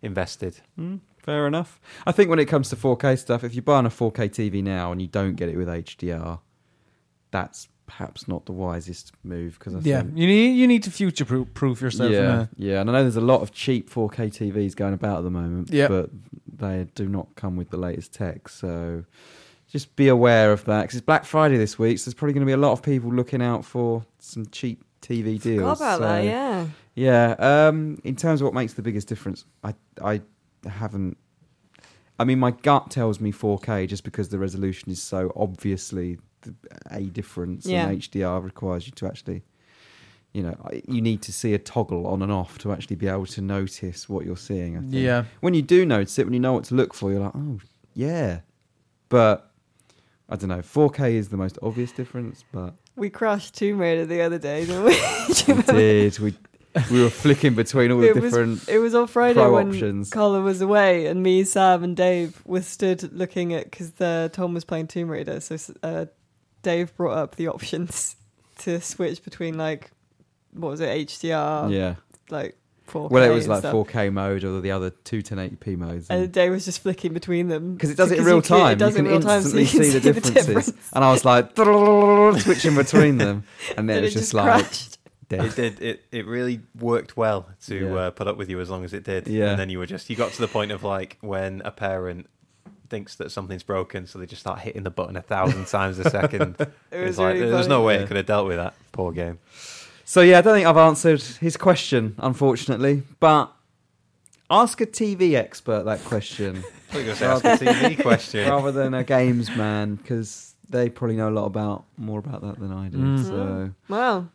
[SPEAKER 4] invested.
[SPEAKER 2] Mm, fair enough. I think when it comes to 4K stuff, if you're buying a 4K TV now and you don't get it with HDR, that's perhaps not the wisest move because I
[SPEAKER 3] yeah,
[SPEAKER 2] think
[SPEAKER 3] you need you need to future proof, proof yourself.
[SPEAKER 2] yeah,
[SPEAKER 3] Yeah.
[SPEAKER 2] yeah, and I know there's a lot of cheap 4K TVs going about at the moment,
[SPEAKER 3] Yep.
[SPEAKER 2] but they do not come with the latest tech, so just be aware of that because it's Black Friday this week, so there's probably going to be a lot of people looking out for some cheap TV deals.
[SPEAKER 1] Forgot about that,
[SPEAKER 2] so-
[SPEAKER 1] yeah.
[SPEAKER 2] yeah. Um, in terms of what makes the biggest difference, I I haven't. I mean, my gut tells me 4K just because the resolution is so obviously th- a difference,
[SPEAKER 1] Yeah.
[SPEAKER 2] and HDR requires you to actually, you know, I- you need to see a toggle on and off to actually be able to notice what you're seeing. I think.
[SPEAKER 3] yeah,
[SPEAKER 2] When you do notice it, when you know what to look for, you're like, oh yeah. But I don't know. 4K is the most obvious difference, but
[SPEAKER 1] We crashed Tomb Raider the other day, didn't we? Do you
[SPEAKER 2] we
[SPEAKER 1] remember?
[SPEAKER 2] did. We we were flicking between all the
[SPEAKER 1] It was-
[SPEAKER 2] different.
[SPEAKER 1] It was on Friday
[SPEAKER 2] Pro
[SPEAKER 1] when
[SPEAKER 2] options.
[SPEAKER 1] Colin was away, and me, Sam, and Dave were stood looking at because uh, Tom was playing Tomb Raider. So uh, Dave brought up the options to switch between like what was it HDR,
[SPEAKER 2] yeah.
[SPEAKER 1] like four.
[SPEAKER 2] Well, it was like
[SPEAKER 1] stuff.
[SPEAKER 2] 4K mode or the other two 1080p modes.
[SPEAKER 1] And Dave was just flicking between them
[SPEAKER 2] Because it does it in
[SPEAKER 1] you
[SPEAKER 2] real
[SPEAKER 1] can-
[SPEAKER 2] time.
[SPEAKER 1] It does
[SPEAKER 2] you can
[SPEAKER 1] it in real time, so
[SPEAKER 2] instantly
[SPEAKER 1] you can
[SPEAKER 2] see, the differences.
[SPEAKER 1] difference.
[SPEAKER 2] And I was like, switching between them. And then
[SPEAKER 1] And
[SPEAKER 2] it was
[SPEAKER 1] it
[SPEAKER 2] just,
[SPEAKER 1] just
[SPEAKER 2] like,
[SPEAKER 1] crashed.
[SPEAKER 4] It
[SPEAKER 2] dead.
[SPEAKER 4] did. It it really worked well to
[SPEAKER 2] Yeah.
[SPEAKER 4] uh, put up with you as long as it did.
[SPEAKER 2] Yeah.
[SPEAKER 4] And then you were just you got to the point of like when a parent thinks that something's broken, so they just start hitting the button a thousand times a second.
[SPEAKER 1] It was
[SPEAKER 4] it's like
[SPEAKER 1] really
[SPEAKER 4] there's
[SPEAKER 1] funny.
[SPEAKER 4] no way
[SPEAKER 2] Yeah.
[SPEAKER 4] it could have dealt with that poor game.
[SPEAKER 2] So, yeah, I don't think I've answered his question, unfortunately. But ask a TV expert that question
[SPEAKER 4] I was going to ask a TV question.
[SPEAKER 2] rather than a games man because they probably know a lot about more about that than I do.
[SPEAKER 3] Mm.
[SPEAKER 2] So,
[SPEAKER 1] Well,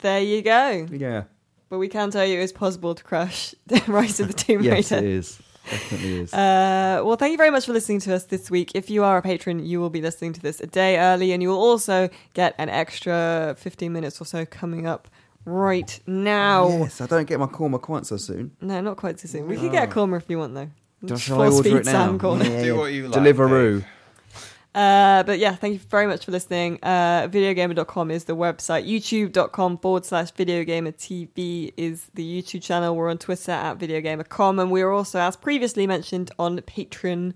[SPEAKER 1] there you go.
[SPEAKER 2] yeah.
[SPEAKER 1] But we can tell you it's possible to crash the Rise of the Tomb Raider.
[SPEAKER 2] Yes, it is. Definitely is.
[SPEAKER 1] Uh, well, thank you very much for listening to us this week. If you are a patron, you will be listening to this a day early, and you will also get an extra 15 minutes or so coming up right now.
[SPEAKER 2] Yes, I don't get my korma quite so soon.
[SPEAKER 1] No, not quite so soon. We could get a Cormer if you want, though.
[SPEAKER 2] Shall I order
[SPEAKER 1] Four-speed
[SPEAKER 2] it now?
[SPEAKER 1] Sam Corner.
[SPEAKER 4] Do what you like,
[SPEAKER 2] Deliveroo.
[SPEAKER 1] Uh, but yeah, thank you very much for listening. Uh, videogamer.com is the website. YouTube.com forward slash videogamer TV is the YouTube channel. We're on Twitter at videogamer.com. And we're also, as previously mentioned, on Patreon,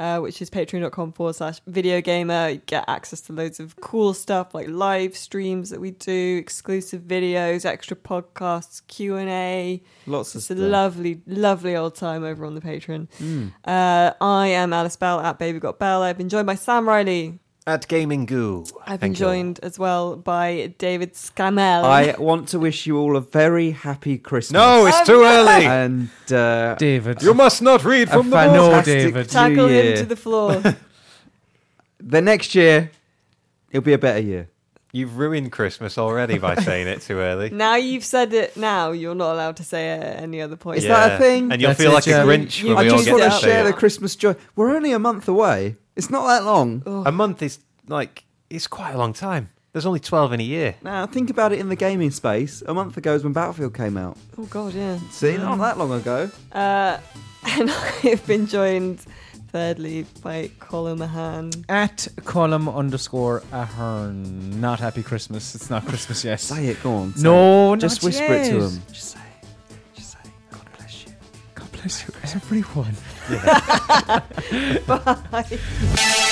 [SPEAKER 1] uh, which is patreon.com forward slash videogamer. You get access to loads of cool stuff like live streams that we do, exclusive videos, extra podcasts, Q&A.
[SPEAKER 2] Lots of
[SPEAKER 1] It's a
[SPEAKER 2] stuff.
[SPEAKER 1] lovely, lovely old time over on the Patreon.
[SPEAKER 2] Mm.
[SPEAKER 1] Uh, I am Alice Bell at Baby Got Bell. I've been joined by Sam Riley.
[SPEAKER 4] At Gaming Goo.
[SPEAKER 1] I've been
[SPEAKER 4] Thank you.
[SPEAKER 1] joined as well by David Scamel.
[SPEAKER 2] I want to wish you all a very happy Christmas.
[SPEAKER 4] No, it's
[SPEAKER 1] Um,
[SPEAKER 4] too early.
[SPEAKER 2] and uh,
[SPEAKER 3] David.
[SPEAKER 4] You must not read
[SPEAKER 2] a
[SPEAKER 4] from the
[SPEAKER 3] fan-
[SPEAKER 4] book.
[SPEAKER 3] No,
[SPEAKER 2] fantastic
[SPEAKER 3] David.
[SPEAKER 1] Tackle
[SPEAKER 2] new year.
[SPEAKER 1] him to the floor.
[SPEAKER 2] the next year, it'll be a better year.
[SPEAKER 4] You've ruined Christmas already by saying it too early.
[SPEAKER 1] now you've said it. Now you're not allowed to say it at any other point.
[SPEAKER 2] Is Yeah. that a thing?
[SPEAKER 4] And you'll
[SPEAKER 3] That's
[SPEAKER 4] feel
[SPEAKER 3] it,
[SPEAKER 4] like
[SPEAKER 3] yeah.
[SPEAKER 4] a Grinch
[SPEAKER 1] You-
[SPEAKER 4] when
[SPEAKER 1] I
[SPEAKER 4] we
[SPEAKER 2] I
[SPEAKER 4] all
[SPEAKER 2] just
[SPEAKER 4] get
[SPEAKER 1] wanna
[SPEAKER 4] to
[SPEAKER 2] want
[SPEAKER 4] say
[SPEAKER 2] to
[SPEAKER 1] that.
[SPEAKER 2] share
[SPEAKER 4] it.
[SPEAKER 2] the Christmas joy. We're only a month away. It's not that long.
[SPEAKER 1] Oh.
[SPEAKER 4] A month is like it's quite a long time. There's only twelve in a year.
[SPEAKER 2] Now think about it in the gaming space. A month ago is when Battlefield came out.
[SPEAKER 1] Oh god, yeah.
[SPEAKER 2] See, not that long ago.
[SPEAKER 1] Uh, and I've been joined, thirdly, by Colin Mahan.
[SPEAKER 3] At column underscore ahern. Not happy Christmas. It's not Christmas yet.
[SPEAKER 2] Say it, go on. say it.
[SPEAKER 3] No,
[SPEAKER 2] just
[SPEAKER 3] not
[SPEAKER 2] whisper it to
[SPEAKER 3] yet.
[SPEAKER 2] them. Just say, it. just say, it. God bless you.
[SPEAKER 3] God bless you, everyone.
[SPEAKER 1] Bye.